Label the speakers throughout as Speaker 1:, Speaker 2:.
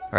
Speaker 1: All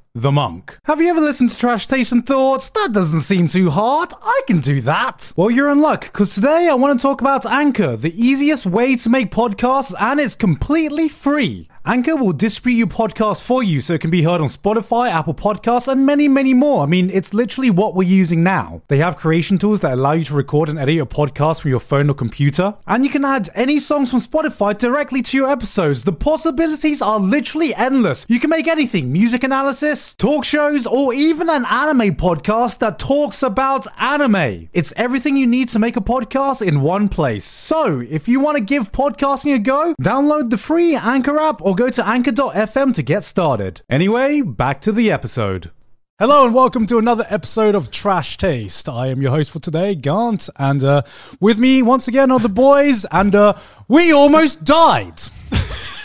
Speaker 2: the monk. Have you ever listened to Trash Taste and thought, that doesn't seem too hard? I can do that. Well, you're in luck, because today I want to talk about Anchor, the easiest way to make podcasts, and it's completely free. Anchor will distribute your podcast for you so it can be heard on Spotify, Apple Podcasts, and many, many more. I mean, it's literally what we're using now. They have creation tools that allow you to record and edit your podcast from your phone or computer, and you can add any songs from Spotify directly to your episodes. The possibilities are literally endless. You can make anything music analysis, talk shows, or even an anime podcast that talks about anime. It's everything you need to make a podcast in one place. So, if you want to give podcasting a go, download the free Anchor app or go to anchor.fm to get started. Anyway, back to the episode.
Speaker 3: Hello and welcome to another episode of Trash Taste. I am your host for today, Gant, and uh, with me once again are the boys, and uh, we almost died.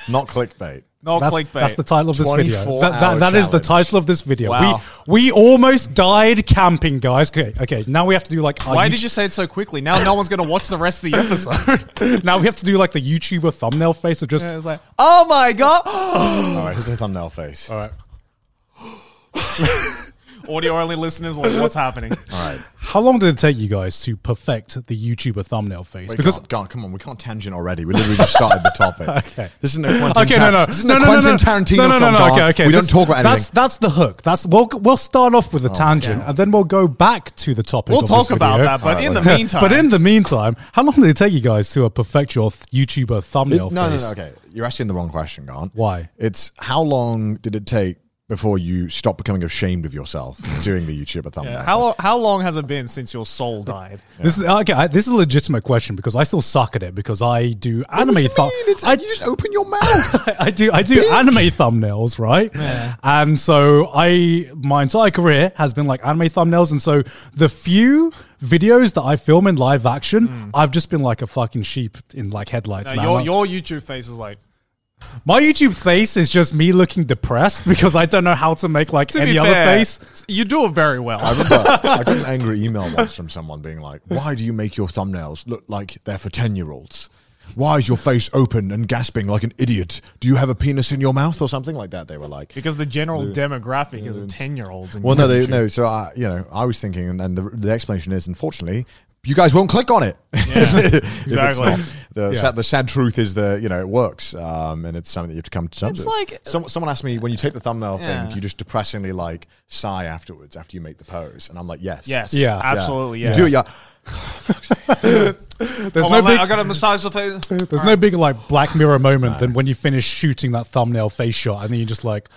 Speaker 4: Not clickbait.
Speaker 5: Not
Speaker 3: That's,
Speaker 5: clickbait.
Speaker 3: that's the title of this video.
Speaker 4: 24
Speaker 3: That, that,
Speaker 4: hour
Speaker 3: that is the
Speaker 4: challenge.
Speaker 3: title of this video.
Speaker 5: Wow.
Speaker 3: We we almost died camping, guys. Okay, okay. Now we have to do like our
Speaker 5: Why
Speaker 3: YouTube-
Speaker 5: did you say it so quickly? Now no one's going to watch the rest of the episode.
Speaker 3: now we have to do like the YouTuber thumbnail face of just
Speaker 5: it's like, oh my god!
Speaker 4: All right, here's the thumbnail face. All right.
Speaker 5: Audio only listeners, like, what's happening?
Speaker 3: how long did it take you guys to perfect the YouTuber thumbnail face?
Speaker 4: Wait,
Speaker 3: because
Speaker 4: because God, come on, we can't tangent already. We literally just started the topic.
Speaker 3: Okay.
Speaker 4: This isn't a Quentin.
Speaker 3: Okay,
Speaker 4: Tar-
Speaker 3: no, no,
Speaker 4: This isn't
Speaker 3: no,
Speaker 4: a
Speaker 3: no, no,
Speaker 4: Quentin
Speaker 3: no,
Speaker 4: Tarantino
Speaker 3: no, no, no,
Speaker 4: film,
Speaker 3: no.
Speaker 4: Don.
Speaker 3: Okay, okay.
Speaker 4: We
Speaker 3: This-
Speaker 4: don't talk about
Speaker 3: That's
Speaker 4: anything. Oh,
Speaker 3: that's the hook. That's we'll we'll start off with a tangent, and then we'll go back to the topic.
Speaker 5: We'll
Speaker 3: of
Speaker 5: talk
Speaker 3: this
Speaker 5: about
Speaker 3: video.
Speaker 5: that, but in the
Speaker 3: Yeah,
Speaker 5: meantime,
Speaker 3: but in the meantime, how long did it take you guys to uh, perfect your th- YouTuber thumbnail?
Speaker 4: It- no, no,
Speaker 3: face?
Speaker 4: no. Okay, you're asking the wrong question, Gone.
Speaker 3: Why?
Speaker 4: It's how long did it take before you stopped becoming ashamed of yourself doing the YouTuber thumbnail?
Speaker 5: Yeah, how, how long has it been since your soul died?
Speaker 3: This is uh, okay. I, this is a legitimate question because I still suck at it because I do
Speaker 4: What do
Speaker 3: anime
Speaker 4: you
Speaker 3: thumb.
Speaker 4: mean? It's-
Speaker 3: I-
Speaker 4: you just open your mouth.
Speaker 3: I do I do anime thumbnails, right? And so I my entire career has been like anime thumbnails, and so the few videos that I film in live action,
Speaker 4: Mm.
Speaker 3: I've just been like a fucking sheep in like headlights.
Speaker 5: Now,
Speaker 3: man.
Speaker 5: your,
Speaker 3: Like,
Speaker 5: your YouTube face is like,
Speaker 3: my YouTube face is just me looking depressed because I don't know how to make like
Speaker 5: to
Speaker 3: any
Speaker 5: be
Speaker 3: other
Speaker 5: fair,
Speaker 3: face.
Speaker 5: you do it very
Speaker 4: I
Speaker 5: well.
Speaker 4: remember I got an angry email once from someone being like, "Why do you make your thumbnails look like they're for ten-year-olds? Why is your face open and gasping like an idiot? Do you have a penis in your mouth or something like that?" They were like,
Speaker 5: Because the general demographic is 10 year olds.
Speaker 4: Well, no, they, no. So I, you know, I was thinking, and, and the, the explanation is, unfortunately, you guys won't click on it.
Speaker 5: exactly.
Speaker 4: the, sad, the sad truth is that you know it works, um, and it's something that you have to come to terms.
Speaker 5: It's
Speaker 4: with.
Speaker 5: like-
Speaker 4: Some, someone asked me when you take the thumbnail
Speaker 5: Yeah.
Speaker 4: thing, do you just depressingly like sigh afterwards after you make the pose? And I'm like, yes,
Speaker 5: Yes.
Speaker 3: Yeah.
Speaker 5: Yeah.
Speaker 3: Yeah.
Speaker 5: Absolutely.
Speaker 4: You
Speaker 5: Yes.
Speaker 4: do it, yeah.
Speaker 3: There's
Speaker 5: Hold
Speaker 3: no
Speaker 5: on, mate,
Speaker 3: big
Speaker 5: I got to massage the face.
Speaker 3: there's no big like Black Mirror moment than when you finish shooting that thumbnail face shot and then you're just like,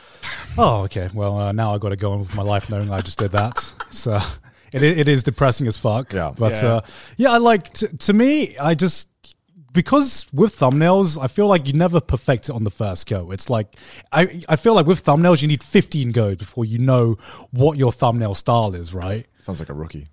Speaker 3: oh okay, well uh, now I got to go on with my life knowing I just did that. So it i- it is depressing as fuck.
Speaker 4: Yeah.
Speaker 3: but
Speaker 5: Yeah.
Speaker 3: Uh, yeah, I like to, to me I just because with thumbnails I feel like you never perfect it on the first go. It's like I I feel like with thumbnails you need 15 goes before you know what your thumbnail style is. Right?
Speaker 4: Sounds like a rookie.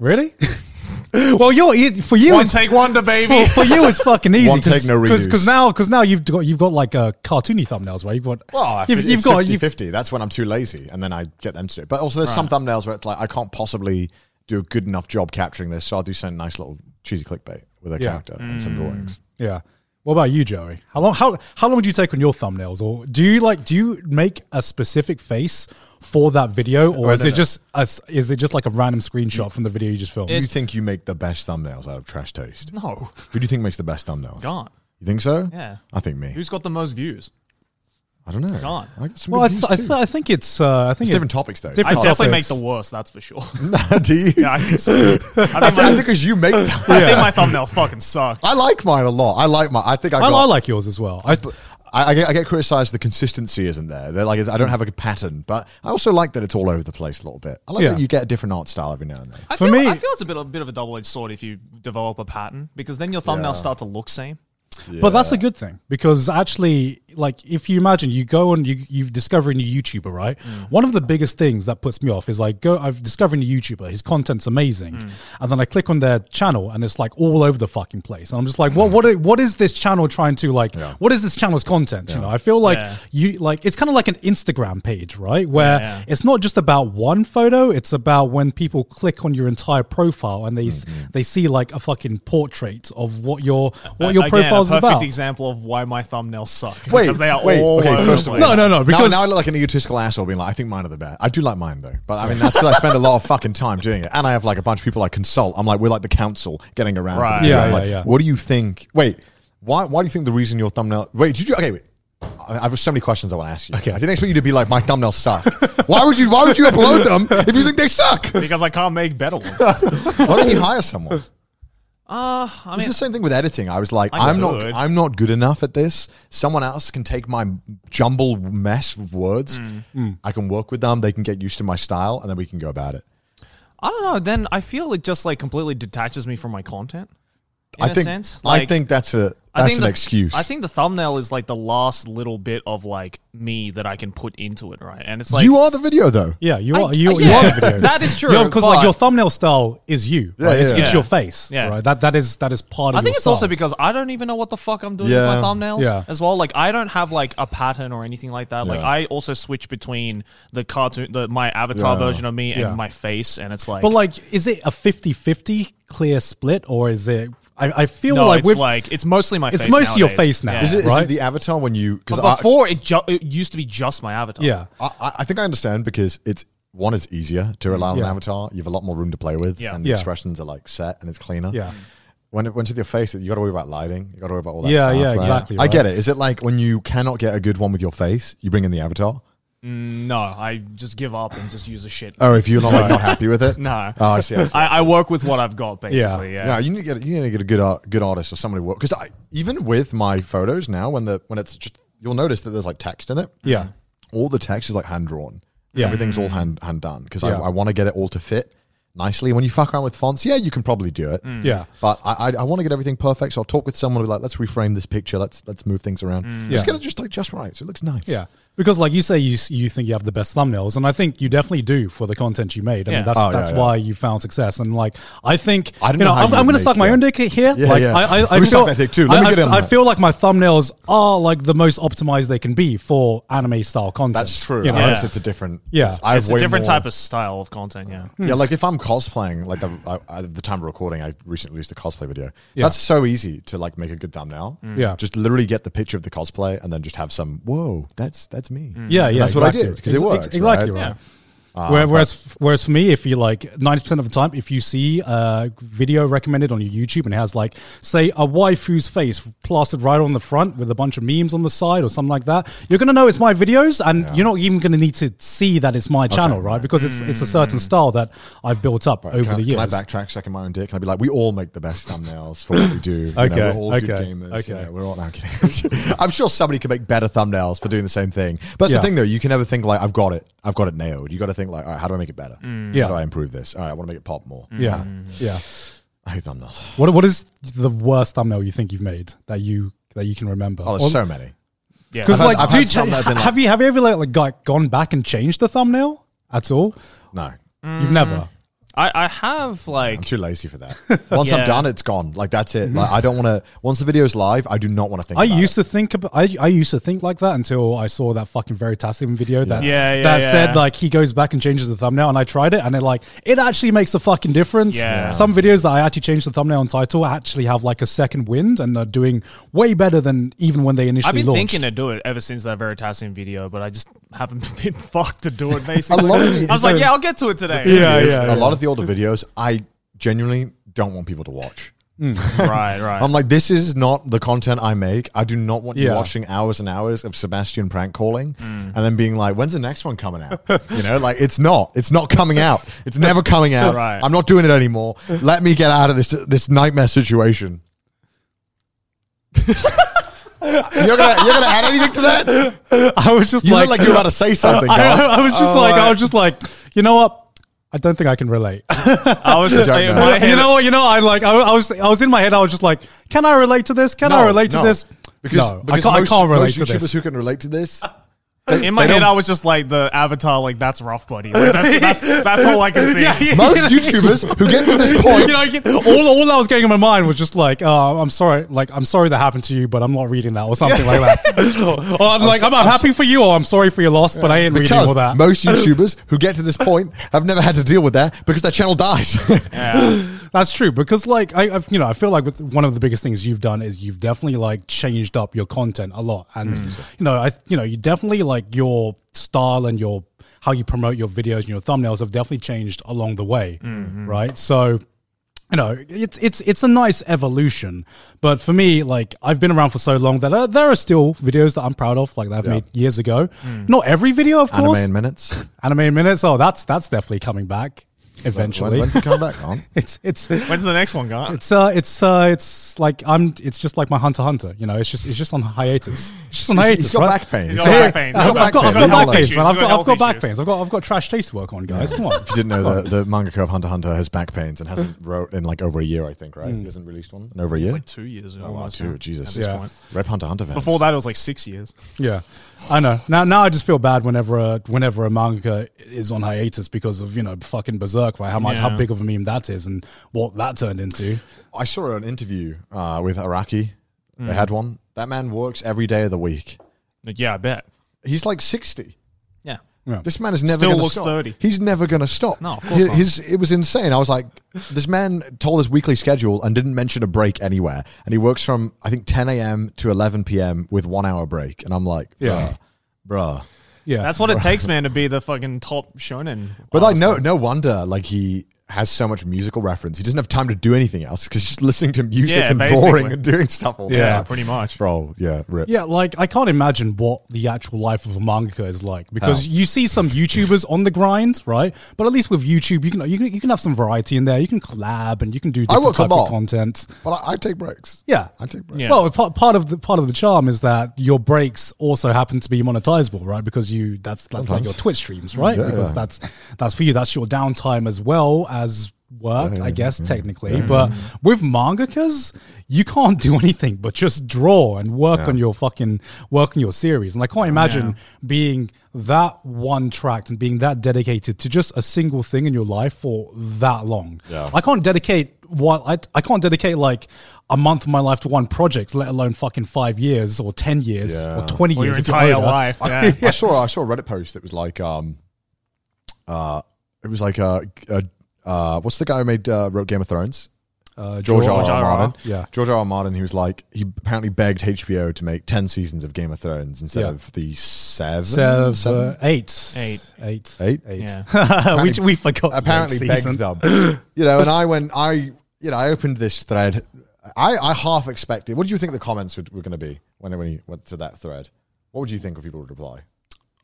Speaker 3: Really? well, you're you- for you
Speaker 5: One
Speaker 3: it's-
Speaker 5: take wonder,
Speaker 3: for,
Speaker 5: baby.
Speaker 3: for you it's fucking easy.
Speaker 4: One take, no reuse.
Speaker 3: Because now, because now you've got you've got like uh, cartoony thumbnails, right? You've got
Speaker 4: Well,
Speaker 3: you've,
Speaker 4: you've,
Speaker 3: you've got
Speaker 4: 50,
Speaker 3: you've,
Speaker 4: 50. That's when I'm too lazy, and then I get them to do it. But also, there's some thumbnails where it's like I can't possibly do a good enough job capturing this, so I'll do some nice little cheesy clickbait with a
Speaker 3: Yeah.
Speaker 4: character and some drawings.
Speaker 3: yeah. What about you, Joey? How long how how long would you take on your thumbnails, or do you like do you make a specific face for that video, or
Speaker 4: Oh,
Speaker 3: is
Speaker 4: no,
Speaker 3: it
Speaker 4: no.
Speaker 3: just a s is it just like a random screenshot from the video you just filmed?
Speaker 4: Do you think you make the best thumbnails out of trash taste?
Speaker 5: no.
Speaker 4: Who do you think makes the best thumbnails?
Speaker 5: Gone.
Speaker 4: You think so?
Speaker 5: Yeah.
Speaker 4: I think me.
Speaker 5: Who's got the most views?
Speaker 4: I don't know.
Speaker 5: Gone.
Speaker 4: I got some
Speaker 3: Well, I,
Speaker 4: good
Speaker 3: th-
Speaker 4: views
Speaker 3: I,
Speaker 4: too.
Speaker 3: th- I think it's. Uh, I think
Speaker 4: it's
Speaker 3: it-
Speaker 4: different topics though.
Speaker 5: I
Speaker 3: Different
Speaker 5: definitely make
Speaker 3: topics.
Speaker 5: the worst, that's for sure.
Speaker 4: Nah, do you?
Speaker 5: Yeah, I think so. I think my,
Speaker 4: I, think because you make. Them.
Speaker 5: I think my thumbnails fucking suck.
Speaker 4: I like mine a lot. I like my. I think I.
Speaker 3: I,
Speaker 4: Got,
Speaker 3: I like yours as well. I,
Speaker 4: I, I get, I get criticized. The consistency isn't there. They're like I don't have a pattern, but I also like that it's all over the place a little bit. I like
Speaker 3: Yeah.
Speaker 4: that you get a different art style every now and then.
Speaker 5: I
Speaker 3: For
Speaker 5: feel,
Speaker 3: me-
Speaker 5: I feel it's a bit, a bit of a double edged sword if you develop a pattern because then your thumbnails start to look same.
Speaker 3: But that's a good thing because actually, like, if you imagine you go and you you discover a new YouTuber, right?
Speaker 5: Mm.
Speaker 3: One of the biggest things that puts me off is like, go, I've discovered a new YouTuber, his content's amazing,
Speaker 5: Mm.
Speaker 3: and then I click on their channel and it's like all over the fucking place, and I'm just like, what
Speaker 5: Mm.
Speaker 3: what i- what is this channel trying to like? What is this channel's content? You know, I feel like
Speaker 5: Yeah.
Speaker 3: you like it's kind of like an Instagram page, right? Where
Speaker 5: Yeah, yeah.
Speaker 3: it's not just about one photo; it's about when people click on your entire profile and they s
Speaker 5: Mm-hmm.
Speaker 3: they see like a fucking portrait of what your what your
Speaker 5: Again,
Speaker 3: profile's
Speaker 5: a perfect
Speaker 3: about.
Speaker 5: example of why my thumbnails suck.
Speaker 4: Wait,
Speaker 5: because they are
Speaker 4: wait,
Speaker 5: all
Speaker 4: okay,
Speaker 5: over
Speaker 4: first
Speaker 5: the
Speaker 4: of all.
Speaker 5: place.
Speaker 3: No, no, no. Because
Speaker 4: now, now I look like an egotistical asshole being like, I think mine are the best. I do like mine though, but I mean that's 'cause I spend a lot of fucking time doing it, and I have like a bunch of people I consult. I'm like, we're like the council getting around. to
Speaker 5: Right.
Speaker 4: the
Speaker 3: Yeah,
Speaker 4: I'm
Speaker 3: yeah,
Speaker 4: like,
Speaker 3: yeah.
Speaker 4: What do you think? Wait, why? Why do you think the reason your thumbnail? Wait, did you? Okay, wait. I I have so many questions I want to ask you.
Speaker 3: Okay.
Speaker 4: I didn't expect you to be like my thumbnails suck. why would you? Why would you upload them if you think they suck?
Speaker 5: Because I can't make better ones.
Speaker 4: Why don't you hire someone?
Speaker 5: I
Speaker 4: it's
Speaker 5: mean,
Speaker 4: the same thing with editing. I was like,
Speaker 5: I
Speaker 4: I'm not,
Speaker 5: could.
Speaker 4: I'm not good enough at this. Someone else can take my jumbled mess of words.
Speaker 5: Mm.
Speaker 4: Mm. I can work with them. They can get used to my style, and then we can go about it.
Speaker 5: I don't know. Then I feel it just like completely detaches me from my content. In
Speaker 4: I
Speaker 5: a
Speaker 4: think,
Speaker 5: sense,
Speaker 4: I
Speaker 5: Like,
Speaker 4: think that's a
Speaker 5: I
Speaker 4: that's
Speaker 5: think
Speaker 4: an
Speaker 5: the-
Speaker 4: excuse.
Speaker 5: I think the thumbnail is like the last little bit of like me that I can put into it, right? And it's like
Speaker 4: you are the video though.
Speaker 3: Yeah, you
Speaker 5: I-
Speaker 3: are. You,
Speaker 5: yeah,
Speaker 3: you are the video.
Speaker 5: that is true,
Speaker 3: Because like
Speaker 5: but-
Speaker 3: your thumbnail style is you.
Speaker 4: Yeah,
Speaker 3: right? It's,
Speaker 4: yeah,
Speaker 3: it's
Speaker 5: yeah.
Speaker 3: your face.
Speaker 5: Yeah.
Speaker 3: Right. That that is that is part of.
Speaker 5: I think
Speaker 3: your
Speaker 5: it's also
Speaker 3: style.
Speaker 5: because I don't even know what the fuck I'm doing
Speaker 4: Yeah.
Speaker 5: with my thumbnails
Speaker 3: Yeah.
Speaker 5: as well. Like I don't have like a pattern or anything like that. Like
Speaker 4: Yeah.
Speaker 5: I also switch between the cartoon, the my avatar
Speaker 4: Yeah.
Speaker 5: version of me and
Speaker 3: Yeah.
Speaker 5: my face, and it's like,
Speaker 3: But like, is it a 50-50 clear split or is it? I, I feel
Speaker 5: no,
Speaker 3: like
Speaker 5: it's
Speaker 3: with
Speaker 5: like it's mostly my.
Speaker 3: it's
Speaker 5: face
Speaker 3: mostly your
Speaker 5: nowadays.
Speaker 3: face now.
Speaker 5: Yeah.
Speaker 4: Is, it, is
Speaker 3: Right?
Speaker 4: it the avatar when you? Because
Speaker 5: But before it, ju- it used to be just my avatar.
Speaker 3: yeah.
Speaker 4: I, I, I think I understand because it's one is easier to rely on an
Speaker 3: Yeah.
Speaker 4: avatar. You have a lot more room to play with,
Speaker 5: Yeah.
Speaker 4: and the
Speaker 3: Yeah.
Speaker 4: expressions are like set and it's cleaner.
Speaker 3: Yeah.
Speaker 4: When it went to your face, you got to worry about lighting. You got to worry about all that.
Speaker 3: Yeah,
Speaker 4: stuff,
Speaker 3: yeah,
Speaker 4: right?
Speaker 3: exactly,
Speaker 4: I
Speaker 3: right.
Speaker 4: get it. Is it like when you cannot get a good one with your face, you bring in the avatar?
Speaker 5: No, I just give up and just use a shit.
Speaker 4: Oh, if you're not like not happy with it,
Speaker 5: No.
Speaker 4: Oh, I see. I see.
Speaker 5: I, I work with what I've got basically. Yeah.
Speaker 4: No, you need to get you need to get a good art, good artist or somebody work because even with my photos now, when the when it's just you'll notice that there's like text in it.
Speaker 3: Yeah.
Speaker 4: all the text is like hand drawn.
Speaker 3: Yeah.
Speaker 4: everything's
Speaker 5: Mm.
Speaker 4: all hand hand done because
Speaker 3: Yeah.
Speaker 4: I, I want to get it all to fit nicely. When you fuck around with fonts, yeah, you can probably do it.
Speaker 5: Mm.
Speaker 3: Yeah.
Speaker 4: But I, I, I want to get everything perfect, so I'll talk with someone. Who's like, let's reframe this picture. Let's let's move things around.
Speaker 5: Mm.
Speaker 4: Let's
Speaker 3: Yeah.
Speaker 4: get it just like just right, so it looks nice.
Speaker 3: Yeah. Because like you say, you s- you think you have the best thumbnails, and I think you definitely do for the content you made. I
Speaker 5: Yeah.
Speaker 3: mean, that's
Speaker 4: Oh, yeah,
Speaker 3: that's
Speaker 4: yeah.
Speaker 3: why you found success. And like, I think
Speaker 4: I
Speaker 3: I
Speaker 4: don't
Speaker 3: don't you
Speaker 4: know
Speaker 3: know,
Speaker 4: how
Speaker 3: I'm,
Speaker 4: you
Speaker 3: I'm going
Speaker 4: make-
Speaker 3: to suck my
Speaker 4: yeah.
Speaker 3: own dick here.
Speaker 4: Yeah,
Speaker 3: like,
Speaker 4: yeah.
Speaker 3: I, I, I
Speaker 4: Let me
Speaker 3: feel,
Speaker 4: suck that dick too.
Speaker 3: I,
Speaker 4: Let me
Speaker 3: I
Speaker 4: get in
Speaker 3: f- I
Speaker 4: there.
Speaker 3: feel like my thumbnails are like the most optimized they can be for anime style content.
Speaker 4: that's true.
Speaker 3: You know?
Speaker 4: Unless
Speaker 5: Yeah.
Speaker 4: it's a different.
Speaker 3: Yeah.
Speaker 4: it's, I have
Speaker 5: It's a
Speaker 4: way
Speaker 5: different
Speaker 4: more-
Speaker 5: type of style of content. Yeah.
Speaker 3: Hmm.
Speaker 4: Yeah, like if I'm cosplaying, like the, I, I, at the time of recording, I recently released a cosplay video. That's so easy to like make a good thumbnail.
Speaker 5: Mm.
Speaker 3: Yeah.
Speaker 4: just literally get the picture of the cosplay and then just have some. Whoa, that's that's me.
Speaker 5: Mm.
Speaker 3: Yeah,
Speaker 4: And
Speaker 3: yeah,
Speaker 4: that's
Speaker 3: exactly.
Speaker 4: what I did because it
Speaker 3: Ex-
Speaker 4: works.
Speaker 3: ex- exactly
Speaker 4: right? Ah,
Speaker 3: right. Where- whereas, whereas for me, if you like ninety percent of the time, if you see a video recommended on your YouTube and it has like, say, a waifu's face plastered right on the front with a bunch of memes on the side or something like that, you're gonna know it's my videos, and you're not even gonna need to see that it's my channel, right? Because it's it's a certain style that I've built up over
Speaker 4: Can,
Speaker 3: the
Speaker 4: can I
Speaker 3: years.
Speaker 4: backtrack, second my own dick, and I'd be like, "We all make the best thumbnails for what we do. You know,
Speaker 3: Okay,
Speaker 4: we're all good
Speaker 3: okay,
Speaker 4: gamers. you
Speaker 3: okay.
Speaker 4: know, we're all no, I'm kidding. I'm sure somebody could make better thumbnails for doing the same thing. But that's
Speaker 3: Yeah.
Speaker 4: the thing, though. You can never think like, "I've got it. I've got it nailed." You got to think like, "All right, how do I make it better?
Speaker 3: Mm. Yeah.
Speaker 4: how do I improve this? All right, I want to make it pop more."
Speaker 3: yeah, yeah.
Speaker 4: I hate thumbnails.
Speaker 3: What what is the worst thumbnail you think you've made that you that you can remember?
Speaker 4: Oh,
Speaker 3: Or-
Speaker 4: there's so many.
Speaker 5: Yeah.
Speaker 3: Because
Speaker 4: I've had-
Speaker 3: like,
Speaker 4: I've had
Speaker 3: dude,
Speaker 4: some that have been like-
Speaker 3: have you have you ever like, like gone back and changed the thumbnail at all?
Speaker 4: No,
Speaker 3: You've never.
Speaker 5: I, I have
Speaker 4: I'm
Speaker 5: like
Speaker 4: too lazy for that. Once
Speaker 5: Yeah.
Speaker 4: I'm done, it's gone. Like that's it. Like I don't want to. Once the video's live, I do not want to think.
Speaker 3: I
Speaker 4: about
Speaker 3: used
Speaker 4: it.
Speaker 3: to think about. I, I used to think like that until I saw that fucking Veritasium video that
Speaker 5: Yeah, yeah,
Speaker 3: that said
Speaker 5: yeah.
Speaker 3: like he goes back and changes the thumbnail, and I tried it, and it like it actually makes a fucking difference.
Speaker 5: Yeah.
Speaker 3: Some videos that I actually changed the thumbnail and title actually have like a second wind and are doing way better than even when they initially.
Speaker 5: I've been
Speaker 3: launched.
Speaker 5: thinking to do it ever since that Veritasium video, but I just haven't been fucked to do it.
Speaker 4: A
Speaker 5: Basically,
Speaker 4: lot of
Speaker 5: I
Speaker 4: the,
Speaker 5: was like, yeah, I'll get to it today.
Speaker 3: Yeah,
Speaker 4: is
Speaker 3: yeah,
Speaker 4: a
Speaker 3: yeah.
Speaker 4: lot of the older videos, I genuinely don't want people to watch.
Speaker 5: right, right.
Speaker 4: I'm like, this is not the content I make. I do not want you
Speaker 3: Yeah. Hmm.
Speaker 4: watching hours and hours of Sebastian prank calling and then being like, when's the next one coming out? You know, like it's not. It's not coming out. It's never coming out.
Speaker 5: Right.
Speaker 4: I'm not doing it anymore. Let me get out of this this nightmare situation. you're gonna you're gonna add anything to that?
Speaker 3: I was just
Speaker 4: You
Speaker 3: like,
Speaker 4: look like you're Oh, about to say something.
Speaker 3: I,
Speaker 4: Carl.
Speaker 3: I was just like, I was just like, you know what? I don't think I can relate.
Speaker 5: I was just
Speaker 4: Don't
Speaker 5: in
Speaker 4: know.
Speaker 5: my head.
Speaker 3: you know, you know, I like, I, I was, I was in my head. I was just like, can I relate to this? Can I
Speaker 4: No,
Speaker 3: relate to
Speaker 4: no.
Speaker 3: this?
Speaker 4: Because,
Speaker 3: no,
Speaker 4: because
Speaker 3: I can't,
Speaker 4: most,
Speaker 3: I can't relate
Speaker 4: most
Speaker 3: to
Speaker 4: YouTubers
Speaker 3: this.
Speaker 4: who can relate to this,
Speaker 5: in my
Speaker 4: they
Speaker 5: head,
Speaker 4: don't-
Speaker 5: I was just like the avatar, like that's rough buddy. Like, that's, that's, that's all I can think.
Speaker 4: most YouTubers who get to this
Speaker 3: you
Speaker 4: point,
Speaker 3: know, you- all, all that was going in my mind was just like, oh, I'm sorry, like I'm sorry that happened to you, but I'm not reading that or something like that. or I'm, like,
Speaker 4: so-
Speaker 3: I'm, I'm
Speaker 4: I'm
Speaker 3: happy for you, or I'm sorry for your loss, but I ain't reading all
Speaker 4: because
Speaker 3: that.
Speaker 4: most YouTubers who get to this point have never had to deal with that because their channel dies.
Speaker 3: That's true because, like, I, I've, you know, I feel like with one of the biggest things you've done is you've definitely like changed up your content a lot, and
Speaker 4: Mm.
Speaker 3: you know, I, you know, you definitely like your style and your how you promote your videos and your thumbnails have definitely changed along the way,
Speaker 4: Mm-hmm.
Speaker 3: right? So. You know, it's it's it's a nice evolution, but for me, like I've been around for so long that uh, there are still videos that I'm proud of, like that I've made years ago. Not every video, of
Speaker 4: Mm. Anime
Speaker 3: course.
Speaker 4: in minutes.
Speaker 3: Anime in minutes. Oh, that's that's definitely coming back
Speaker 4: When,
Speaker 3: eventually.
Speaker 4: when's it come back on?
Speaker 3: it's it's
Speaker 5: When's the next one, guy?
Speaker 3: it's uh, it's uh, it's like I'm. It's just like my Hunter x Hunter. You know, it's just it's just on hiatus. It's just on hiatus.
Speaker 4: he's got
Speaker 3: right?
Speaker 4: back pain.
Speaker 5: He's
Speaker 4: He's
Speaker 5: got
Speaker 4: got
Speaker 5: back
Speaker 4: back-
Speaker 5: pain.
Speaker 4: he's got
Speaker 3: I've got, I've
Speaker 4: pain.
Speaker 3: got
Speaker 4: Health
Speaker 3: back pains,
Speaker 4: issues.
Speaker 3: man. I've
Speaker 5: He's got
Speaker 3: got, I've got
Speaker 5: health
Speaker 3: back
Speaker 5: issues.
Speaker 3: pains. I've got, I've got trash taste to work on, guys. Come on.
Speaker 4: If you didn't know, the, the mangaka of Hunter x Hunter has back pains and hasn't wrote in like over a year, I think, right? He hasn't released one in over a year.
Speaker 5: Hmm. like two years ago.
Speaker 4: Oh, wow,
Speaker 5: almost
Speaker 4: two,
Speaker 5: now,
Speaker 4: Jesus.
Speaker 5: At this
Speaker 3: Yeah.
Speaker 5: point.
Speaker 4: Rep Hunter x Hunter fans.
Speaker 5: Before that, it was like six years.
Speaker 3: Yeah, I know. Now, now I just feel bad whenever a, whenever a manga is on hiatus because of you know fucking Berserk, right? How much, how
Speaker 5: Yeah.
Speaker 3: big of a meme that is, and what that turned into.
Speaker 4: I saw an interview uh, with Araki.
Speaker 5: Hmm.
Speaker 4: They had one. That man works every day of the week.
Speaker 5: Like, yeah, I bet.
Speaker 4: He's like 60.
Speaker 5: Yeah.
Speaker 4: This man is never
Speaker 5: Still
Speaker 4: gonna
Speaker 5: looks
Speaker 4: stop.
Speaker 5: 30.
Speaker 4: He's never going to stop.
Speaker 5: No, of course not.
Speaker 4: his, It was insane. I was like, this man told his weekly schedule and didn't mention a break anywhere. And he works from, I think, 10 a.m. to 11 p.m. with one hour break. And I'm like, yeah,
Speaker 3: Yeah.
Speaker 4: bruh.
Speaker 3: Yeah,
Speaker 5: That's what it takes, man, to be the fucking top shonen.
Speaker 4: But like, no,
Speaker 5: honestly.
Speaker 4: no wonder like he has so much musical reference. He doesn't have time to do anything else because he's just listening to music
Speaker 5: Yeah,
Speaker 4: and
Speaker 5: basically.
Speaker 4: boring and doing stuff all the
Speaker 3: Yeah.
Speaker 4: time.
Speaker 5: pretty much.
Speaker 4: Bro, yeah, rip.
Speaker 3: Yeah, like I can't imagine what the actual life of a mangaka is like because you see some YouTubers on the grind, right? But at least with YouTube, you can you can you can have some variety in there. You can collab and you can do
Speaker 4: I
Speaker 3: different
Speaker 4: work a
Speaker 3: types of
Speaker 4: lot.
Speaker 3: content.
Speaker 4: But I, I take breaks.
Speaker 3: Yeah.
Speaker 4: I take breaks.
Speaker 5: Yeah.
Speaker 3: Well, part, part of the part of the charm is that your breaks also happen to be monetizable, right? Because you that's that's like your Twitch streams, right?
Speaker 4: Yeah,
Speaker 3: because
Speaker 4: yeah.
Speaker 3: that's that's for you. That's your downtime as well as work, I guess technically. But with mangakas, you can't do anything but just draw and work on your fucking work on your series. And I can't imagine being that one tracked and being that dedicated to just a single thing in your life for that long. I can't dedicate what I, I can't dedicate like a month of my life to one project, let alone fucking five years or ten years
Speaker 4: Yeah.
Speaker 3: or twenty
Speaker 5: Or your
Speaker 3: years. if you're
Speaker 5: entire
Speaker 3: older.
Speaker 5: life.
Speaker 4: I,
Speaker 5: Yeah.
Speaker 4: I saw I saw a Reddit post that was like um uh it was like uh, uh, uh what's the guy who made uh, wrote Game of Thrones?
Speaker 3: Uh,
Speaker 4: George R.
Speaker 3: George
Speaker 4: R.
Speaker 5: R. R.
Speaker 4: Martin.
Speaker 3: Yeah.
Speaker 4: George R. R. Martin, he was like he apparently begged HBO to make ten seasons of Game of Thrones instead
Speaker 3: Yeah.
Speaker 4: of the seven,
Speaker 3: Seven, uh,
Speaker 4: seven?
Speaker 3: eight.
Speaker 5: Eight.
Speaker 3: Eight.
Speaker 4: Eight?
Speaker 5: Yeah.
Speaker 3: we, we forgot. the
Speaker 4: apparently
Speaker 3: eighth
Speaker 4: begged
Speaker 3: season.
Speaker 4: them. You know, and I went, I, you know, I opened this thread. I, I half expected. What do you think the comments would, were going to be when when you went to that thread? What would you think people would reply?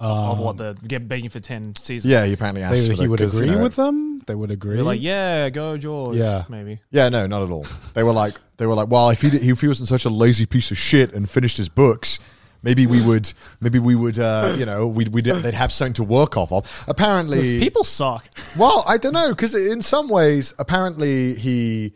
Speaker 5: of what the get begging for ten seasons.
Speaker 4: Yeah, he apparently asked.
Speaker 3: They,
Speaker 4: for
Speaker 3: he
Speaker 4: the-
Speaker 3: would
Speaker 4: 'cause, you
Speaker 3: agree
Speaker 4: know,
Speaker 3: with them. They would agree.
Speaker 5: Be like, yeah, go George.
Speaker 3: Yeah.
Speaker 5: Maybe.
Speaker 4: Yeah, no, not at all. They were like, they were like, well, if he did, if he wasn't such a lazy piece of shit and finished his books, maybe we would, maybe we would, uh, you know, we'd, we'd they'd have something to work off of. Apparently,
Speaker 5: People suck.
Speaker 4: Well, I don't know because in some ways, apparently he,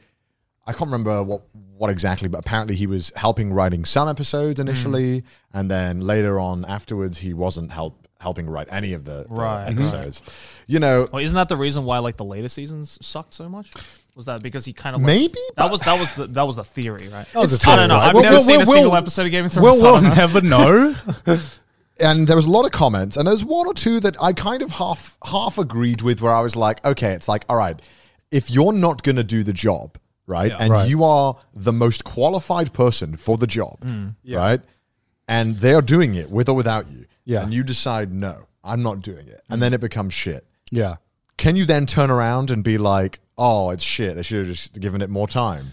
Speaker 4: I can't remember what what exactly, but apparently he was helping writing some episodes
Speaker 5: Mm.
Speaker 4: initially, and then later on afterwards he wasn't help helping write any of the, the
Speaker 5: Right,
Speaker 4: episodes. You know,
Speaker 5: Well, isn't that the reason why like the later seasons sucked so much? Was that because he kind of like,
Speaker 4: Maybe,
Speaker 5: that
Speaker 4: but-
Speaker 5: was that was the that was the theory, right?
Speaker 3: That was
Speaker 4: It's
Speaker 3: a theory,
Speaker 4: I don't know.
Speaker 3: right?
Speaker 5: I've never seen a single episode of Game of Thrones,
Speaker 3: We'll,
Speaker 5: so I
Speaker 3: we'll
Speaker 5: don't know.
Speaker 3: never know.
Speaker 4: and there was a lot of comments, and there's one or two that I kind of half half agreed with, where I was like, okay, it's like, all right, if you're not gonna do the job, right, and
Speaker 3: Right.
Speaker 4: you are the most qualified person for the job, right, and they are doing it with or without you,
Speaker 3: Yeah.
Speaker 4: and you decide, no, I'm not doing it, and then it becomes shit.
Speaker 3: yeah.
Speaker 4: Can you then turn around and be like, oh, it's shit? They should have just given it more time.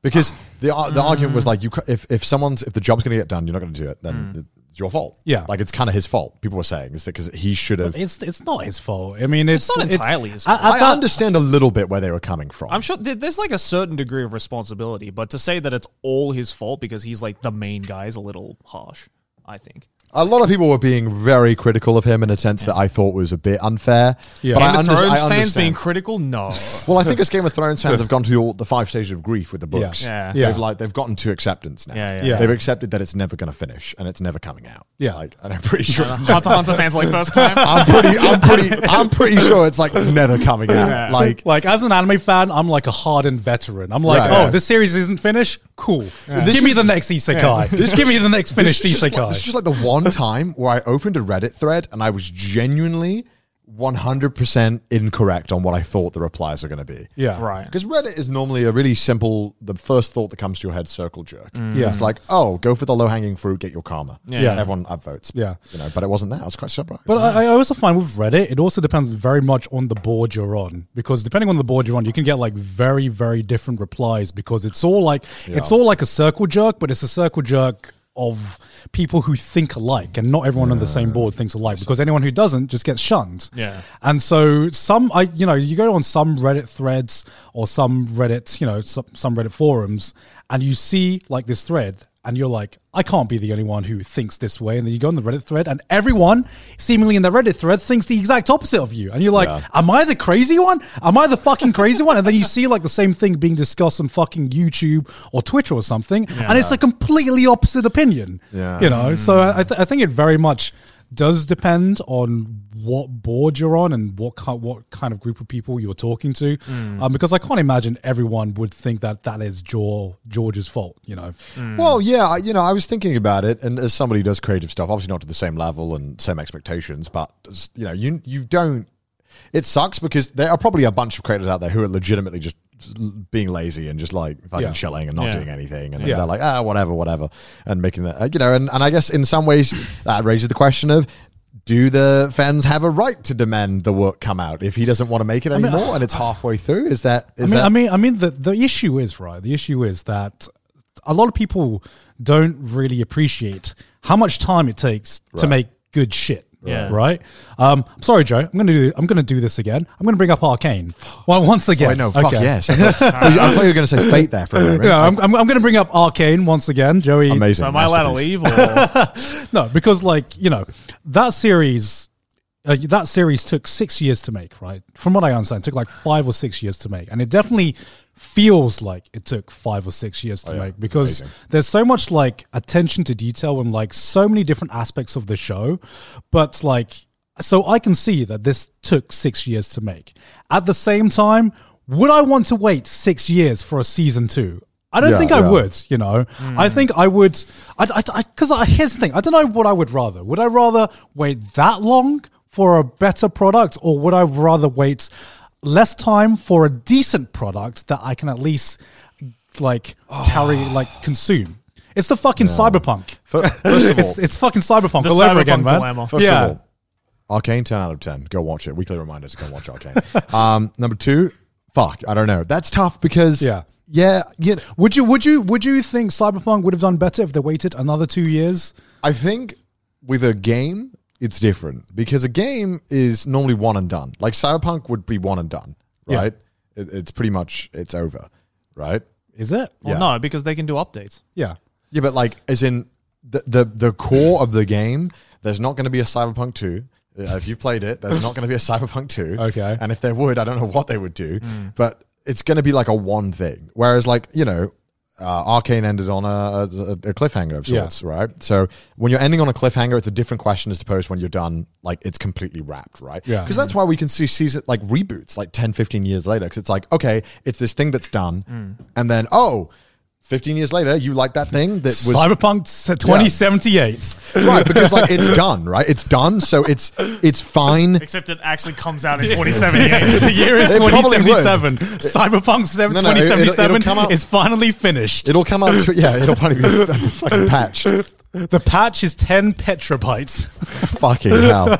Speaker 4: because the ar- the argument was like you ca- if if someone's if the job's going to get done, you're not going to do it, then
Speaker 5: Mm.
Speaker 4: it's your fault.
Speaker 3: Yeah.
Speaker 4: like it's kind of his fault. People were saying this because he should have.
Speaker 3: It's it's not his fault. I mean, it's,
Speaker 5: It's not
Speaker 3: it-
Speaker 5: entirely his
Speaker 3: I-
Speaker 5: fault.
Speaker 4: I,
Speaker 3: I thought-
Speaker 4: understand a little bit where they were coming from.
Speaker 5: I'm sure there- there's like a certain degree of responsibility, but to say that it's all his fault because he's like the main guy is a little harsh. I think.
Speaker 4: a lot of people were being very critical of him in a sense that I thought was a bit unfair.
Speaker 3: Yeah.
Speaker 4: but I,
Speaker 5: Game of
Speaker 4: under- I
Speaker 5: Thrones
Speaker 4: understand.
Speaker 5: fans being critical, no.
Speaker 4: well, I think as Game of Thrones fans have gone through all the five stages of grief with the
Speaker 3: Yeah.
Speaker 4: books.
Speaker 5: Yeah.
Speaker 3: Yeah.
Speaker 4: They've like they've gotten to acceptance now.
Speaker 5: Yeah, yeah.
Speaker 3: Yeah.
Speaker 4: They've accepted that it's never going to finish and it's never coming out.
Speaker 3: Yeah. Uh-huh.
Speaker 4: like, and I'm pretty sure. it's
Speaker 5: Hunter x Hunter fans like first time.
Speaker 4: I'm pretty, I'm pretty, I'm pretty sure it's like never coming out. Like
Speaker 3: Like as an anime fan, I'm like a hardened veteran. I'm like,
Speaker 4: Right.
Speaker 3: oh,
Speaker 4: Yeah.
Speaker 3: this series isn't finished. Cool.
Speaker 4: This
Speaker 3: Give me
Speaker 4: is-
Speaker 3: the next isekai.
Speaker 4: This
Speaker 3: Give
Speaker 4: was-
Speaker 3: me the next finished
Speaker 4: this is just like- This is
Speaker 3: isekai.
Speaker 4: just like the one time where I opened a Reddit thread and I was genuinely 100% incorrect on what I thought the replies were going to be.
Speaker 3: Yeah.
Speaker 5: right.
Speaker 4: Because Reddit is normally a really simple, the first thought that comes to your head, circle jerk.
Speaker 3: Yeah.
Speaker 4: It's like, oh, go for the low hanging fruit, get your karma.
Speaker 3: Yeah.
Speaker 4: Everyone upvotes.
Speaker 3: Yeah.
Speaker 4: You know, but it wasn't that. I was quite surprised.
Speaker 3: But I, I also find with Reddit, it also depends very much on the board you're on because depending on the board you're on, you can get like very, very different replies because it's all like it's all like a circle jerk, but it's a circle jerk of people who think alike, and not everyone on the same board thinks alike because anyone who doesn't just gets shunned.
Speaker 5: Yeah.
Speaker 3: and so some, I you know, you go on some Reddit threads or some Reddit, you know, some, some Reddit forums, and you see like this thread, and you're like, I can't be the only one who thinks this way. And then you go on the Reddit thread, and everyone seemingly in the Reddit thread thinks the exact opposite of you. And you're like, Am I the crazy one? Am I the fucking crazy one? And then you see like the same thing being discussed on fucking YouTube or Twitter or something, and it's a completely opposite opinion.
Speaker 4: Yeah.
Speaker 3: You know, so I, I th- I think it very much does depend on what board you're on and what ki- what kind of group of people you're talking to,
Speaker 4: Hmm.
Speaker 3: um, because I can't imagine everyone would think that that is Geor George's fault. You know,
Speaker 4: Well, yeah, I- you know, I was thinking about it, and as somebody who does creative stuff, obviously not to the same level and same expectations, but s- you know, you you don't. It sucks because there are probably a bunch of creators out there who are legitimately just l- being lazy and just like fucking
Speaker 3: Yeah.
Speaker 4: chilling and not
Speaker 5: Yeah.
Speaker 4: doing anything, and
Speaker 3: Yeah.
Speaker 4: they're like, ah, whatever, whatever, and making that, uh, you know, and, and I guess in some ways that raises the question of. Do the fans have a right to demand the work come out if he doesn't want to make it anymore and it's halfway through? Is that is
Speaker 3: I mean,
Speaker 4: that
Speaker 3: I mean, I mean, the the issue is right. The issue is that a lot of people don't really appreciate how much time it takes to make good shit.
Speaker 5: Yeah.
Speaker 3: Right. Um, sorry, Joe. I'm gonna do. I'm gonna do this again. I'm gonna bring up Arcane. Well, once again.
Speaker 4: Wait, Oh, no, fuck yes. I thought, I thought you were going to say fate there for a moment.
Speaker 3: Yeah, I'm, I'm, I'm going to bring up Arcane once again, Joey.
Speaker 4: Amazing.
Speaker 5: So am I allowed to
Speaker 4: masterpiece.
Speaker 5: leave? Or?
Speaker 3: No, because like you know, that series, uh, that series took six years to make, right? From what I understand, it took like five or six years to make, and it definitely feels like it took five or six years to
Speaker 4: Oh,
Speaker 3: make because there's so much like attention to detail and like so many different aspects of the show, but like. So I can see that this took six years to make. At the same time, would I want to wait six years for a season two? I don't
Speaker 4: Yeah,
Speaker 3: think I
Speaker 4: yeah.
Speaker 3: would. You know, I think I would. I because I, here's the thing. I don't know what I would rather. Would I rather wait that long for a better product, or would I rather wait less time for a decent product that I can at least like carry, like consume? It's the fucking cyberpunk.
Speaker 4: Fir- First of all,
Speaker 3: It's, it's fucking cyberpunk
Speaker 5: The
Speaker 3: all over again,
Speaker 5: Cyberpunk
Speaker 3: man.
Speaker 5: dilemma.
Speaker 4: first
Speaker 3: yeah.
Speaker 4: of all, Arcane, ten out of ten. Go watch it. Weekly reminder to go watch Arcane. um, number two, fuck, I don't know. That's tough because
Speaker 3: Yeah.
Speaker 4: yeah, yeah.
Speaker 3: Would you would you would you think cyberpunk would have done better if they waited another two years?
Speaker 4: I think with a game, it's different because a game is normally one and done. Like Cyberpunk would be one and done,
Speaker 3: Yeah.
Speaker 4: right? It, it's pretty much it's over, right?
Speaker 3: Is it?
Speaker 5: Well, no, because they can do updates.
Speaker 3: Yeah.
Speaker 4: Yeah, but like as in the the, the core of the game, there's not going to be a Cyberpunk 2. Uh, If you've played it, there's not going to be a Cyberpunk 2.
Speaker 3: Okay. Hmm.
Speaker 4: And if there would, I don't know what they would do, but it's going to be like a one thing. Whereas like, you know, uh, Arcane ended on a, a, a cliffhanger of
Speaker 3: Yeah.
Speaker 4: sorts, right? So when you're ending on a cliffhanger, it's a different question as opposed when you're done, like it's completely wrapped, right?
Speaker 3: Yeah.
Speaker 4: Because that's why we can see season like reboots like 10, 15 years later. Because it's like, okay, it's this thing that's done. And then, oh, 15 years later, you like that thing that was
Speaker 3: cyberpunk s- 2078.
Speaker 4: right because like it's done, right? It's done, so it's it's fine.
Speaker 5: Except it actually comes out in 2078.
Speaker 3: the year is
Speaker 4: It probably
Speaker 3: 2077. Cyberpunk seven-
Speaker 4: No, no, it'll- it'll- it'll
Speaker 3: 2077
Speaker 4: come out-
Speaker 3: is finally finished.
Speaker 4: It'll come out. To, yeah, it'll probably be fucking patched.
Speaker 3: The patch is 10 petabytes.
Speaker 4: Fucking hell.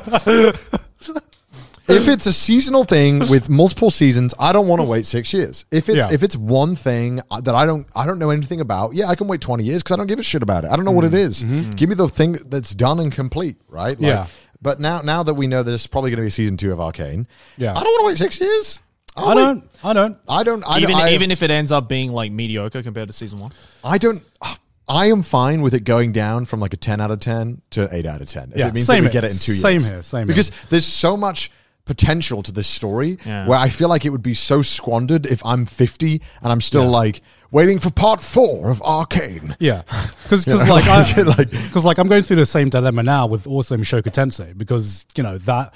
Speaker 4: if it's a seasonal thing with multiple seasons, I don't want to wait six years. If it's
Speaker 3: Yeah.
Speaker 4: if it's one thing that I don't I don't know anything about, yeah, I can wait twenty years because I don't give a shit about it. I don't know what it is. Give me the thing that's done and complete, right? Like,
Speaker 3: Mm-hmm. Yeah.
Speaker 4: But now now that we know there's probably going to be season two of Arcane,
Speaker 3: Yeah.
Speaker 4: I don't want to wait six years. I'll
Speaker 3: I
Speaker 4: wait-
Speaker 3: don't. I don't.
Speaker 4: I don't. I,
Speaker 5: even
Speaker 4: I,
Speaker 5: even if it ends up being like mediocre compared to season one.
Speaker 4: I don't. I am fine with it going down from like a ten out of ten to eight out of ten. If
Speaker 3: Yeah,
Speaker 4: it means
Speaker 3: same
Speaker 4: that we
Speaker 3: here.
Speaker 4: get it in two
Speaker 3: Same
Speaker 4: years.
Speaker 3: here, same here.
Speaker 4: Because there's so much potential to this story
Speaker 5: Yeah.
Speaker 4: where I feel like it would be so squandered if I'm 50 and I'm still like waiting for part four of Arcane.
Speaker 3: Yeah, because
Speaker 4: You know,
Speaker 3: like
Speaker 4: like-
Speaker 3: I,
Speaker 4: like-
Speaker 3: because like I'm going through the same dilemma now with also Mishoka Tensei because you know that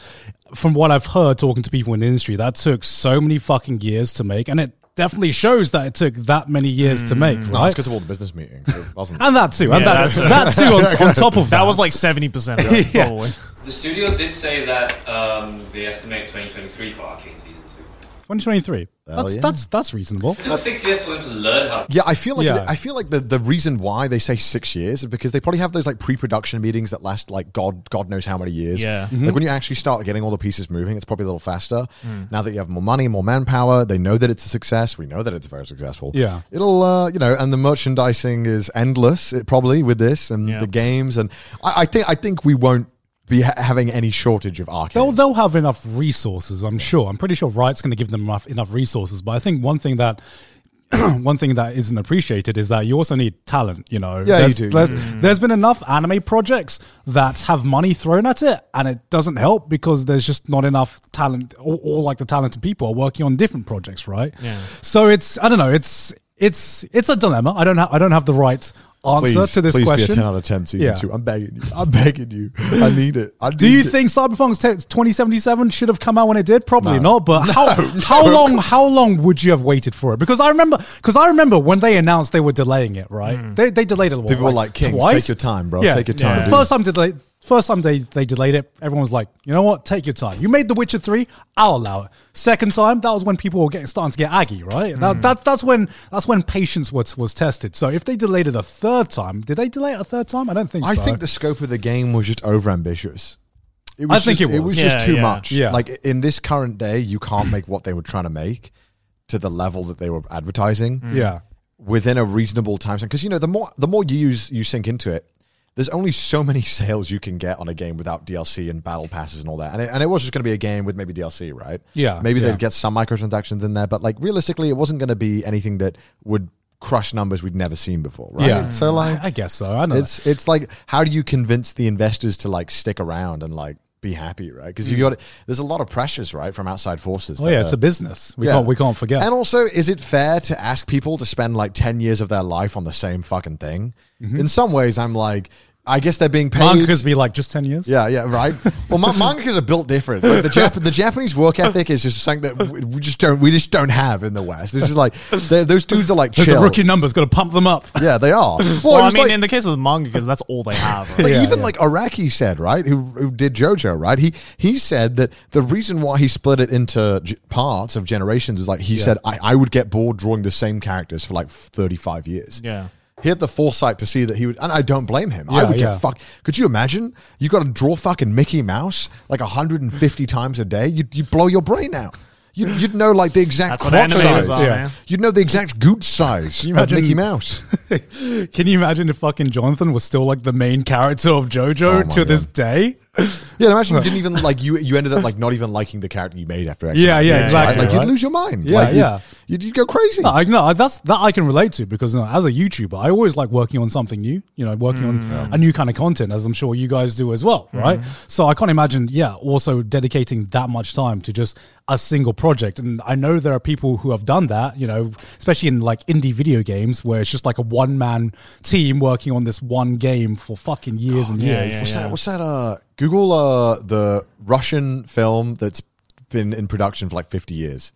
Speaker 3: from what I've heard talking to people in the industry that took so many fucking years to make and it definitely shows that it took that many years to make
Speaker 4: No, it's
Speaker 3: right
Speaker 4: because Mm. of all the business meetings. It wasn't.
Speaker 3: and that too and
Speaker 5: Yeah,
Speaker 3: that, that too on, on top of that,
Speaker 5: That was like seventy percent.
Speaker 3: Yeah.
Speaker 5: Probably.
Speaker 6: The studio did say that um, they estimate 2023 for Arcane Season 2.
Speaker 3: 2023 that's
Speaker 4: yeah.
Speaker 3: that's that's reasonable
Speaker 6: It took six years for them to learn how to
Speaker 4: Yeah, I feel like
Speaker 3: Yeah.
Speaker 4: I feel like the, the reason why they say six years is because they probably have those like pre-production meetings that last like God God knows how many years.
Speaker 5: Yeah.
Speaker 4: Like when you actually start getting all the pieces moving, it's probably a little faster.
Speaker 3: Mm.
Speaker 4: Now that you have more money, more manpower, they know that it's a success. We know that it's very successful.
Speaker 3: Yeah.
Speaker 4: It'll uh, you know, and the merchandising is endless. It probably with this and
Speaker 5: Yeah.
Speaker 4: the games and I, I think I think we won't be ha- having any shortage of arcade.
Speaker 3: They'll, they'll have enough resources, I'm sure. I'm pretty sure Riot's going to give them enough, enough resources. But I think one thing that one thing that isn't appreciated is that you also need talent. You know,
Speaker 4: Yeah, you
Speaker 3: there's,
Speaker 4: do. Mm.
Speaker 3: there- there's been enough anime projects that have money thrown at it, and it doesn't help because there's just not enough talent, or, or like the talented people are working on different projects, right? Yeah. So it's I don't know. It's it's it's a dilemma. I don't ha- I don't have the right answer
Speaker 4: Please,
Speaker 3: to this
Speaker 4: please
Speaker 3: question.
Speaker 4: be a ten out of ten season
Speaker 3: Yeah.
Speaker 4: two. I'm begging you. I'm begging you. I need it. I
Speaker 3: Do you
Speaker 4: need it.
Speaker 3: think Cyberpunk 10 2077 should have come out when it did? Probably not. But how
Speaker 4: no.
Speaker 3: how long how long would you have waited for it? Because I remember because I remember when they announced they were delaying it. Right? They, they delayed it. What,
Speaker 4: People were like, "Kings, take your time, bro. Take your time,
Speaker 3: The
Speaker 4: dude."
Speaker 3: first time did they first time they they delayed it. Everyone was like, you know what? Take your time. You made The Witcher three. I'll allow it. Second time, that was when people were getting starting to get aggy. Right? That, that that's when that's when patience was was tested. So if they delayed it a third time, did they delay it a third time? I don't think.
Speaker 4: I
Speaker 3: so.
Speaker 4: think the scope of the game was just overambitious. It
Speaker 3: I think
Speaker 4: just,
Speaker 3: it was.
Speaker 4: just
Speaker 5: Yeah,
Speaker 4: too
Speaker 5: yeah.
Speaker 4: much.
Speaker 3: Yeah.
Speaker 4: Like in this current day, you can't make what they were trying to make to the level that they were advertising
Speaker 3: yeah.
Speaker 4: within a reasonable time Because you know, the more the more you use you sink into it, there's only so many sales you can get on a game without DLC and battle passes and all that. And it, and it was just going to be a game with maybe DLC, right?
Speaker 3: Yeah,
Speaker 4: Maybe
Speaker 3: yeah.
Speaker 4: they'd get some microtransactions in there, but like realistically, it wasn't going to be anything that would crush numbers we'd never seen before, right?
Speaker 3: Yeah. Mm.
Speaker 4: So like,
Speaker 3: I, I guess so. I know.
Speaker 4: it's it's like how do you convince the investors to like stick around and like be happy, right? Because you got there's a lot of pressures, right, from outside forces.
Speaker 3: Mm. Oh
Speaker 4: that
Speaker 3: yeah,
Speaker 4: are-
Speaker 3: it's a business. We
Speaker 4: yeah.
Speaker 3: can't we can't forget.
Speaker 4: And also, is it fair to ask people to spend like ten years of their life on the same fucking thing?
Speaker 3: Mm-hmm.
Speaker 4: In some ways, I'm like, I guess they're being paid.
Speaker 3: Mangakas be like just ten years.
Speaker 4: yeah, yeah, right. Well, ma- mangas are built different. Like, the, Jap- the Japanese work ethic is just something that we we just don't we just don't have in the West. It's just like they're- those dudes are like
Speaker 3: There's
Speaker 4: chill.
Speaker 3: a rookie numbers. Got to pump them up.
Speaker 4: Yeah, they are. Well,
Speaker 5: Well,
Speaker 4: it
Speaker 5: I
Speaker 4: was
Speaker 5: mean,
Speaker 4: like-
Speaker 5: in the case of the manga, because that's all they have. Right?
Speaker 4: But even like Araki said, right, who, who did JoJo, right? He he said that the reason why he split it into g- parts of generations is like he said, I, I would get bored drawing the same characters for like 35 years.
Speaker 5: Yeah.
Speaker 4: He had the foresight to see that he would, and I don't blame him. I
Speaker 3: Yeah,
Speaker 4: would
Speaker 3: yeah.
Speaker 4: get fuck. Could you imagine? You got to draw fucking Mickey Mouse like 150 times a day. You'd, you'd blow your brain out. You'd, you'd know like the exact
Speaker 5: That's what
Speaker 4: crotch
Speaker 5: animators
Speaker 4: size.
Speaker 5: are, Yeah. man.
Speaker 4: You'd know the exact goot size
Speaker 3: you
Speaker 4: of
Speaker 3: imagine-
Speaker 4: Mickey Mouse.
Speaker 3: Can you imagine if fucking Jonathan was still like the main character of
Speaker 4: Oh
Speaker 3: JoJo
Speaker 4: my
Speaker 3: to this day?
Speaker 4: Yeah, imagine you didn't even like you. You ended up like not even liking the character you made after. X
Speaker 3: Yeah, yeah,
Speaker 4: Right?
Speaker 3: exactly,
Speaker 4: Like
Speaker 3: right?
Speaker 4: you'd lose your mind.
Speaker 3: Yeah,
Speaker 4: like, you'd-
Speaker 3: yeah.
Speaker 4: You'd, you'd go crazy.
Speaker 3: No, I no, I- that's that I can relate to because you know, as a YouTuber, I always like working on something new. You know, working
Speaker 5: Mm.
Speaker 3: on a new kind of content, as I'm sure you guys do as well,
Speaker 5: Mm-hmm.
Speaker 3: right? So I can't imagine, yeah, also dedicating that much time to just a single project. And I know there are people who have done that. You know, especially in like indie video games where it's just like a one man team working on this one game for fucking years and years.
Speaker 5: yeah,
Speaker 4: what's that? What's that? Uh, Google uh, the Russian film that's been in production for like 50 years.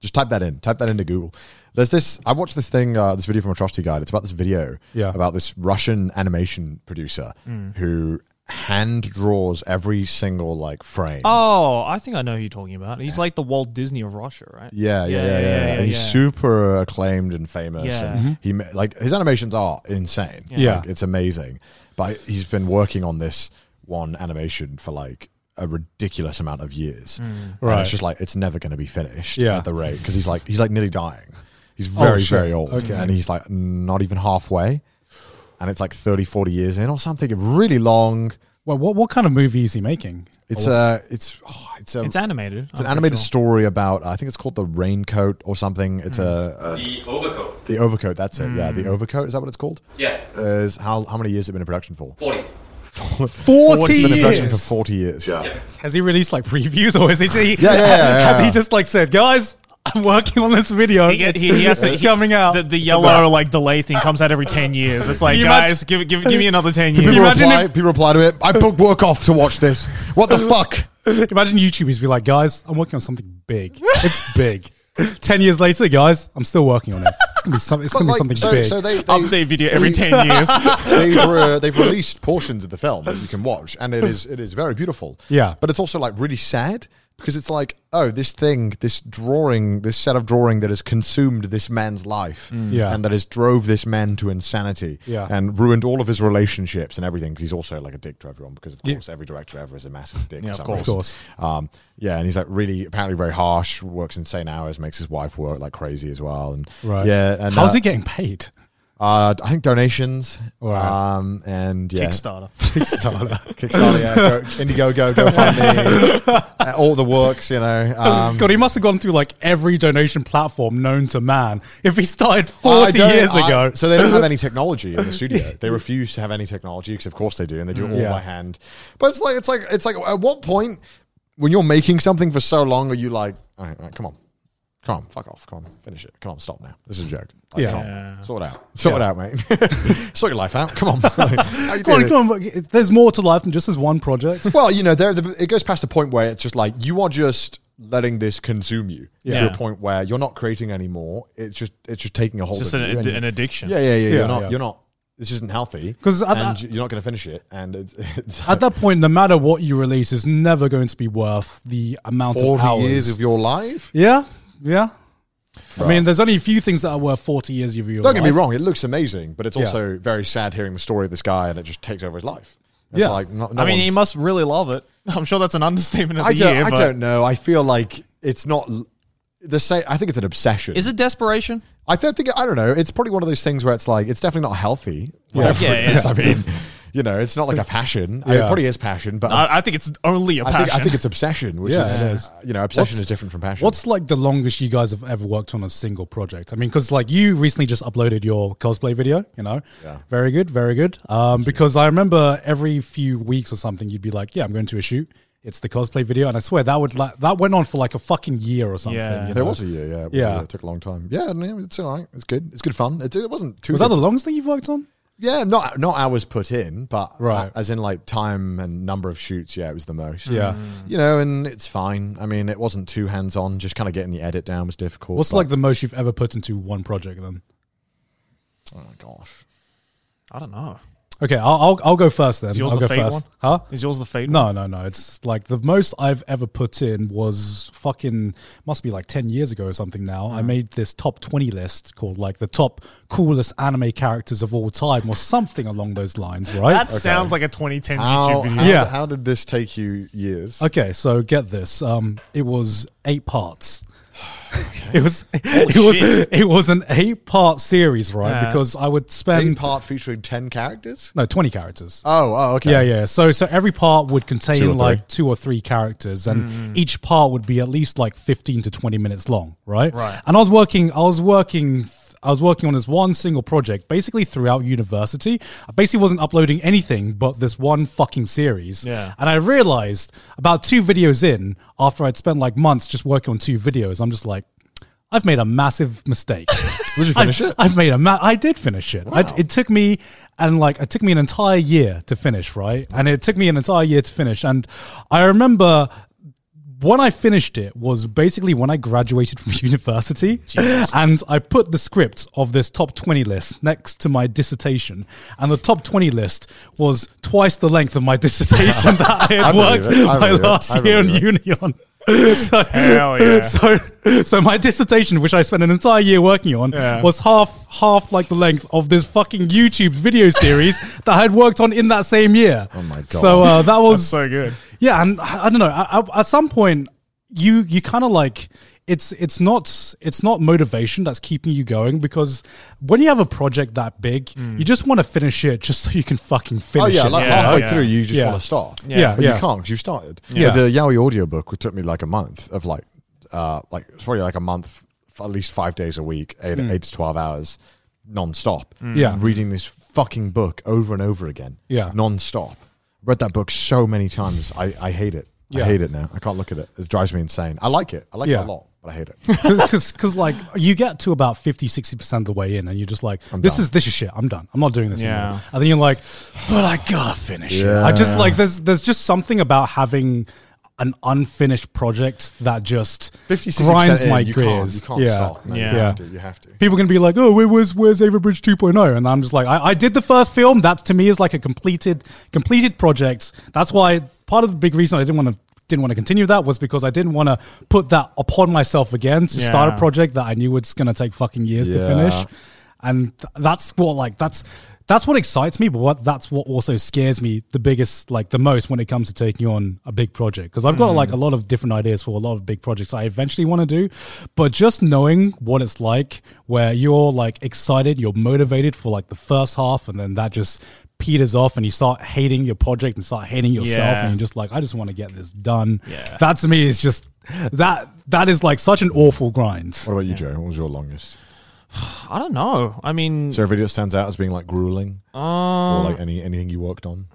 Speaker 4: Just type that in. Type that into Google. There's this. I watched this thing, uh, this video from Atrocity Guide. It's about this video
Speaker 3: Yeah. Mm.
Speaker 4: about this Russian animation producer who hand draws every single like frame.
Speaker 5: Oh, I think I know who you're talking about. He's like the Walt Disney of Russia, right?
Speaker 4: Yeah, yeah, yeah, yeah. And he's
Speaker 5: yeah.
Speaker 4: super acclaimed and famous.
Speaker 5: Yeah.
Speaker 4: And he ma- like his animations are insane.
Speaker 3: Mm-hmm. Yeah.
Speaker 4: Like, it's amazing. But he's been working on this one animation for like a ridiculous amount of years. And
Speaker 3: Right.
Speaker 4: it's just like it's never going to be finished
Speaker 3: Yeah. Oh,
Speaker 4: at the rate because he's like he's like nearly dying. He's very
Speaker 3: shit.
Speaker 4: very old,
Speaker 3: Okay.
Speaker 4: and he's like not even halfway, and it's like 30, 40 years in or something. Really long.
Speaker 3: Well, what what kind of movie is he making?
Speaker 4: It's a it's oh, it's a
Speaker 5: It's animated.
Speaker 4: it's an animated story about I think it's called the raincoat or something. It's a, a
Speaker 6: The overcoat.
Speaker 4: the overcoat. That's it. Yeah, the overcoat. Is that what it's called?
Speaker 6: Yeah.
Speaker 4: Is how how many years has it been in production for?
Speaker 6: 40.
Speaker 4: It's been in production for
Speaker 3: years.
Speaker 4: forty years. Yeah.
Speaker 6: Yeah.
Speaker 3: Has he released like previews or is he? he
Speaker 4: Yeah, yeah, yeah,
Speaker 3: Has
Speaker 4: yeah.
Speaker 3: he just like said, guys, I'm working on this video.
Speaker 5: He, get,
Speaker 3: It's-
Speaker 5: he, he has to,
Speaker 3: it's
Speaker 5: he-
Speaker 3: coming out.
Speaker 5: The, the yellow like delay thing comes out every ten years. It's like,
Speaker 3: You imagine-
Speaker 5: guys, give, give give me another ten years.
Speaker 4: People
Speaker 3: Imagine
Speaker 4: reply,
Speaker 3: if-
Speaker 4: people reply to it. I booked work off to watch this. What the fuck?
Speaker 3: Imagine YouTubers be like, guys, I'm working on something big. It's big. Ten years later, guys, I'm still working on it. It's gonna be, some, it's gonna be
Speaker 4: Like,
Speaker 3: something
Speaker 4: so,
Speaker 3: big.
Speaker 4: so they, they
Speaker 5: Update video every ten years.
Speaker 4: they've, uh, they've released portions of the film that you can watch, and it is it is very beautiful.
Speaker 3: Yeah.
Speaker 4: but it's also like really sad because it's like, oh, this thing, this drawing, this set of drawing that has consumed this man's life,
Speaker 3: Mm. Yeah.
Speaker 4: and that has drove this man to insanity,
Speaker 3: Yeah.
Speaker 4: and ruined all of his relationships and everything. Because he's also like a dick to everyone. Because of course, every director ever is a massive dick.
Speaker 5: Yeah,
Speaker 4: for
Speaker 5: of
Speaker 4: some
Speaker 5: course.
Speaker 3: of
Speaker 4: reason.
Speaker 3: course.
Speaker 4: Um, yeah, and he's like really apparently very harsh. Works insane hours, makes his wife work like crazy as well, and
Speaker 3: Right.
Speaker 4: yeah. And
Speaker 3: How's
Speaker 4: uh,
Speaker 3: he getting paid?
Speaker 4: uh, I think donations.
Speaker 3: Right.
Speaker 4: Um, and yeah.
Speaker 5: Kickstarter.
Speaker 3: Kickstarter.
Speaker 4: Kickstarter, yeah. Go, Indiegogo, GoFundMe, uh, all the works, you know. Um,
Speaker 3: God, he must have gone through like every donation platform known to man. If he started
Speaker 4: I
Speaker 3: 40
Speaker 4: don't-
Speaker 3: years
Speaker 4: I-
Speaker 3: ago,
Speaker 4: So they don't have any technology in the studio. They refuse to have any technology because, of course, they do, and they do it all
Speaker 3: Mm, Yeah.
Speaker 4: by hand. But it's like, it's like, it's like, at what point when you're making something for so long are you like, all right, all right, come on, come on, fuck off, come on, finish it, come on, stop now. This is a joke. Like,
Speaker 3: Yeah.
Speaker 4: come on, sort it out, sort it out, mate. sort your life out. Come on, How you
Speaker 3: come on,
Speaker 4: doing?
Speaker 3: come on. but There's more to life than just this one project.
Speaker 4: Well, you know, there the, it goes past a point where it's just like you are just letting this consume you
Speaker 5: Yeah.
Speaker 4: to a point where you're not creating anymore. It's just it's just taking a hold
Speaker 5: Just
Speaker 4: of
Speaker 5: an,
Speaker 4: you. and
Speaker 5: an
Speaker 4: you-
Speaker 5: addiction.
Speaker 4: yeah, yeah, yeah.
Speaker 3: Yeah,
Speaker 4: You're not.
Speaker 3: yeah.
Speaker 4: You're not. This isn't healthy
Speaker 3: 'Cause at
Speaker 4: and
Speaker 3: that-
Speaker 4: you're not going to finish it. And it's, it's
Speaker 3: At that point, no matter what you release, is never going to be worth the amount of
Speaker 4: forty
Speaker 3: hours.
Speaker 4: years of your life.
Speaker 3: yeah, yeah. I mean, there's only a few things that are worth 40 years of your
Speaker 4: Don't get me
Speaker 3: life.
Speaker 4: wrong. It looks amazing, but it's
Speaker 3: Yeah.
Speaker 4: also very sad hearing the story of this guy, and it just takes over his life. It's
Speaker 3: Yeah.
Speaker 4: like no, no
Speaker 5: I mean, he
Speaker 4: one's-
Speaker 5: must really love it. I'm sure that's an understatement of
Speaker 4: I
Speaker 5: the
Speaker 4: don't.
Speaker 5: year.
Speaker 4: I
Speaker 5: but-
Speaker 4: don't know. I feel like it's not l- the same. I think it's an obsession.
Speaker 5: Is it desperation?
Speaker 4: I don't think I don't know. It's probably one of those things where it's like it's definitely not healthy. Whatever
Speaker 5: Yeah,
Speaker 4: it
Speaker 5: yeah.
Speaker 4: is. I mean, you know, it's not like a passion. I mean,
Speaker 3: Yeah.
Speaker 4: it probably is passion, but I,
Speaker 5: I, I think it's only a
Speaker 4: I
Speaker 5: passion.
Speaker 4: think I think it's obsession, which
Speaker 3: Yeah,
Speaker 4: is,
Speaker 3: it is.
Speaker 4: uh, you know, obsession is different from passion.
Speaker 3: What's like the longest you guys have ever worked on a single project? I mean, because like you recently just uploaded your cosplay video, you know,
Speaker 4: Yeah.
Speaker 3: very good, very good. Um, because I remember every few weeks or something, you'd be like, "Yeah, I'm going to a shoot. It's the cosplay video," and I swear that would like that went on for like a fucking year or something.
Speaker 5: Yeah.
Speaker 3: you
Speaker 4: there
Speaker 3: know?
Speaker 4: was a year, yeah, it was a
Speaker 3: Yeah.
Speaker 4: year. it took a long time. Yeah, no, it's all right. It's good. It's good fun. It, it wasn't too.
Speaker 3: Was that the longest thing you've worked on?
Speaker 4: yeah, not not hours put in, but
Speaker 3: Right.
Speaker 4: uh, as in like time and number of shoots. Yeah, it was the most.
Speaker 3: Yeah.
Speaker 4: you know, and it's fine. I mean, it wasn't too hands on. Just kind of getting the edit down was difficult.
Speaker 3: What's
Speaker 4: but-
Speaker 3: like the most you've ever put into one project then?
Speaker 4: oh my gosh.
Speaker 5: I don't know.
Speaker 3: Okay, I'll I'll, I'll go first then.
Speaker 5: Is yours
Speaker 3: I'll
Speaker 5: the
Speaker 3: go
Speaker 5: fate
Speaker 3: first.
Speaker 5: one?
Speaker 3: Huh?
Speaker 5: Is yours the fate?
Speaker 3: No, no, no. It's like the most I've ever put in was fucking must be like 10 years ago or something now.
Speaker 5: Mm.
Speaker 3: I made this top 20 list called like the top coolest anime characters of all time or something along those lines, right?
Speaker 5: That sounds like a 2010s
Speaker 4: How,
Speaker 5: YouTube video.
Speaker 4: how-
Speaker 3: Yeah.
Speaker 4: how did this take you years?
Speaker 3: Okay, so get this. Um, it was eight parts. It was it was
Speaker 5: shit.
Speaker 3: it was an eight part series, right?
Speaker 5: Yeah.
Speaker 3: Because I would spend
Speaker 4: Eight part featuring ten characters.
Speaker 3: no twenty characters.
Speaker 4: Oh, oh, okay.
Speaker 3: Yeah, yeah. So so every part would contain
Speaker 4: Two or three. Mm.
Speaker 3: like two or three characters and each part would be at least like 15 to 20 minutes long, right?
Speaker 5: Right.
Speaker 3: And I was working I was working I was working on this one single project basically throughout university. I basically wasn't uploading anything but this one fucking series.
Speaker 5: Yeah.
Speaker 3: And I realized about two videos in after I'd spent like months just working on two videos, I'm just like I've made a massive mistake.
Speaker 4: Did you finish
Speaker 3: I've,
Speaker 4: it?
Speaker 3: I've made a ma- I did finish it. I- it took me and like it took me an entire year to finish, right? And it took me an entire year to finish. And I remember when I finished it was basically when I graduated from university, and I put the script of this top twenty list next to my dissertation, and the top twenty list was twice the length of my dissertation that I
Speaker 4: I
Speaker 3: had
Speaker 4: believe
Speaker 3: worked
Speaker 4: it. I
Speaker 3: my
Speaker 4: believe it. I
Speaker 3: last year in
Speaker 4: believe it.
Speaker 3: uni on. So,
Speaker 5: Hell yeah.
Speaker 3: so, so my dissertation, which I spent an entire year working on,
Speaker 5: Yeah.
Speaker 3: was half half like the length of this fucking YouTube video series that I had worked on in that same year. Oh
Speaker 4: my God.
Speaker 3: So uh, that was
Speaker 5: so good.
Speaker 3: Yeah, and I I don't know. I, I, at some point, you you kind of like it's it's not it's not motivation that's keeping you going because when you have a project that big,
Speaker 5: Mm.
Speaker 3: you just want to finish it just so you can fucking
Speaker 4: Oh
Speaker 3: finish
Speaker 4: yeah,
Speaker 3: it.
Speaker 4: like
Speaker 5: Yeah.
Speaker 4: halfway
Speaker 5: Yeah.
Speaker 4: through, you just
Speaker 3: Yeah.
Speaker 4: want to stop.
Speaker 3: Yeah,
Speaker 4: but
Speaker 3: yeah.
Speaker 4: you can't because you started.
Speaker 3: Yeah.
Speaker 4: Yeah, the Yowie audiobook it took me like a month of like, uh, like it's probably like a month, f- at least five days a week, eight, eight to twelve hours, non-stop.
Speaker 3: Mm. Yeah.
Speaker 4: reading this fucking book over and over again.
Speaker 3: Yeah.
Speaker 4: non-stop. Read that book so many times. I, I hate it.
Speaker 3: Yeah.
Speaker 4: I hate it now. I can't look at it. It drives me insane. I like it. I like
Speaker 3: Yeah.
Speaker 4: it a lot, but I hate it.
Speaker 3: because like you get to about 50 60% of the way in and you're just like this
Speaker 4: done.
Speaker 3: is this is shit i'm done i'm not doing this
Speaker 5: Yeah.
Speaker 3: anymore and then you're like but i gotta finish it i just like there's there's just something about having an unfinished project that just
Speaker 4: 50, 60%
Speaker 3: grinds
Speaker 4: in,
Speaker 3: my
Speaker 4: you can't,
Speaker 3: gears
Speaker 4: you can't stop. No,
Speaker 5: Yeah.
Speaker 4: You have to. You have to.
Speaker 3: people can be like, oh, where- where's where's Averbridge 2.0? oh?" And I'm just like, I, I did the first film. That to me is like a completed completed project. That's why part of the big reason I didn't want to didn't want to continue that was because I didn't want to put that upon myself again to start a
Speaker 5: Yeah.
Speaker 3: project that I knew it's going to take fucking years to
Speaker 4: Yeah.
Speaker 3: finish. And th- that's what like that's that's what excites me, but what that's what also scares me the biggest, like the most when it comes to taking on a big project. Because I've got like
Speaker 5: Mm.
Speaker 3: a lot of different ideas for a lot of big projects I eventually want to do. But just knowing what it's like where you're like excited, you're motivated for like the first half, and then that just peters off and you start hating your project and start hating yourself
Speaker 5: Yeah.
Speaker 3: and you're just like, I just want to get this done.
Speaker 5: Yeah.
Speaker 3: That to me is just that that is like such an awful grind.
Speaker 4: What about you, Joe? What was your longest?
Speaker 5: I don't know. I mean,
Speaker 4: Is there a video that stands out as being like grueling? or
Speaker 5: Um,
Speaker 4: like any anything you worked on,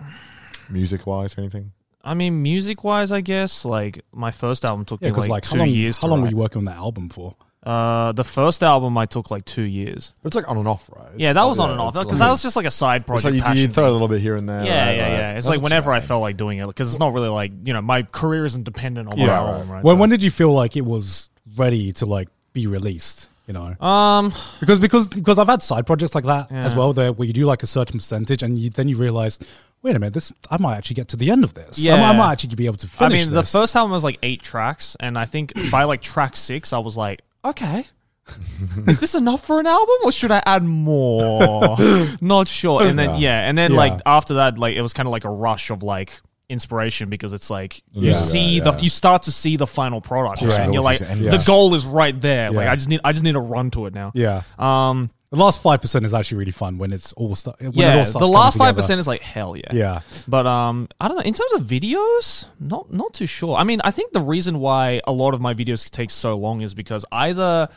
Speaker 4: music wise, anything?
Speaker 5: I mean, music wise, I guess like my first album took
Speaker 3: Yeah,
Speaker 5: me
Speaker 3: because
Speaker 5: like,
Speaker 3: like, how
Speaker 5: two
Speaker 3: long,
Speaker 5: years.
Speaker 3: how
Speaker 5: to
Speaker 3: long were
Speaker 5: write.
Speaker 3: you working on that album for?
Speaker 5: Uh, the first album I took like two years.
Speaker 4: It's like on and off, right?
Speaker 5: yeah,
Speaker 4: It's
Speaker 5: that
Speaker 4: like-
Speaker 5: was on and off
Speaker 4: it's
Speaker 5: because
Speaker 4: like-
Speaker 5: that was just like a side
Speaker 4: It's
Speaker 5: project.
Speaker 4: like you, do- you
Speaker 5: passion
Speaker 4: throw a
Speaker 5: thing.
Speaker 4: little bit here and there.
Speaker 5: yeah,
Speaker 4: right,
Speaker 5: yeah,
Speaker 4: right.
Speaker 5: yeah. It's
Speaker 4: That's
Speaker 5: like
Speaker 4: what you
Speaker 5: whenever I
Speaker 4: like.
Speaker 5: felt like doing it because it's not really like you know my career isn't dependent on my
Speaker 3: Yeah.
Speaker 5: album, right?
Speaker 3: when
Speaker 5: so-
Speaker 3: when did you feel like it was ready to like be released? You know,
Speaker 5: um,
Speaker 3: because because because I've had side projects like that as
Speaker 5: Yeah.
Speaker 3: well, there where you do like a certain percentage, and you, then you realize, wait a minute, this I might actually get to the end of this. I, might, I
Speaker 5: Yeah.
Speaker 3: might actually be able to
Speaker 5: I
Speaker 3: finish.
Speaker 5: mean, the
Speaker 3: this.
Speaker 5: first album was like eight tracks, and I think by like track six, I was like, okay. Is this enough for an album, or should I add more? Not sure. And then yeah, and then
Speaker 3: Yeah.
Speaker 5: like after that, like it was kind of like a rush of like inspiration because it's like you
Speaker 4: Yeah.
Speaker 5: see
Speaker 4: Yeah,
Speaker 5: the
Speaker 4: yeah.
Speaker 5: you start to see the final product, right? and you're like
Speaker 4: Possibilities are
Speaker 5: the
Speaker 4: endless.
Speaker 5: goal is right there. Like
Speaker 3: Yeah.
Speaker 5: I just need I just need to run to it now.
Speaker 3: yeah,
Speaker 5: Um.
Speaker 3: the last five percent is actually really fun when it's all stuff.
Speaker 5: Yeah. the last five percent is like hell yeah.
Speaker 3: Yeah,
Speaker 5: But um, I don't know. In terms of videos, not not too sure. I mean, I think the reason why a lot of my videos take so long is because either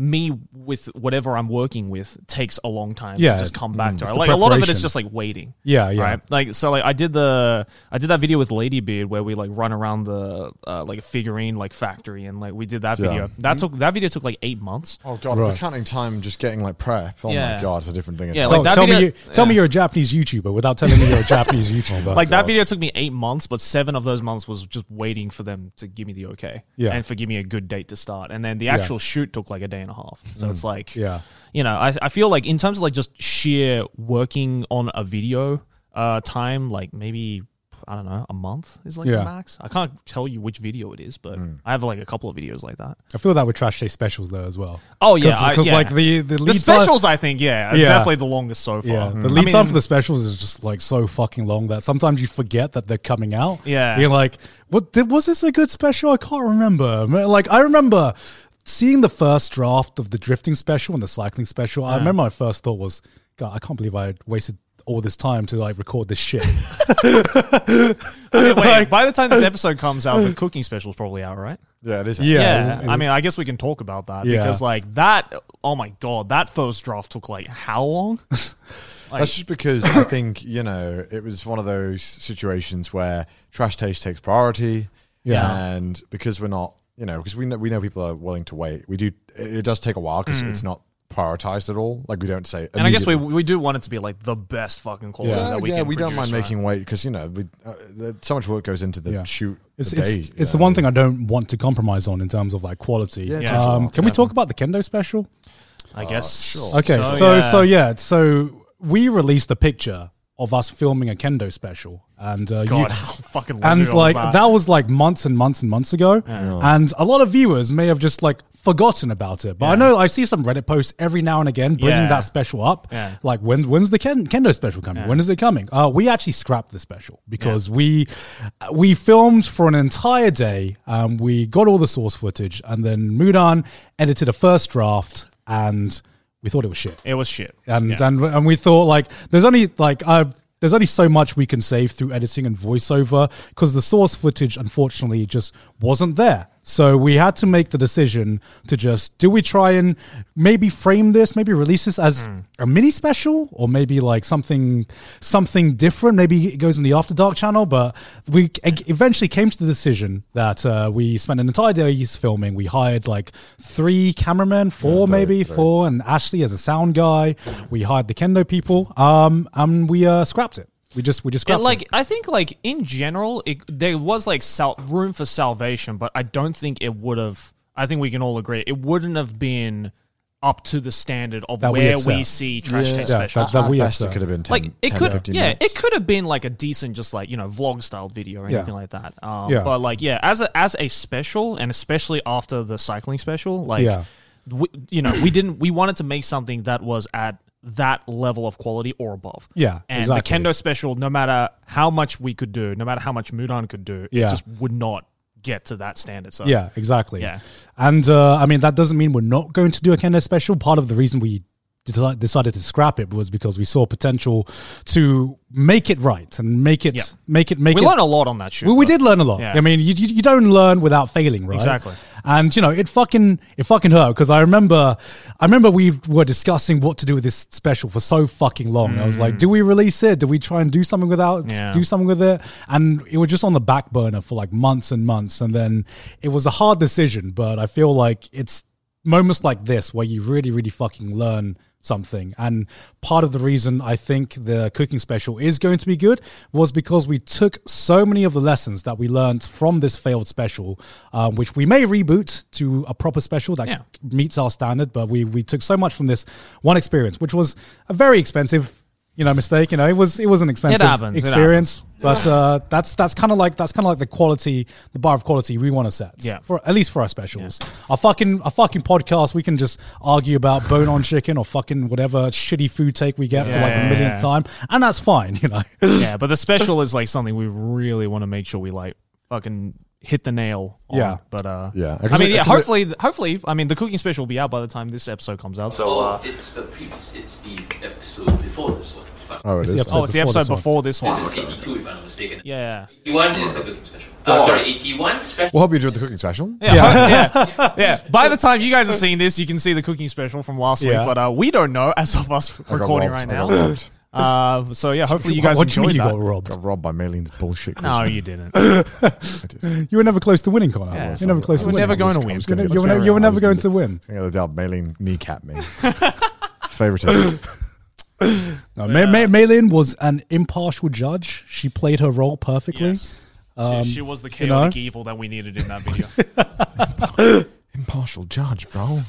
Speaker 5: me with whatever I'm working with takes a long time
Speaker 3: Yeah, mm,
Speaker 5: to just come back to.
Speaker 3: it's the
Speaker 5: it. Like a lot of it
Speaker 3: preparation.
Speaker 5: is just like waiting.
Speaker 3: Yeah, yeah.
Speaker 5: Right. Like so, like I did the I did that video with Ladybeard where we like run around the uh, like a figurine like factory and like we did that
Speaker 4: Yeah.
Speaker 5: video.
Speaker 3: Mm-hmm.
Speaker 5: That took that video took like eight months.
Speaker 4: Oh god,
Speaker 3: Right.
Speaker 4: if we're counting time, just getting like prep. Oh my
Speaker 5: Yeah.
Speaker 4: god, it's a different thing.
Speaker 5: Yeah,
Speaker 3: Tell-
Speaker 5: like that
Speaker 3: tell me,
Speaker 5: video-
Speaker 3: you, tell me
Speaker 5: yeah.
Speaker 3: you're a Japanese YouTuber without telling me you're a Japanese YouTuber.
Speaker 5: Like that video took me eight months, but seven of those months was just waiting for them to give me the okay
Speaker 3: Yeah.
Speaker 5: and for give me a good date to start. And then the actual shoot took like a day and a half. So it's like,
Speaker 3: Mm. Yeah.
Speaker 5: you know, I, I feel like in terms of like just sheer working on a video uh, time, like maybe, I don't know, a month is like
Speaker 3: Yeah. Mm.
Speaker 5: the max. I can't tell you which video it is, but I have like a couple of videos like that.
Speaker 3: I feel that with Trash Day specials though as well.
Speaker 5: Oh, yeah. I-
Speaker 3: because
Speaker 5: yeah.
Speaker 3: like the the, lead
Speaker 5: The
Speaker 3: time-
Speaker 5: specials, I think, yeah, are
Speaker 3: Yeah.
Speaker 5: definitely the longest so far. Mm.
Speaker 3: Yeah, the
Speaker 5: I
Speaker 3: lead
Speaker 5: mean-
Speaker 3: time for the specials is just like so fucking long that sometimes you forget that they're coming out.
Speaker 5: Yeah.
Speaker 3: you're like, what? Did, was this a good special? I can't remember. Man, Like I remember seeing the first draft of the drifting special and the cycling special. I remember my first thought was, God, I can't believe I wasted all this time to like record this shit.
Speaker 5: Wait, by the time this episode comes out, the cooking special is probably out, right?
Speaker 4: yeah, it is.
Speaker 3: Yeah.
Speaker 5: Yeah, I mean, I guess we can talk about that
Speaker 3: Yeah.
Speaker 5: because, like, that. Oh my god, that first draft took like how long?
Speaker 4: That's just because I think you know it was one of those situations where trash taste takes priority.
Speaker 3: Yeah.
Speaker 4: and because we're not, you know, because we know we know people are willing to wait. We do. It, it does take a while because it's not prioritized at all. Like we don't say.
Speaker 5: Mm. and I guess we
Speaker 4: immediately.
Speaker 5: we do want it to be like the best fucking quality
Speaker 4: Yeah,
Speaker 5: that we
Speaker 4: yeah,
Speaker 5: can.
Speaker 4: we don't mind
Speaker 5: produce, right?
Speaker 4: making weight because you know we, uh, the, so much work goes into the
Speaker 3: Yeah.
Speaker 4: shoot.
Speaker 3: It's,
Speaker 4: the
Speaker 3: it's,
Speaker 4: day, you
Speaker 3: it's the
Speaker 4: know.
Speaker 3: one thing I don't want to compromise on in terms of like quality.
Speaker 4: Yeah, it
Speaker 5: takes a
Speaker 3: Um,
Speaker 4: while to
Speaker 3: can we
Speaker 4: happen.
Speaker 3: talk about the Kendo special?
Speaker 5: I guess.
Speaker 3: Uh, Okay, so so yeah. so we released a picture of us filming a kendo special, and uh,
Speaker 5: God,
Speaker 3: you,
Speaker 5: how fucking
Speaker 3: and
Speaker 5: long
Speaker 3: like
Speaker 5: that.
Speaker 3: that. was like months and months and months ago, and a lot of viewers may have just like forgotten about it. But I know I see some Reddit posts every now and again bringing
Speaker 5: Yeah.
Speaker 3: that special up.
Speaker 5: Yeah.
Speaker 3: Like when when's the Ken, kendo special coming? When is it coming? Uh, we actually scrapped the special because we we filmed for an entire day. Um, we got all the source footage, and then Mudan edited a first draft, and we thought it was shit
Speaker 5: It was shit.
Speaker 3: and
Speaker 5: Yeah.
Speaker 3: and and we thought like there's only like uh there's only so much we can save through editing and voiceover because the source footage unfortunately just wasn't there. So we had to make the decision to just do we try and maybe frame this, maybe release this as a mini special or maybe like something something different. Maybe it goes in the After Dark channel, but we e- eventually came to the decision that uh, we spent an entire day filming. We hired like three cameramen, four maybe four, and Ashley as a sound guy. We hired the kendo people, um, and we uh, scrapped it. We just we just
Speaker 5: Yeah,
Speaker 3: scrapped
Speaker 5: like
Speaker 3: it.
Speaker 5: I think, like in general, it, there was like sal- room for salvation, but I don't think it would have. I think we can all agree it wouldn't have been up to the standard of
Speaker 3: That we
Speaker 5: where we
Speaker 3: accept.
Speaker 5: see trash taste
Speaker 3: Yeah, that's-
Speaker 5: specials.
Speaker 3: that
Speaker 4: At
Speaker 3: we
Speaker 4: best,
Speaker 3: have
Speaker 4: it could have been 10,
Speaker 5: like it
Speaker 4: 10,
Speaker 5: could,
Speaker 4: 15
Speaker 5: yeah,
Speaker 4: minutes.
Speaker 5: it could have been like a decent, just like you know, vlog style video or
Speaker 3: Yeah.
Speaker 5: anything like that. Um,
Speaker 3: Yeah.
Speaker 5: But like, yeah, as a, as a special, and especially after the cycling special, like,
Speaker 3: Yeah.
Speaker 5: we, you know, we didn't, we wanted to make something that was at that level of quality or above.
Speaker 3: Yeah,
Speaker 5: and
Speaker 3: exactly.
Speaker 5: the kendo special, no matter how much we could do, no matter how much Mudan could do,
Speaker 3: Yeah.
Speaker 5: it just would not get to that standard. So
Speaker 3: Yeah, exactly.
Speaker 5: Yeah.
Speaker 3: And uh, I mean, that doesn't mean we're not going to do a Kendo special. Part of the reason we de- decided to scrap it was because we saw potential to make it right and make it
Speaker 5: Yeah.
Speaker 3: make it make
Speaker 5: we
Speaker 3: it.
Speaker 5: learned a lot on that shoot.
Speaker 3: Well, we
Speaker 5: though.
Speaker 3: did learn a lot.
Speaker 5: Yeah.
Speaker 3: I mean, you, you you don't learn without failing, right?
Speaker 5: Exactly.
Speaker 3: And you know, it fucking it fucking hurt because I remember, I remember we were discussing what to do with this special for so fucking long. I was like, do we release it? Do we try and do something without
Speaker 5: Mm. Yeah.
Speaker 3: do something with it? And it was just on the back burner for like months and months, and then it was a hard decision. But I feel like it's moments like this where you really, really fucking learn something. And part of the reason I think the cooking special is going to be good was because we took so many of the lessons that we learned from this failed special, um, which we may reboot to a proper special that
Speaker 5: Yeah.
Speaker 3: meets our standard. But we we took so much from this one experience, which was a very expensive. You know, mistake. You know, it was it was an expensive
Speaker 5: happens, it
Speaker 3: experience, but uh, that's that's kind of like that's kind of like the quality, the bar of quality we want to set.
Speaker 5: Yeah.
Speaker 3: for at least for our specials. Our fucking our fucking podcast, we can just argue about bone on chicken or fucking whatever shitty food take we get for like a
Speaker 5: Yeah.
Speaker 3: millionth time, and that's fine, you know.
Speaker 5: yeah, but the special is like something we really want to make sure we like fucking hit the nail. On.
Speaker 3: Yeah.
Speaker 5: but uh,
Speaker 4: Yeah,
Speaker 5: I mean, yeah.
Speaker 4: 'cause it-
Speaker 5: Hopefully, hopefully, I mean, the cooking special will be out by the time this episode comes out. So,
Speaker 6: Oh,
Speaker 5: uh,
Speaker 6: it's the previous. It's the episode before this one. But
Speaker 4: Oh, it
Speaker 3: It's
Speaker 4: is.
Speaker 3: the
Speaker 5: oh, it's
Speaker 3: before
Speaker 5: the episode
Speaker 3: this one.
Speaker 5: before this one.
Speaker 6: this is 82, if I'm not mistaken.
Speaker 5: Yeah,
Speaker 6: 81 is the cooking special. Uh, sorry, 81 special.
Speaker 4: We'll help you do the cooking special.
Speaker 5: yeah, yeah. yeah, By the time you guys are seeing this, you can see the cooking special from last
Speaker 3: Yeah.
Speaker 5: week. But uh, we don't know as of us
Speaker 4: I got
Speaker 5: recording
Speaker 4: robbed.
Speaker 5: right
Speaker 4: I got
Speaker 5: now.
Speaker 4: robbed.
Speaker 5: Uh, so yeah, hopefully you guys
Speaker 3: what do you
Speaker 5: enjoyed
Speaker 3: mean you
Speaker 5: that.
Speaker 3: got robbed?
Speaker 4: got robbed by Malien's bullshit.
Speaker 5: no,
Speaker 4: Chris.
Speaker 5: you didn't.
Speaker 3: You were never close to winning, Connor.
Speaker 5: Yeah.
Speaker 3: You're never close
Speaker 5: You
Speaker 3: to
Speaker 5: were
Speaker 3: winning.
Speaker 5: never going to
Speaker 4: I
Speaker 5: win.
Speaker 4: was
Speaker 3: You
Speaker 4: gonna-
Speaker 3: were- you
Speaker 4: I was
Speaker 3: were never-
Speaker 4: gonna-
Speaker 3: you were
Speaker 4: I
Speaker 3: never
Speaker 4: was
Speaker 3: going
Speaker 4: gonna-
Speaker 3: to win.
Speaker 4: I got the doubt Maylene kneecapped me. Favoritism.
Speaker 3: No, May- May- Maylin was an impartial judge. She played her role perfectly.
Speaker 5: Yes. she, she was the
Speaker 3: Um, you know?
Speaker 5: chaotic evil that we needed in that video.
Speaker 4: Impartial judge, bro.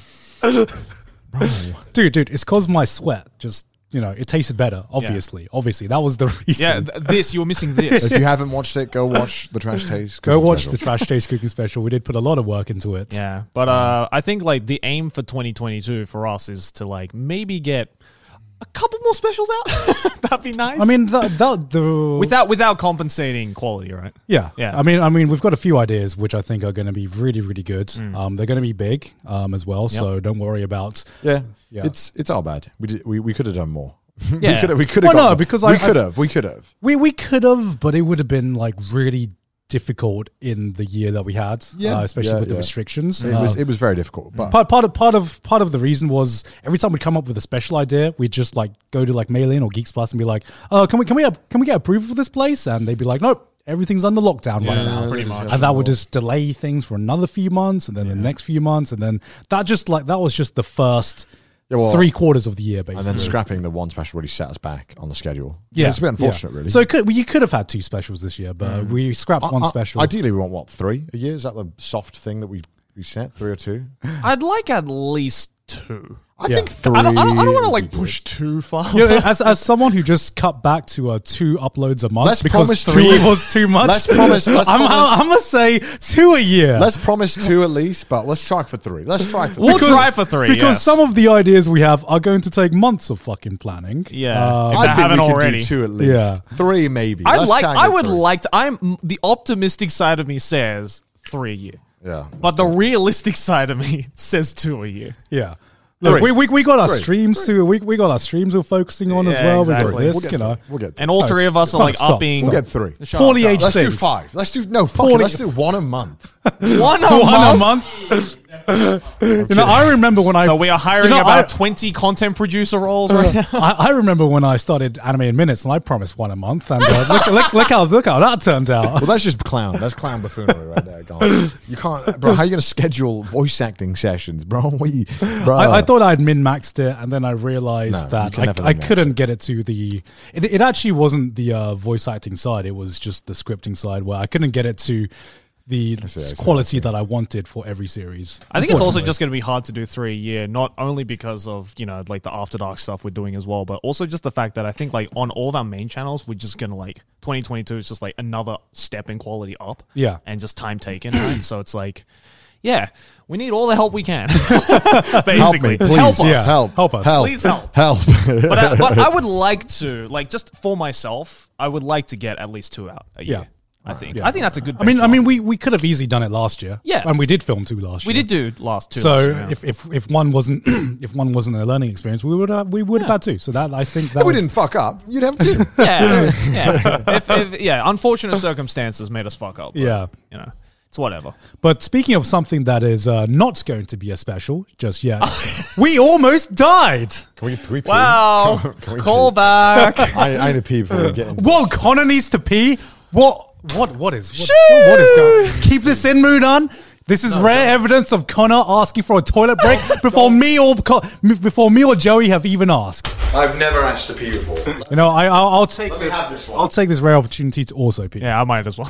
Speaker 3: Dude, dude, it's cause my sweat just you know, it tasted better, obviously. Obviously. That was the reason.
Speaker 5: yeah, th- this you were missing this.
Speaker 4: If you haven't watched it, go watch the Trash Taste.
Speaker 3: Go
Speaker 4: cooking
Speaker 3: watch
Speaker 4: special.
Speaker 3: the Trash Taste Cooking Special. We did put a lot of work into it.
Speaker 5: Yeah, but uh, I think like the aim for 2022 for us is to like maybe get a couple more specials out. That'd be nice.
Speaker 3: I mean, the, the, the
Speaker 5: without without compensating quality, right?
Speaker 3: Yeah,
Speaker 5: Yeah.
Speaker 3: I mean, I mean, we've got a few ideas which I think are going to be really, really good.
Speaker 5: Hmm.
Speaker 3: Um, they're going to be big um, as well, so don't worry about.
Speaker 4: Yeah,
Speaker 3: Yeah.
Speaker 4: It's it's our bad. We did, we we could have done more.
Speaker 5: Yeah.
Speaker 4: we could have. We could have.
Speaker 3: Well, no,
Speaker 4: got more.
Speaker 3: because
Speaker 4: we
Speaker 3: I-
Speaker 4: could
Speaker 3: I-
Speaker 4: have. We could have.
Speaker 3: We we could have, but it would have been like really difficult in the year that we had,
Speaker 4: Yeah.
Speaker 3: uh, especially
Speaker 4: Yeah,
Speaker 3: with the
Speaker 4: yeah.
Speaker 3: restrictions.
Speaker 4: It was it was very difficult. But
Speaker 3: part, part of part of part of the reason was every time we'd come up with a special idea, we'd just like go to like Mailin or Geeks Plus and be like, "Oh, can we can we have, can we get approval for this place?" And they'd be like, "Nope, everything's under lockdown right now."
Speaker 4: pretty much.
Speaker 3: and that would just delay things for another few months, and then the next few months, and then that just like that was just the first
Speaker 4: Yeah, well,
Speaker 3: three quarters of the year, basically.
Speaker 4: and then scrapping the one special really set us back on the schedule. it's a bit
Speaker 3: yeah.
Speaker 4: unfortunate, really. Mm.
Speaker 3: So it could, well, you could have had two specials this year, but we scrapped one
Speaker 4: I- I-
Speaker 3: special.
Speaker 4: ideally, we want what three a year? Is that the soft thing that we we set three or two?
Speaker 5: I'd like at least two.
Speaker 4: I think three.
Speaker 5: I don't, I don't, I don't want to like push too far.
Speaker 3: You know, as, as someone who just cut back to uh, two uploads a month
Speaker 4: Let's
Speaker 3: because
Speaker 4: promise
Speaker 3: two
Speaker 4: three.
Speaker 3: was too much.
Speaker 4: Let's promise- let's
Speaker 3: I'm,
Speaker 4: promise-
Speaker 3: I'm, gonna say two a year.
Speaker 4: Let's promise two at least, but let's try for three. Let's try for three.
Speaker 5: We'll try for three.
Speaker 3: because
Speaker 5: yes.
Speaker 3: some of the ideas we have are going to take months of fucking planning.
Speaker 5: Yeah.
Speaker 3: Uh,
Speaker 5: If I
Speaker 4: I think
Speaker 5: haven't
Speaker 4: we could
Speaker 5: already.
Speaker 4: do two at least.
Speaker 3: Yeah.
Speaker 4: Three maybe.
Speaker 5: I
Speaker 4: Let's
Speaker 5: like.
Speaker 4: try and
Speaker 5: I
Speaker 4: get
Speaker 5: would
Speaker 4: three.
Speaker 5: like to. I'm mm, the optimistic side of me says three a year,
Speaker 4: Yeah.
Speaker 5: but the realistic side of me says two a year.
Speaker 3: yeah. Look,
Speaker 4: Three.
Speaker 3: we, we, we got our
Speaker 4: Three.
Speaker 3: streams too. We, we got our streams we're focusing on as
Speaker 5: Yeah,
Speaker 3: well. We got
Speaker 5: exactly.
Speaker 3: this,
Speaker 4: We'll get
Speaker 3: you know. E
Speaker 4: three. We'll get three.
Speaker 5: And all three of us are
Speaker 3: Stop,
Speaker 5: like
Speaker 3: stop,
Speaker 5: upping.
Speaker 3: stop.
Speaker 4: We'll get three.
Speaker 3: Poorly aged
Speaker 4: Let's do
Speaker 3: things.
Speaker 4: five. Let's do no. Fuck it.
Speaker 3: Forty-
Speaker 4: Let's do one a month.
Speaker 5: One a
Speaker 3: One a
Speaker 5: month.
Speaker 3: month. you know, I remember when I
Speaker 5: So we are hiring
Speaker 3: You know,
Speaker 5: about
Speaker 3: I-
Speaker 5: twenty content producer roles right now.
Speaker 3: I, I remember when I started anime in minutes, and I promised one a month, and uh, look, look, look how look how that turned out.
Speaker 4: Well, that's just clown. That's clown buffoonery right there. Gone. You can't, bro. How you gonna schedule voice acting sessions, bro? What you, bro?
Speaker 3: I, I thought I'd min maxed it, and then I realized
Speaker 4: Ah. No, you
Speaker 3: that
Speaker 4: can never
Speaker 3: I, I
Speaker 4: min-max
Speaker 3: couldn't get it to the. It, it actually wasn't the uh, voice acting side; it was just the scripting side where I couldn't get it to the
Speaker 4: see, I see, I
Speaker 3: quality that I wanted for every series.
Speaker 5: I think it's also
Speaker 3: unfortunately.
Speaker 5: just going to be hard to do three a year, not only because of you know like the After Dark stuff we're doing as well, but also just the fact that I think like on all of our main channels we're just going to like 2022 is just like another step in quality up,
Speaker 3: Yeah.
Speaker 5: and just time taken, right? So it's like, yeah, we need all the help we can, basically.
Speaker 4: Help me, please.
Speaker 5: Help us.
Speaker 4: Yeah. Help.
Speaker 3: Help us.
Speaker 4: Help.
Speaker 5: Please help.
Speaker 4: Help.
Speaker 5: But, I, but I would like to like just for myself, I would like to get at least two out a year.
Speaker 3: Yeah.
Speaker 5: I think.
Speaker 3: Yeah.
Speaker 5: I think that's a good.
Speaker 3: I mean, I
Speaker 5: benchmark.
Speaker 3: mean, we, we could have easily done it last year.
Speaker 5: Yeah.
Speaker 3: and we did film two last
Speaker 5: we
Speaker 3: year.
Speaker 5: did do last two.
Speaker 3: So
Speaker 5: last year, yeah.
Speaker 3: if, if if one wasn't if one wasn't a learning experience, we would have we would have had two. So that I think that
Speaker 4: we
Speaker 3: was-
Speaker 4: didn't fuck up. You'd have to.
Speaker 5: yeah, yeah. If, if, yeah, unfortunate circumstances made us fuck up. but,
Speaker 3: Yeah.
Speaker 5: you know, it's whatever.
Speaker 3: But speaking of something that is uh, not going to be a special just yet, we almost died.
Speaker 4: Can we? Can we pee?
Speaker 5: Wow,
Speaker 4: Can, can we
Speaker 5: call
Speaker 4: pee?
Speaker 5: back.
Speaker 4: I, I need to pee before we get into
Speaker 3: Whoa, Connor needs to pee. What? What? What is? What, what is going? Keep this in, Moodon. This is rare evidence of Connor asking for a toilet break before me or Co- before me or Joey have even asked.
Speaker 6: I've never asked to pee before.
Speaker 3: You know, I, I'll, I'll take
Speaker 6: Let me
Speaker 3: this.
Speaker 6: have this one.
Speaker 3: I'll take this rare opportunity to also pee.
Speaker 5: yeah, I might as well.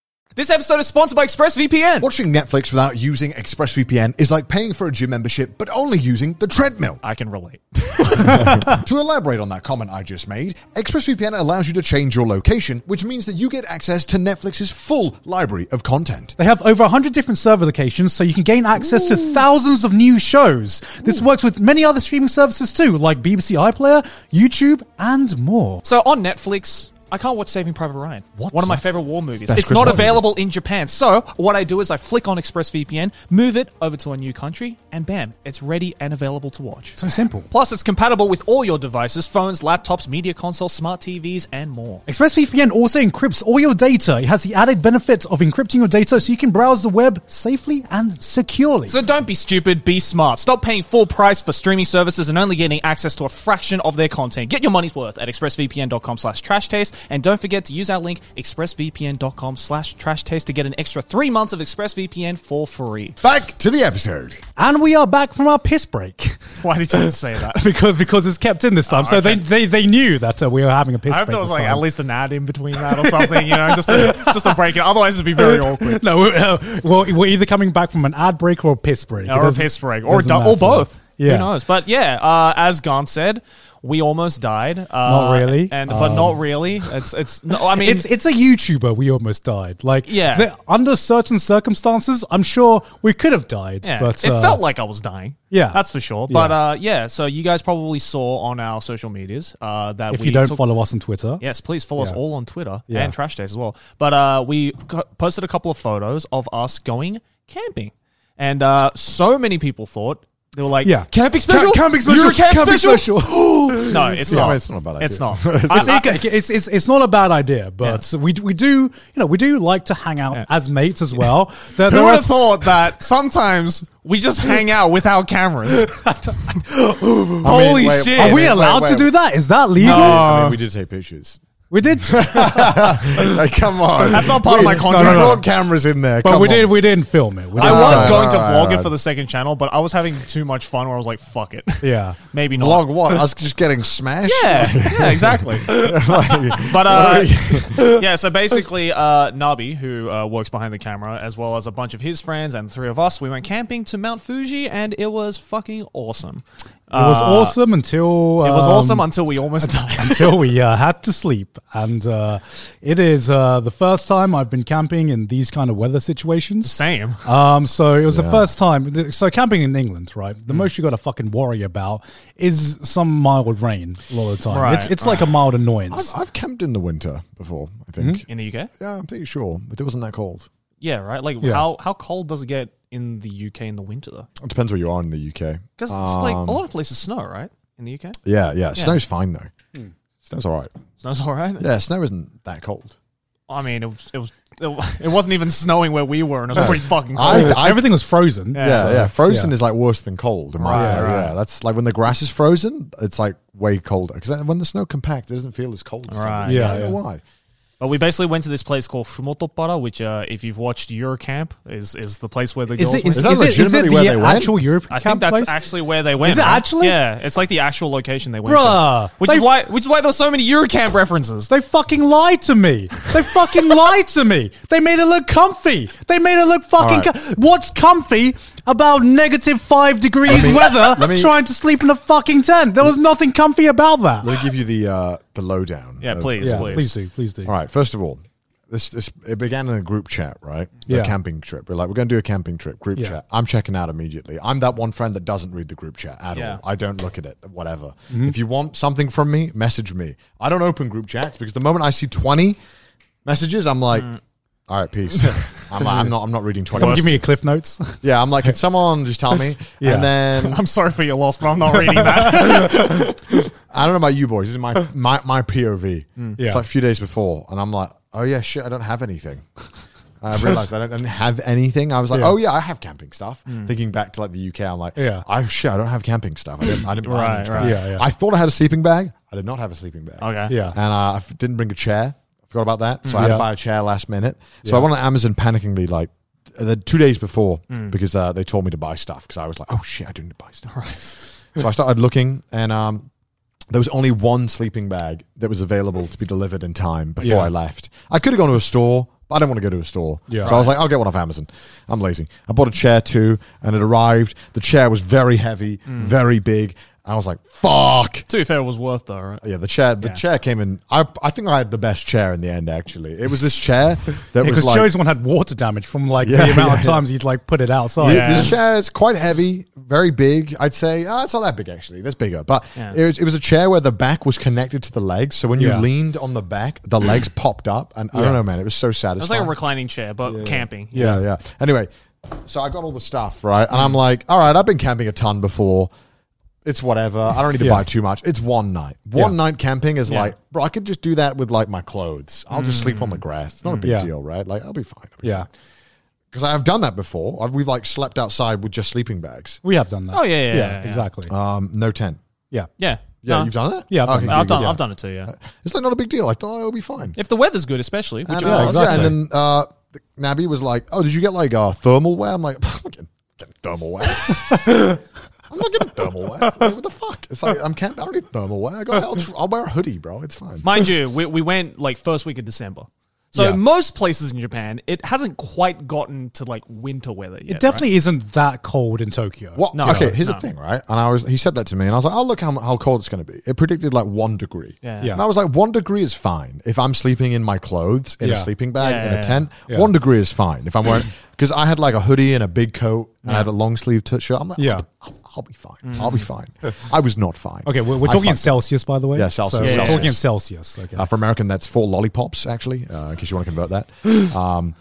Speaker 5: this episode is sponsored by ExpressVPN.
Speaker 4: Watching Netflix without using ExpressVPN is like paying for a gym membership but only using the treadmill.
Speaker 5: I can relate.
Speaker 4: To elaborate on that comment I just made, ExpressVPN allows you to change your location, which means that you get access to Netflix's full library of content.
Speaker 3: They have over 100 different server locations, so you can gain access to thousands of new shows. This works with many other streaming services too, like BBC iPlayer, YouTube, and more.
Speaker 5: So on Netflix, I can't watch Saving Private Ryan.
Speaker 4: What?
Speaker 5: One of my
Speaker 4: That's-
Speaker 5: favorite war movies.
Speaker 4: that's
Speaker 5: It's
Speaker 4: Chris
Speaker 5: not
Speaker 4: Martin, is it?
Speaker 5: available in Japan. So what I do is I flick on ExpressVPN, move it over to a new country, and bam, it's ready and available to watch.
Speaker 3: So simple.
Speaker 5: Plus, it's compatible with all your devices, phones, laptops, media consoles, smart TVs, and more.
Speaker 3: ExpressVPN also encrypts all your data. It has the added benefit of encrypting your data so you can browse the web safely and securely.
Speaker 5: So don't be stupid, be smart. Stop paying full price for streaming services and only getting access to a fraction of their content. Get your money's worth at expressvpn.com slash trash taste. And don't forget to use our link, expressvpn.com slash trash taste to get an extra three months of ExpressVPN for free.
Speaker 4: Back to the episode.
Speaker 3: and we are back from our piss break.
Speaker 5: Why did you say that?
Speaker 3: because because it's kept in this time. So they, they, they knew that uh, we were having a piss
Speaker 5: I hope
Speaker 3: break.
Speaker 5: there was
Speaker 3: this
Speaker 5: like
Speaker 3: time.
Speaker 5: at least an ad in between that or something, you know, just a, just a break. Otherwise, it'd be very awkward.
Speaker 3: No, we're, uh, well, we're either coming back from an ad break or a piss break. It
Speaker 5: or a
Speaker 3: doesn't-
Speaker 5: piss break, or,
Speaker 3: doesn't
Speaker 5: du- or
Speaker 3: matter.
Speaker 5: both.
Speaker 3: Yeah.
Speaker 5: Who knows? But yeah, uh, as Gant said, we almost died. Uh,
Speaker 3: Not really.
Speaker 5: and but not really. It's Um, it's. No, I mean,
Speaker 3: it's it's a YouTuber. We almost died. Like
Speaker 5: Yeah.
Speaker 3: the- under certain circumstances, I'm sure we could have died.
Speaker 5: yeah,
Speaker 3: but
Speaker 5: it
Speaker 3: uh,
Speaker 5: felt like I was dying.
Speaker 3: Yeah.
Speaker 5: that's for sure. But
Speaker 3: Yeah.
Speaker 5: uh, yeah, so you guys probably saw on our social medias uh, that
Speaker 3: if
Speaker 5: we
Speaker 3: you don't
Speaker 5: took-
Speaker 3: follow us on Twitter,
Speaker 5: Yes, please follow us
Speaker 3: Yeah.
Speaker 5: all on Twitter
Speaker 3: Yeah.
Speaker 5: and Trash Days as well. But uh, we co- posted a couple of photos of us going camping, and uh, so many people thought They were like,
Speaker 3: Yeah.
Speaker 5: camping special,
Speaker 4: camping special,
Speaker 5: You're a camp
Speaker 4: camping
Speaker 5: special.
Speaker 4: special.
Speaker 5: no, it's
Speaker 4: Yeah,
Speaker 5: not.
Speaker 4: it's not a bad
Speaker 5: It's
Speaker 4: idea.
Speaker 5: not. I-
Speaker 3: It's, it's, it's, it's not a bad idea, but we, we do you know we do like to hang out as mates as well. There, there
Speaker 5: Who would
Speaker 3: are
Speaker 5: have thought that sometimes we just hang out with our cameras? Holy
Speaker 4: wait,
Speaker 5: shit.
Speaker 4: I
Speaker 3: Are
Speaker 4: mean,
Speaker 3: we
Speaker 4: wait,
Speaker 3: allowed
Speaker 4: wait,
Speaker 3: to do that? Is that legal?
Speaker 4: I mean, we did take pictures.
Speaker 3: We did,
Speaker 4: like, come on.
Speaker 5: That's not part of
Speaker 4: We-
Speaker 5: my
Speaker 4: We
Speaker 5: contract. No, no, no.
Speaker 4: brought cameras in there.
Speaker 3: but
Speaker 4: come
Speaker 3: we
Speaker 4: on.
Speaker 3: did we didn't film it. We
Speaker 5: I
Speaker 3: didn't-
Speaker 5: was
Speaker 4: Alright,
Speaker 5: going to
Speaker 4: alright,
Speaker 5: vlog it
Speaker 4: alright.
Speaker 5: for the second channel, but I was having too much fun where I was like, fuck it.
Speaker 3: Yeah.
Speaker 5: Maybe not.
Speaker 4: Vlog what? Us just getting smashed?
Speaker 5: Yeah, yeah, exactly.
Speaker 4: Like-
Speaker 5: But uh, yeah, so basically, uh, Nabi, who uh, works behind the camera, as well as a bunch of his friends and three of us, we went camping to Mount Fuji, and it was fucking awesome.
Speaker 3: It was awesome until
Speaker 5: Uh, It was
Speaker 3: um,
Speaker 5: awesome until we almost died.
Speaker 3: until we uh, had to sleep. And uh, it is uh, the first time I've been camping in these kind of weather situations.
Speaker 5: Same.
Speaker 3: Um, so it was the first time. So camping in England, right?
Speaker 4: Mm.
Speaker 3: The most you got to fucking worry about is some mild rain a lot of the time.
Speaker 5: Right.
Speaker 3: It's it's like a mild annoyance.
Speaker 4: I've, I've camped in the winter before, I think.
Speaker 5: In the UK?
Speaker 4: Yeah, I'm pretty sure. But it wasn't that cold.
Speaker 5: Yeah, right? Like,
Speaker 3: Yeah.
Speaker 5: How, how cold does it get in the UK in the winter?
Speaker 4: It depends where you are in the UK.
Speaker 5: Because it's like
Speaker 3: Um,
Speaker 5: a lot of places snow, right? In the UK?
Speaker 4: Yeah, yeah. Snow's fine, though. Snow's all right.
Speaker 5: Snow's all right.
Speaker 4: Yeah, snow isn't that cold.
Speaker 5: I mean, it was, it was it wasn't even snowing where we were, and it was pretty fucking cold.
Speaker 4: I, I,
Speaker 3: Everything was frozen.
Speaker 4: yeah,
Speaker 3: so-
Speaker 4: yeah. Frozen
Speaker 3: yeah.
Speaker 4: is like worse than cold. In my
Speaker 5: Right,
Speaker 4: opinion.
Speaker 5: right.
Speaker 4: Yeah, that's like when the grass is frozen, it's like way colder. Because when the snow compacts, it doesn't feel as cold. As
Speaker 5: Right.
Speaker 4: Yeah,
Speaker 3: Yeah,
Speaker 4: I don't
Speaker 3: yeah.
Speaker 4: know why.
Speaker 5: But we basically went to this place called Shumotopara, which, uh, if you've watched Eurocamp, is is the place where the
Speaker 3: Is
Speaker 5: girls.
Speaker 3: it
Speaker 5: went.
Speaker 3: is,
Speaker 4: Is that
Speaker 3: is it, is it
Speaker 4: legitimately where they
Speaker 3: the
Speaker 4: went?
Speaker 3: actual Europe
Speaker 5: I think
Speaker 3: camp
Speaker 5: that's
Speaker 3: place?
Speaker 5: actually where they went.
Speaker 3: Is it
Speaker 5: right?
Speaker 3: actually?
Speaker 5: Yeah, it's like the actual location they went.
Speaker 3: Bruh,
Speaker 5: to. which
Speaker 3: they-
Speaker 5: is why which is why there were so many Eurocamp references.
Speaker 3: They fucking lied to me. They fucking lied to me. They made it look comfy. They made it look fucking.
Speaker 4: All right.
Speaker 3: co- What's comfy about negative five degrees
Speaker 4: me-
Speaker 3: weather?
Speaker 4: let me-
Speaker 3: trying to sleep in a fucking tent. There was nothing comfy about that.
Speaker 4: Let me give you the uh, the lowdown.
Speaker 5: Yeah,
Speaker 4: of-
Speaker 5: please, please,
Speaker 3: do, Uh, please do.
Speaker 4: All right. First of all, this, this it began in a group chat, right?
Speaker 3: Yeah.
Speaker 4: A camping trip. We're like, we're going to do a camping trip. Group
Speaker 3: Yeah.
Speaker 4: chat. I'm checking out immediately. I'm that one friend that doesn't read the group chat at
Speaker 5: Yeah.
Speaker 4: all. I don't look at it. Whatever.
Speaker 3: Mm-hmm.
Speaker 4: If you want something from me, message me. I don't open group chats because the moment I see 20 messages, I'm like. All right, peace. I'm, I'm not. I'm not reading twenty.
Speaker 3: Mm. Someone give me a cliff notes.
Speaker 4: yeah, I'm like, can someone just tell me?
Speaker 3: Yeah.
Speaker 4: And then
Speaker 5: I'm sorry for your loss, but I'm not reading that.
Speaker 4: I don't know about you boys. This is my my, my POV.
Speaker 3: Mm. Yeah.
Speaker 4: It's like a few days before, and I'm like, oh yeah, shit, I don't have anything. I realized I don't, I don't have anything. I was like,
Speaker 3: Yeah. Mm.
Speaker 4: oh yeah, I have camping stuff. Thinking back to like the UK, I'm like,
Speaker 3: Yeah.
Speaker 4: I shit, I don't have camping stuff. I didn't. I didn't buy any
Speaker 5: Right, right.
Speaker 3: Yeah, yeah.
Speaker 4: I thought I had a sleeping bag. I did not have a sleeping bag.
Speaker 5: okay.
Speaker 3: Yeah. Mm.
Speaker 4: And uh, I f- didn't bring a chair. I forgot about that. So I had
Speaker 3: Yeah.
Speaker 4: to buy a chair last minute. So I went on Amazon panickingly like uh, the two days before
Speaker 3: Mm.
Speaker 4: because uh, they told me to buy stuff because I was like, oh shit, I do need to buy stuff. so I started looking and um, there was only one sleeping bag that was available to be delivered in time before
Speaker 3: Yeah.
Speaker 4: I left. I could have gone to a store. but I didn't want to go to a store.
Speaker 3: Yeah.
Speaker 4: So I was like, I'll get one off Amazon. I'm lazy. I bought a chair too, and it arrived. The chair was very heavy,
Speaker 3: Mm.
Speaker 4: very big. I was like, fuck.
Speaker 5: To be fair, it was worth uh, though. Right?
Speaker 4: Yeah, the chair. The
Speaker 5: Yeah.
Speaker 4: chair came in. I I think I had the best chair in the end. Actually, it was this chair that
Speaker 3: Because
Speaker 4: was like
Speaker 3: Joe's one had water damage from like
Speaker 4: Yeah,
Speaker 3: the amount
Speaker 4: yeah.
Speaker 3: of times he'd like put it outside.
Speaker 4: Th- This chair is quite heavy, very big. I'd say ah, it's not that big actually. That's bigger, but
Speaker 5: Yeah.
Speaker 4: it, was, it was a chair where the back was connected to the legs. So when you
Speaker 3: Yeah.
Speaker 4: leaned on the back, the legs popped up, and I don't know, man, it was so
Speaker 5: It was
Speaker 4: satisfying.
Speaker 5: like a reclining chair, but camping.
Speaker 4: yeah, yeah. Anyway, so I got all the stuff right, and I'm like, all right, I've been camping a ton before. It's whatever. I don't need to
Speaker 3: Yeah.
Speaker 4: buy too much. It's one night. One
Speaker 3: Yeah. Mm.
Speaker 4: night camping is
Speaker 5: Yeah.
Speaker 4: like, bro, I could just do that with like my clothes. I'll just sleep on the grass. It's not a big
Speaker 3: Yeah.
Speaker 4: deal, right? Like, I'll be fine.
Speaker 3: Yeah.
Speaker 4: Because I've done that before. I've, we've like slept outside with just sleeping bags.
Speaker 3: We have done that.
Speaker 5: Oh, yeah, yeah, yeah, yeah.
Speaker 3: exactly.
Speaker 4: Um, no tent.
Speaker 3: yeah.
Speaker 5: Yeah.
Speaker 4: Yeah,
Speaker 5: No.
Speaker 4: you've done that.
Speaker 3: Yeah, I've done that.
Speaker 4: good,
Speaker 5: I've
Speaker 4: good,
Speaker 5: done.
Speaker 4: yeah.
Speaker 5: I've done it too. Yeah.
Speaker 4: It's like not a big deal. I thought oh, it'll be fine.
Speaker 5: If the weather's good, especially,
Speaker 4: And,
Speaker 5: which it
Speaker 4: uh,
Speaker 3: Yeah,
Speaker 5: was.
Speaker 4: yeah,
Speaker 3: exactly.
Speaker 4: and then uh, the- Nabi was like, "Oh, did you get like uh, thermal wear?" I'm like, "I'm not getting, getting thermal wear. I'm not getting thermal wear. Like, what the fuck? It's like I'm camp. I don't need thermal wear. I got, I'll, I'll wear a hoodie, bro. It's fine.
Speaker 5: Mind you, we, we went like first week of December. So
Speaker 3: Yeah.
Speaker 5: most places in Japan, it hasn't quite gotten to like winter weather yet.
Speaker 3: It definitely isn't that cold in Tokyo.
Speaker 4: What?
Speaker 5: No,
Speaker 4: okay,
Speaker 5: no,
Speaker 4: here's
Speaker 5: no.
Speaker 4: the thing, right? And I was, he said that to me, and I was like, "Oh, look how how cold it's going to be." It predicted like one degree.
Speaker 5: Yeah.
Speaker 3: Yeah.
Speaker 4: And I was like, one degree is fine if I'm sleeping in my clothes in a
Speaker 3: Yeah.
Speaker 4: sleeping bag
Speaker 5: Yeah,
Speaker 4: in
Speaker 5: yeah,
Speaker 4: a tent.
Speaker 3: yeah.
Speaker 4: One degree is fine if I'm wearing because I had like a hoodie and a big coat and I had a long sleeve t shirt. I'm like,
Speaker 3: Yeah.
Speaker 4: yeah, I'll, I'll be fine. I'll be fine. I was not fine.
Speaker 3: Okay, we're, we're
Speaker 4: I
Speaker 3: talking in
Speaker 4: fucked up.
Speaker 3: Celsius, by the way.
Speaker 4: Yeah, Celsius,
Speaker 3: So
Speaker 5: Celsius.
Speaker 3: We're talking in Celsius. Okay.
Speaker 4: Uh, for American, that's four lollipops actually, uh, in case you want to convert that. Um,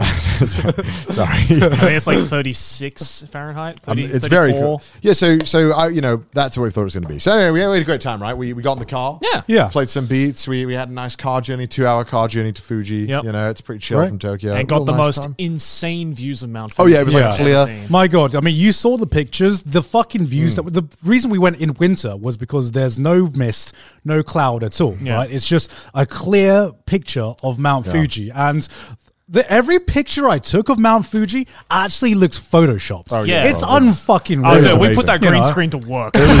Speaker 4: Sorry.
Speaker 5: I mean, it's like 36 Fahrenheit. 30,
Speaker 4: Um, it's very
Speaker 5: 34.
Speaker 4: cool. Yeah, so so I you know that's what we thought it was going to be. So anyway, we had we had a great time, right? We, we got in the car,
Speaker 5: Yeah.
Speaker 3: Yeah.
Speaker 4: played some beats. We we had a nice car journey, two hour car journey to Fuji.
Speaker 5: Yep.
Speaker 4: You know, it's pretty chill
Speaker 3: Right.
Speaker 4: from Tokyo.
Speaker 5: and got
Speaker 4: Real
Speaker 5: the
Speaker 4: nice
Speaker 5: most
Speaker 4: time.
Speaker 5: insane views of Mount.
Speaker 4: Oh, yeah, it was,
Speaker 5: Fuji
Speaker 3: like,
Speaker 5: I've
Speaker 4: clear.
Speaker 5: ever seen.
Speaker 3: My God. I mean, you saw the pictures, the fucking views. That,
Speaker 4: Mm.
Speaker 3: the reason we went in winter was because there's no mist, no cloud at all, right?
Speaker 5: Yeah.
Speaker 3: It's just a clear picture of Mount Fuji. And the, every picture I took of Mount Fuji actually looks photoshopped.
Speaker 4: Oh,
Speaker 5: yeah.
Speaker 3: It's
Speaker 4: Well, it's-
Speaker 3: unfucking
Speaker 5: Oh,
Speaker 3: real.
Speaker 5: dude, we
Speaker 4: amazing.
Speaker 5: put that green
Speaker 3: You know?
Speaker 5: screen to work.
Speaker 4: It was,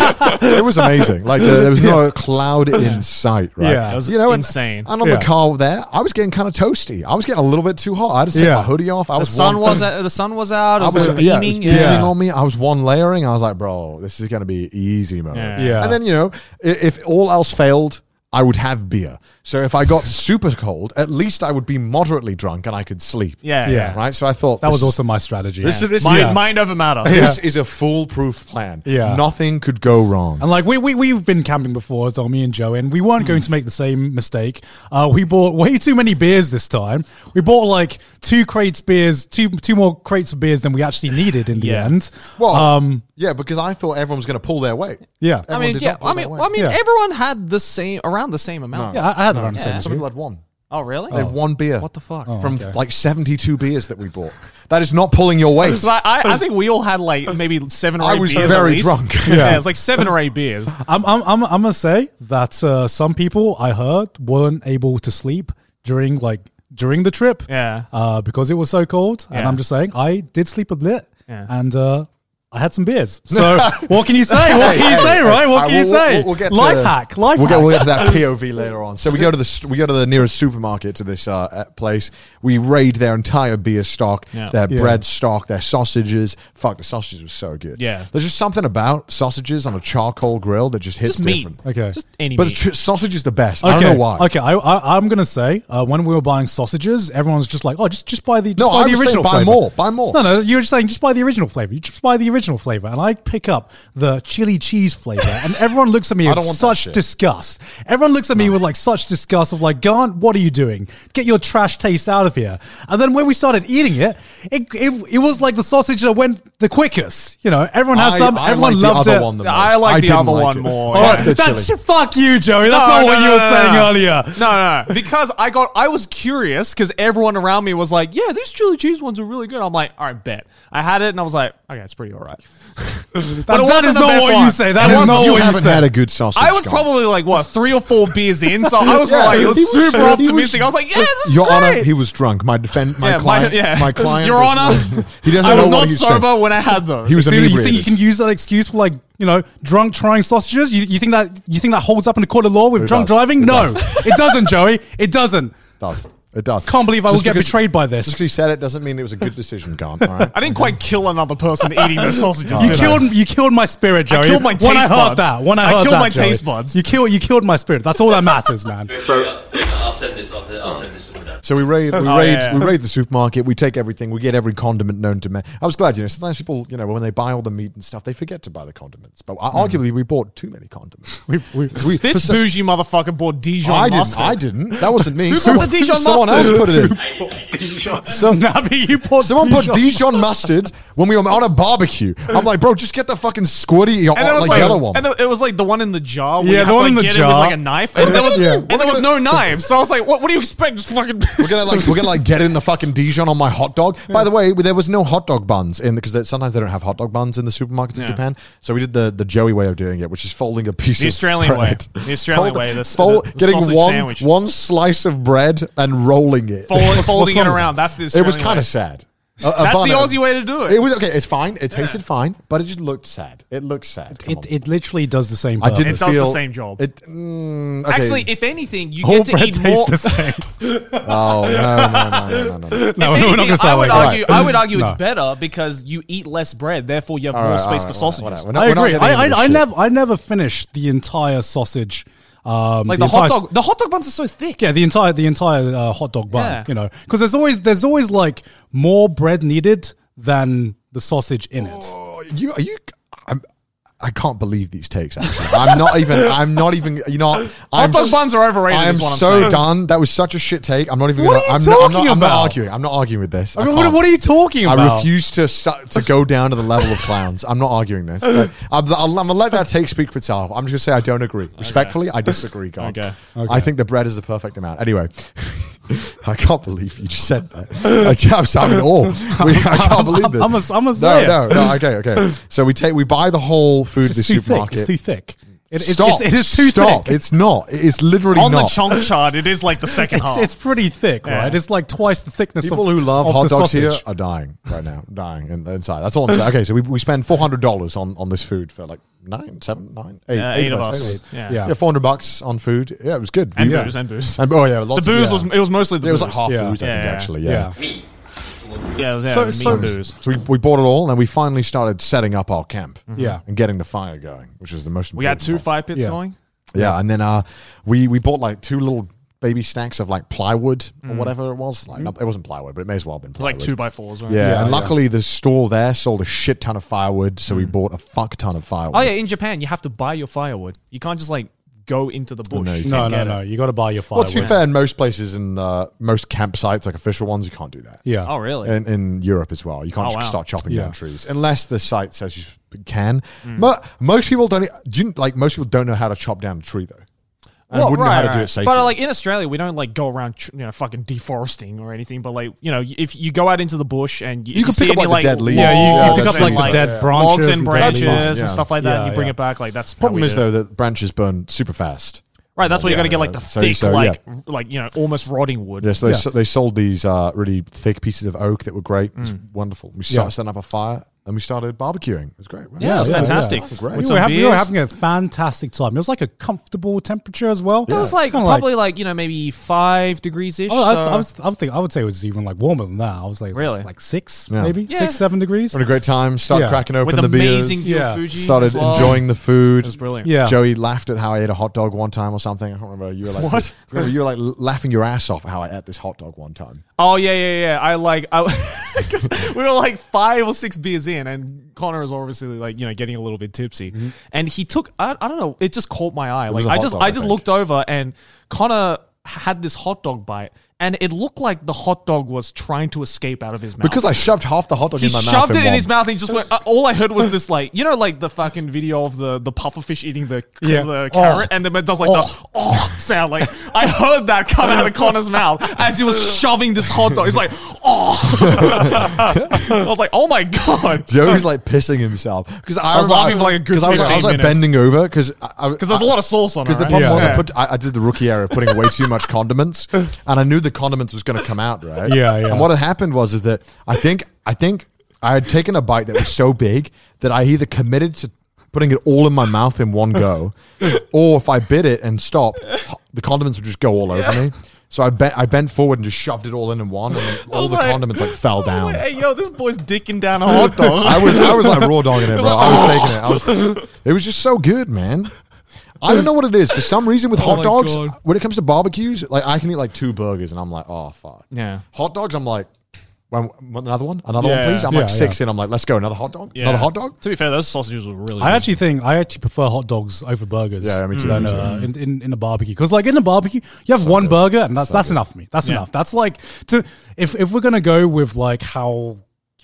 Speaker 4: it was, it was amazing. Like there, there was no cloud in sight, right?
Speaker 3: Yeah. That
Speaker 5: was
Speaker 4: and-
Speaker 5: insane.
Speaker 4: And, on
Speaker 3: Yeah.
Speaker 4: the car there, I was getting kind of toasty. I was getting a little bit too hot. I had to take
Speaker 3: Yeah.
Speaker 4: my hoodie off. I
Speaker 5: The
Speaker 4: was
Speaker 5: sun
Speaker 4: one-
Speaker 5: was out, the sun was out. It
Speaker 4: I
Speaker 5: was,
Speaker 4: was yeah, it was
Speaker 5: beaming.
Speaker 4: beaming
Speaker 5: yeah.
Speaker 4: on me. I was one layering. I was like, bro, this is gonna be easy mode.
Speaker 5: Yeah.
Speaker 3: Yeah.
Speaker 4: And then you know, i- if all else failed, I would have beer. So if I got super cold, at least I would be moderately drunk and I could sleep.
Speaker 5: Yeah,
Speaker 3: Yeah.
Speaker 5: yeah.
Speaker 4: Right. So I thought
Speaker 3: That was
Speaker 4: this-
Speaker 3: also my strategy.
Speaker 4: This is this
Speaker 5: Mind,
Speaker 4: yeah.
Speaker 5: mind over matter.
Speaker 4: This is a foolproof plan.
Speaker 3: Yeah.
Speaker 4: Nothing could go wrong.
Speaker 3: And like we we we've been camping before, so me and Joe, and we weren't going to make the same mistake. Uh, we bought way too many beers this time. We bought like two crates beers, two two more crates of beers than we actually needed in the
Speaker 5: Yeah.
Speaker 3: end.
Speaker 4: Well, yeah, because I thought everyone was going to pull their weight.
Speaker 3: Yeah,
Speaker 5: I
Speaker 4: Everyone
Speaker 5: mean,
Speaker 4: did
Speaker 5: yeah.
Speaker 4: not pull
Speaker 5: I
Speaker 4: their
Speaker 5: mean,
Speaker 4: weight.
Speaker 5: I mean,
Speaker 3: Yeah.
Speaker 5: everyone had the same around the same amount.
Speaker 3: yeah, I, I had that on the same
Speaker 4: Some people had one.
Speaker 5: Oh, really?
Speaker 4: They had one beer.
Speaker 5: What the fuck?
Speaker 3: Oh,
Speaker 4: From like 72 beers that we bought. That is not pulling your weight.
Speaker 5: It's like, I, I think we all had like maybe seven or
Speaker 4: I
Speaker 5: eight
Speaker 4: was
Speaker 5: beers. at
Speaker 4: very
Speaker 5: least.
Speaker 4: drunk.
Speaker 5: Yeah.
Speaker 4: Yeah.
Speaker 5: it's like seven or eight beers.
Speaker 3: I'm I'm I'm I'm gonna say that uh, some people I heard weren't able to sleep during like during the trip.
Speaker 5: Yeah.
Speaker 3: uh, because it was so cold. And
Speaker 5: Yeah.
Speaker 3: I'm just saying, I did sleep a bit,
Speaker 5: Yeah.
Speaker 3: and uh, I had some beers. So what can you say? What
Speaker 4: Hey,
Speaker 3: can you
Speaker 4: hey,
Speaker 3: say,
Speaker 4: hey,
Speaker 3: right? What
Speaker 4: uh,
Speaker 3: can you
Speaker 4: we'll-
Speaker 3: say?
Speaker 4: we'll- we'll get to-
Speaker 3: life hack, life
Speaker 4: We'll
Speaker 3: hack.
Speaker 4: get, we'll get to that POV later on. So we go to the st- we go to the nearest supermarket to this uh, uh, place. We raid their entire beer stock,
Speaker 5: Yeah.
Speaker 4: their
Speaker 3: Yeah.
Speaker 4: bread stock, their sausages. Fuck, the sausages were so good.
Speaker 5: Yeah.
Speaker 4: there's just something about sausages on a charcoal grill that just hits
Speaker 5: Just meat.
Speaker 4: different.
Speaker 3: Okay.
Speaker 5: Just any
Speaker 4: But the
Speaker 5: meat.
Speaker 4: tr- sausage is the best.
Speaker 3: Okay.
Speaker 4: I don't know why.
Speaker 3: Okay, I, I, I'm gonna say uh, when we were buying sausages, everyone's just like, "Oh, just just buy the just
Speaker 4: No,
Speaker 3: buy
Speaker 4: I
Speaker 3: the
Speaker 4: was saying
Speaker 3: original
Speaker 4: buy
Speaker 3: flavor.
Speaker 4: more, buy more.
Speaker 3: No, no, you were just saying just buy the original flavor. You just buy the original flavor, and I pick up the chili cheese flavor, and everyone looks at me
Speaker 4: I
Speaker 3: with
Speaker 4: don't want that
Speaker 3: such
Speaker 4: shit.
Speaker 3: disgust. Everyone looks at me with like such disgust of like, Garnt, what are you doing? Get your trash taste out of here. And then when we started eating it, it it, it was like the sausage that went the quickest. You know, everyone had
Speaker 4: I,
Speaker 3: some.
Speaker 4: I
Speaker 3: everyone
Speaker 4: like
Speaker 3: loved
Speaker 4: the other
Speaker 3: it.
Speaker 4: one the most.
Speaker 5: I like the
Speaker 4: didn't
Speaker 5: other one
Speaker 4: it.
Speaker 5: more,
Speaker 4: I
Speaker 5: yeah.
Speaker 4: liked the
Speaker 3: That's
Speaker 4: chili.
Speaker 3: fuck you, Joey. That's
Speaker 5: No,
Speaker 3: not
Speaker 5: no,
Speaker 3: what
Speaker 5: Oh, no,
Speaker 3: you were
Speaker 5: no,
Speaker 3: saying
Speaker 5: no.
Speaker 3: earlier.
Speaker 5: No, no, no. Because I got, I was curious because everyone around me was like, "Yeah, these chili cheese ones are really good." I'm like, "All right, bet." I had it and I was like, "Okay, it's pretty all right."
Speaker 3: That,
Speaker 5: it
Speaker 3: that
Speaker 5: wasn't
Speaker 3: is
Speaker 5: the
Speaker 3: not
Speaker 5: best
Speaker 3: what you
Speaker 5: one.
Speaker 3: say. That
Speaker 4: You
Speaker 3: is not
Speaker 4: haven't- you
Speaker 3: what you
Speaker 4: haven't
Speaker 3: say.
Speaker 4: had a good sausage.
Speaker 5: I was
Speaker 4: Scott.
Speaker 5: probably like what three or four beers in, so I was
Speaker 4: Yeah,
Speaker 5: like
Speaker 4: he was
Speaker 5: super
Speaker 4: drunk. He was-
Speaker 5: optimistic. I was like, "Yeah, this is
Speaker 4: Your
Speaker 5: great."
Speaker 4: Honor, he was drunk. My defend, my
Speaker 5: Yeah, my-
Speaker 4: client, my,
Speaker 5: yeah.
Speaker 4: client,
Speaker 5: Your
Speaker 4: was-
Speaker 5: Honor,
Speaker 4: he doesn't
Speaker 5: I was
Speaker 4: know
Speaker 5: not
Speaker 4: what he's saying.
Speaker 5: sober when I had those.
Speaker 4: He was
Speaker 3: So you
Speaker 4: inebriated.
Speaker 3: think you can use that excuse for like you know drunk trying sausages? You, you think that you think that holds up in a court of law with
Speaker 4: It
Speaker 3: drunk
Speaker 4: does.
Speaker 3: driving?
Speaker 4: It
Speaker 3: no,
Speaker 4: does.
Speaker 3: it doesn't, Joey. It doesn't.
Speaker 4: It does. It does.
Speaker 3: Can't believe I will get
Speaker 4: because-
Speaker 3: betrayed by this.
Speaker 4: Just because he said it doesn't mean it was a good decision, Gone. All right.
Speaker 5: I didn't quite kill another person eating the sausages.
Speaker 3: You
Speaker 5: did I?
Speaker 3: killed you killed my spirit, Joey.
Speaker 5: I killed my
Speaker 3: when I
Speaker 5: taste
Speaker 3: heard
Speaker 5: buds.
Speaker 3: that. When I,
Speaker 5: I
Speaker 3: heard
Speaker 5: killed
Speaker 3: that,
Speaker 5: my
Speaker 3: Joey.
Speaker 5: taste buds.
Speaker 3: You killed you killed my spirit. That's all that matters, man.
Speaker 6: So I'll send this. I'll, I'll send this to the
Speaker 4: So we raid, we raid,
Speaker 5: Oh, yeah, yeah.
Speaker 4: we raid the supermarket. We take everything. We get every condiment known to man. I was glad, you know. Sometimes people, you know, when they buy all the meat and stuff, they forget to buy the condiments. But uh, arguably, we bought too many condiments.
Speaker 3: Hmm. We, we,
Speaker 4: We-
Speaker 5: This
Speaker 4: for so-
Speaker 5: bougie motherfucker bought Dijon
Speaker 4: I didn't.
Speaker 5: mustard.
Speaker 4: I didn't. That wasn't me.
Speaker 5: Who bought
Speaker 4: someone,
Speaker 5: the Dijon
Speaker 4: someone
Speaker 5: mustard?
Speaker 4: else put it in. Some,
Speaker 3: Nabi, you poured
Speaker 4: Someone put
Speaker 3: Dijon-
Speaker 4: Dijon mustard when we were on a barbecue. I'm like, bro, just get the fucking squirty
Speaker 5: And it was
Speaker 4: like,
Speaker 5: like,
Speaker 4: the other one.
Speaker 5: and it was like the one in the jar. Where
Speaker 3: Yeah, the
Speaker 5: you have to,
Speaker 3: one
Speaker 5: like,
Speaker 3: in the
Speaker 5: get It
Speaker 3: jar.
Speaker 5: with like a knife, and there was,
Speaker 3: Yeah.
Speaker 5: and there was no knife. So I was like, "What? What do you expect? Just fucking."
Speaker 4: we're gonna like we're gonna like get in the fucking Dijon on my hot dog. By the way, there was no hot dog buns in because sometimes they don't have hot dog buns in the supermarkets in
Speaker 5: Yeah.
Speaker 4: Japan. So we did the the Joey way of doing it, which is folding a piece
Speaker 5: The
Speaker 4: of
Speaker 5: Australian way.
Speaker 4: bread.
Speaker 5: The Australian way, the s- the- the
Speaker 4: getting
Speaker 5: sausage
Speaker 4: one
Speaker 5: sandwich.
Speaker 4: one slice of bread and rolling it.
Speaker 5: Fold- folding it
Speaker 4: wrong with
Speaker 5: around.
Speaker 4: that?
Speaker 5: That's the
Speaker 4: It was
Speaker 5: Australian
Speaker 4: kind
Speaker 5: way.
Speaker 4: of sad. A- a
Speaker 5: That's
Speaker 4: bun
Speaker 5: the
Speaker 4: and-
Speaker 5: Aussie way to do it.
Speaker 4: It was okay. It's fine. It tasted fine, but it just looked sad. It looked sad. Come
Speaker 3: It
Speaker 4: on.
Speaker 3: it literally does the same.
Speaker 4: I
Speaker 3: Purpose.
Speaker 4: didn't
Speaker 5: It does the
Speaker 4: feel
Speaker 5: same job.
Speaker 4: It, mm, okay.
Speaker 5: Actually, if anything, you
Speaker 3: Whole
Speaker 5: get to
Speaker 3: bread
Speaker 5: eat more.
Speaker 3: tastes the same.
Speaker 4: oh no, no, no, no,
Speaker 3: No,
Speaker 4: no, no.
Speaker 5: If
Speaker 3: we're not
Speaker 5: anything,
Speaker 3: gonna
Speaker 5: I
Speaker 3: start
Speaker 5: would
Speaker 3: like
Speaker 5: argue.
Speaker 3: that.
Speaker 5: I would argue it's
Speaker 3: No.
Speaker 5: better because you eat less bread, therefore you have
Speaker 4: All
Speaker 5: more
Speaker 4: right, all
Speaker 5: space
Speaker 4: right,
Speaker 5: for
Speaker 4: all right,
Speaker 5: sausages.
Speaker 4: whatever. We're not-
Speaker 3: I
Speaker 4: we're not
Speaker 3: agree.
Speaker 4: getting
Speaker 3: I,
Speaker 4: into this
Speaker 3: I, I
Speaker 4: shit.
Speaker 3: never I never finished the entire sausage. Um,
Speaker 5: Like the,
Speaker 3: entire
Speaker 5: hot
Speaker 3: s-
Speaker 5: dog. The hot dog buns are so thick.
Speaker 3: Yeah, the entire the entire uh, hot dog bun.
Speaker 5: Yeah.
Speaker 3: You know, because there's always there's always like more bread needed than the sausage in it.
Speaker 4: You are you? I'm, I can't believe these takes. Actually, I'm not even. I'm not even. You know, I'm
Speaker 5: dog buns are overrated,
Speaker 4: I am
Speaker 5: is what I'm
Speaker 4: so
Speaker 5: saying.
Speaker 4: done. That was such a shit take. I'm not even.
Speaker 3: What
Speaker 4: gonna,
Speaker 3: are you
Speaker 4: I'm, not, I'm,
Speaker 3: talking
Speaker 4: not, I'm not
Speaker 3: about?
Speaker 4: arguing. I'm not arguing with this.
Speaker 3: I
Speaker 4: I
Speaker 3: mean, what,
Speaker 4: can't.
Speaker 3: what are you talking about?
Speaker 4: I refuse to st- to go down to the level of clowns. I'm not arguing this. I'm, I'll, I'm gonna let that take speak for itself. I'm just gonna say I don't agree. Respectfully, I disagree, God.
Speaker 5: Okay.
Speaker 4: I think the bread is the perfect amount. Anyway, I can't believe you just said that. I, I'm, so- I'm in awe. We, I can't believe this.
Speaker 3: I'm a- I'm a
Speaker 4: no,
Speaker 3: slayer.
Speaker 4: no, no. Okay, okay. So we take we buy the whole food
Speaker 3: It's
Speaker 4: at the
Speaker 3: too thick.
Speaker 4: supermarket.
Speaker 3: It's too thick. It- it's-
Speaker 4: Stop.
Speaker 3: it's- it is too
Speaker 4: Stop.
Speaker 3: thick.
Speaker 4: It's not. It's literally
Speaker 5: On
Speaker 4: not.
Speaker 5: the chunk chart, it is like the second
Speaker 3: It's,
Speaker 5: half.
Speaker 3: it's pretty thick, right? It's like twice the thickness
Speaker 4: People
Speaker 3: of
Speaker 4: who love
Speaker 3: of
Speaker 4: hot
Speaker 3: the
Speaker 4: dogs
Speaker 3: sausage.
Speaker 4: here are dying right now, dying in, inside. That's all I'm saying. Okay, so we, we spend four hundred dollars on on this food for like nine, seven, nine, eight,
Speaker 5: Yeah,
Speaker 4: eight
Speaker 5: eight of us.
Speaker 4: eight
Speaker 5: Yeah.
Speaker 4: yeah, four hundred bucks on food. Yeah, it was good.
Speaker 5: and
Speaker 4: We- yeah.
Speaker 5: booze, and booze.
Speaker 4: And- oh yeah,
Speaker 5: the
Speaker 4: lots
Speaker 5: booze
Speaker 4: of,
Speaker 5: was
Speaker 4: yeah.
Speaker 5: it was mostly the
Speaker 4: it was like
Speaker 5: booze.
Speaker 4: half
Speaker 3: Yeah.
Speaker 4: booze. I
Speaker 5: Yeah.
Speaker 4: think actually,
Speaker 3: Yeah.
Speaker 4: yeah.
Speaker 6: Me. It's a little
Speaker 5: yeah, it was yeah,
Speaker 3: So-
Speaker 5: meat
Speaker 3: so-
Speaker 5: and booze.
Speaker 4: So we, we bought it all, and we finally started setting up our camp.
Speaker 3: Yeah.
Speaker 4: and getting the fire going, which was the most.
Speaker 5: Mm-hmm. We got
Speaker 4: important
Speaker 5: two
Speaker 4: part.
Speaker 5: fire pits
Speaker 3: Yeah.
Speaker 5: going.
Speaker 4: Yeah, and then uh, we we bought like two little baby stacks of like plywood or whatever it was. Like not- it wasn't plywood, but it may as well have been plywood.
Speaker 5: Mm. Like two by fours, right?
Speaker 4: Yeah, Mm.
Speaker 3: Yeah,
Speaker 4: and
Speaker 3: yeah.
Speaker 4: luckily the store there sold a shit ton of firewood, so we bought a fuck ton of firewood.
Speaker 5: Oh yeah, in Japan you have to buy your firewood. You can't just like go into the bush.
Speaker 4: No, you
Speaker 5: and
Speaker 3: No, no,
Speaker 5: get
Speaker 3: no.
Speaker 5: it.
Speaker 3: You got to buy your
Speaker 4: Well,
Speaker 3: firewood.
Speaker 4: to be fair, in most places, in the most campsites, like official ones, you can't do that.
Speaker 3: Yeah.
Speaker 5: Oh really?
Speaker 4: In, in Europe as well, you can't
Speaker 5: Oh,
Speaker 4: just
Speaker 5: wow.
Speaker 4: start chopping
Speaker 3: Yeah.
Speaker 4: down trees unless the site says you can.
Speaker 5: Mm.
Speaker 4: Mo most people don't e, do you, like most people don't know how to chop down a tree though, and
Speaker 5: Well,
Speaker 4: wouldn't know
Speaker 5: right,
Speaker 4: how to do
Speaker 5: right.
Speaker 4: it safely.
Speaker 5: But like in Australia, we don't like go around tr- you know fucking deforesting or anything. But like you know, if you go out into the bush and you,
Speaker 4: You
Speaker 5: if
Speaker 4: can
Speaker 5: see
Speaker 4: pick up,
Speaker 5: any,
Speaker 4: like, the dead leaves.
Speaker 3: Yeah, you- you
Speaker 5: logs
Speaker 3: pick up,
Speaker 5: and,
Speaker 3: like, the dead
Speaker 5: logs
Speaker 3: branches
Speaker 5: and
Speaker 3: and
Speaker 5: branches
Speaker 4: dead
Speaker 5: and
Speaker 4: leaves. Yeah.
Speaker 5: stuff like that. and
Speaker 3: Yeah,
Speaker 5: you bring
Speaker 3: yeah.
Speaker 5: it back. Like that's how
Speaker 4: problem
Speaker 5: we
Speaker 4: is
Speaker 5: do it.
Speaker 4: though that branches burn super fast.
Speaker 5: right. That's why you got to get like the
Speaker 4: So-
Speaker 5: thick,
Speaker 4: so, yeah.
Speaker 5: like r- like you know, almost rotting wood.
Speaker 4: Yes, they,
Speaker 3: Yeah.
Speaker 4: so- they sold these uh, really thick pieces of oak that were great. It was
Speaker 5: Mm.
Speaker 4: wonderful. We started
Speaker 3: Yeah.
Speaker 4: setting up a fire and we started barbecuing. It was great. wasn't
Speaker 5: Yeah, it was
Speaker 4: it?
Speaker 5: fantastic.
Speaker 4: Oh, great.
Speaker 5: With
Speaker 3: we,
Speaker 5: some
Speaker 3: were having, we were
Speaker 5: beers.
Speaker 3: having a fantastic time. It was like a comfortable temperature as well.
Speaker 5: It was like
Speaker 3: Kinda
Speaker 5: probably like, you know maybe five degrees ish.
Speaker 3: Oh, I, I
Speaker 5: so-
Speaker 3: was. I would think. I would say it was even like warmer than that. I was like,
Speaker 5: Really?
Speaker 3: like six,
Speaker 4: Yeah.
Speaker 3: maybe
Speaker 5: Yeah.
Speaker 3: six, seven degrees.
Speaker 4: Had a great time. Started
Speaker 3: Yeah.
Speaker 4: cracking open
Speaker 5: with
Speaker 4: the beers.
Speaker 5: amazing view
Speaker 3: Yeah.
Speaker 5: of Fuji.
Speaker 4: started
Speaker 5: as well.
Speaker 4: enjoying the
Speaker 5: It
Speaker 4: food.
Speaker 5: was brilliant.
Speaker 3: Yeah.
Speaker 4: Joey laughed at how I ate a hot dog one time or something. I can't remember. You were like,
Speaker 5: What?
Speaker 4: Remember, you were like laughing your ass off at how I ate this hot dog one time.
Speaker 5: Oh yeah, yeah, yeah. I like I 'cause we were like five or six beers in, and Connor was obviously like you know getting a little bit tipsy,
Speaker 3: Mm-hmm.
Speaker 5: and he took I, I don't know it just caught my eye.
Speaker 4: was
Speaker 5: Like
Speaker 4: a
Speaker 5: I
Speaker 4: hot
Speaker 5: just
Speaker 4: dog,
Speaker 5: I
Speaker 4: I
Speaker 5: just
Speaker 4: think.
Speaker 5: looked over and Connor had this hot dog bite, and it looked like the hot dog was trying to escape out of his mouth
Speaker 4: Because I shoved half the hot dog
Speaker 5: he
Speaker 4: in my mouth.
Speaker 5: shoved it in
Speaker 4: one-
Speaker 5: his mouth and he just went. Uh, all I heard was this, like you know, like the fucking video of the the pufferfish eating the,
Speaker 3: Yeah.
Speaker 5: the
Speaker 3: Oh.
Speaker 5: carrot, and then it does like the oh sound. Like I heard that come out of Connor's mouth as he was shoving this hot dog. He's like oh. I was like, oh my god,
Speaker 4: Joey's like pissing himself because I,
Speaker 5: was
Speaker 4: remember-
Speaker 5: laughing for, like, a good
Speaker 4: because I was like, I was
Speaker 5: 15
Speaker 4: like
Speaker 5: minutes.
Speaker 4: bending over because because
Speaker 5: because there's a lot of sauce on it.
Speaker 4: Because the
Speaker 5: right?
Speaker 4: problem was
Speaker 5: Yeah.
Speaker 4: I put I, I did the rookie error of putting way too much condiments, and I knew the condiments was going to come out right.
Speaker 3: Yeah, yeah.
Speaker 4: And what had happened was is that I think I think I had taken a bite that was so big that I either committed to putting it all in my mouth in one go, or if I bit it and stopped, the condiments would just go all over me. So I bent I bent forward and just shoved it all in in one, and then
Speaker 5: I
Speaker 4: all
Speaker 5: was
Speaker 4: the
Speaker 5: like-
Speaker 4: condiments like fell
Speaker 5: I was
Speaker 4: down.
Speaker 5: like, hey yo, this boy's dicking down a hot dog.
Speaker 4: I was I was like raw dogging it, bro. I was taking it. I was. It was just so good, man. I don't know what it is. For some reason, with hot
Speaker 5: Oh my
Speaker 4: dogs,
Speaker 5: God.
Speaker 4: when it comes to barbecues, like I can eat like two burgers, and I'm like, oh fuck.
Speaker 5: Yeah.
Speaker 4: Hot dogs, I'm like, when, when- another one, another
Speaker 5: Yeah.
Speaker 4: one, please. I'm
Speaker 3: Yeah,
Speaker 4: like six
Speaker 3: yeah.
Speaker 4: in. I'm like, let's go, another hot dog,
Speaker 5: Yeah.
Speaker 4: another hot dog.
Speaker 5: To be fair, those sausages were really.
Speaker 3: I
Speaker 5: good.
Speaker 3: actually think I actually prefer hot dogs over burgers.
Speaker 4: Yeah, me too,
Speaker 3: Than,
Speaker 4: me too.
Speaker 3: uh, in, in in a barbecue, because like in a barbecue, you have one burger and that's that's enough for me. That's
Speaker 5: Yeah.
Speaker 3: enough. That's like to if if we're gonna go with like how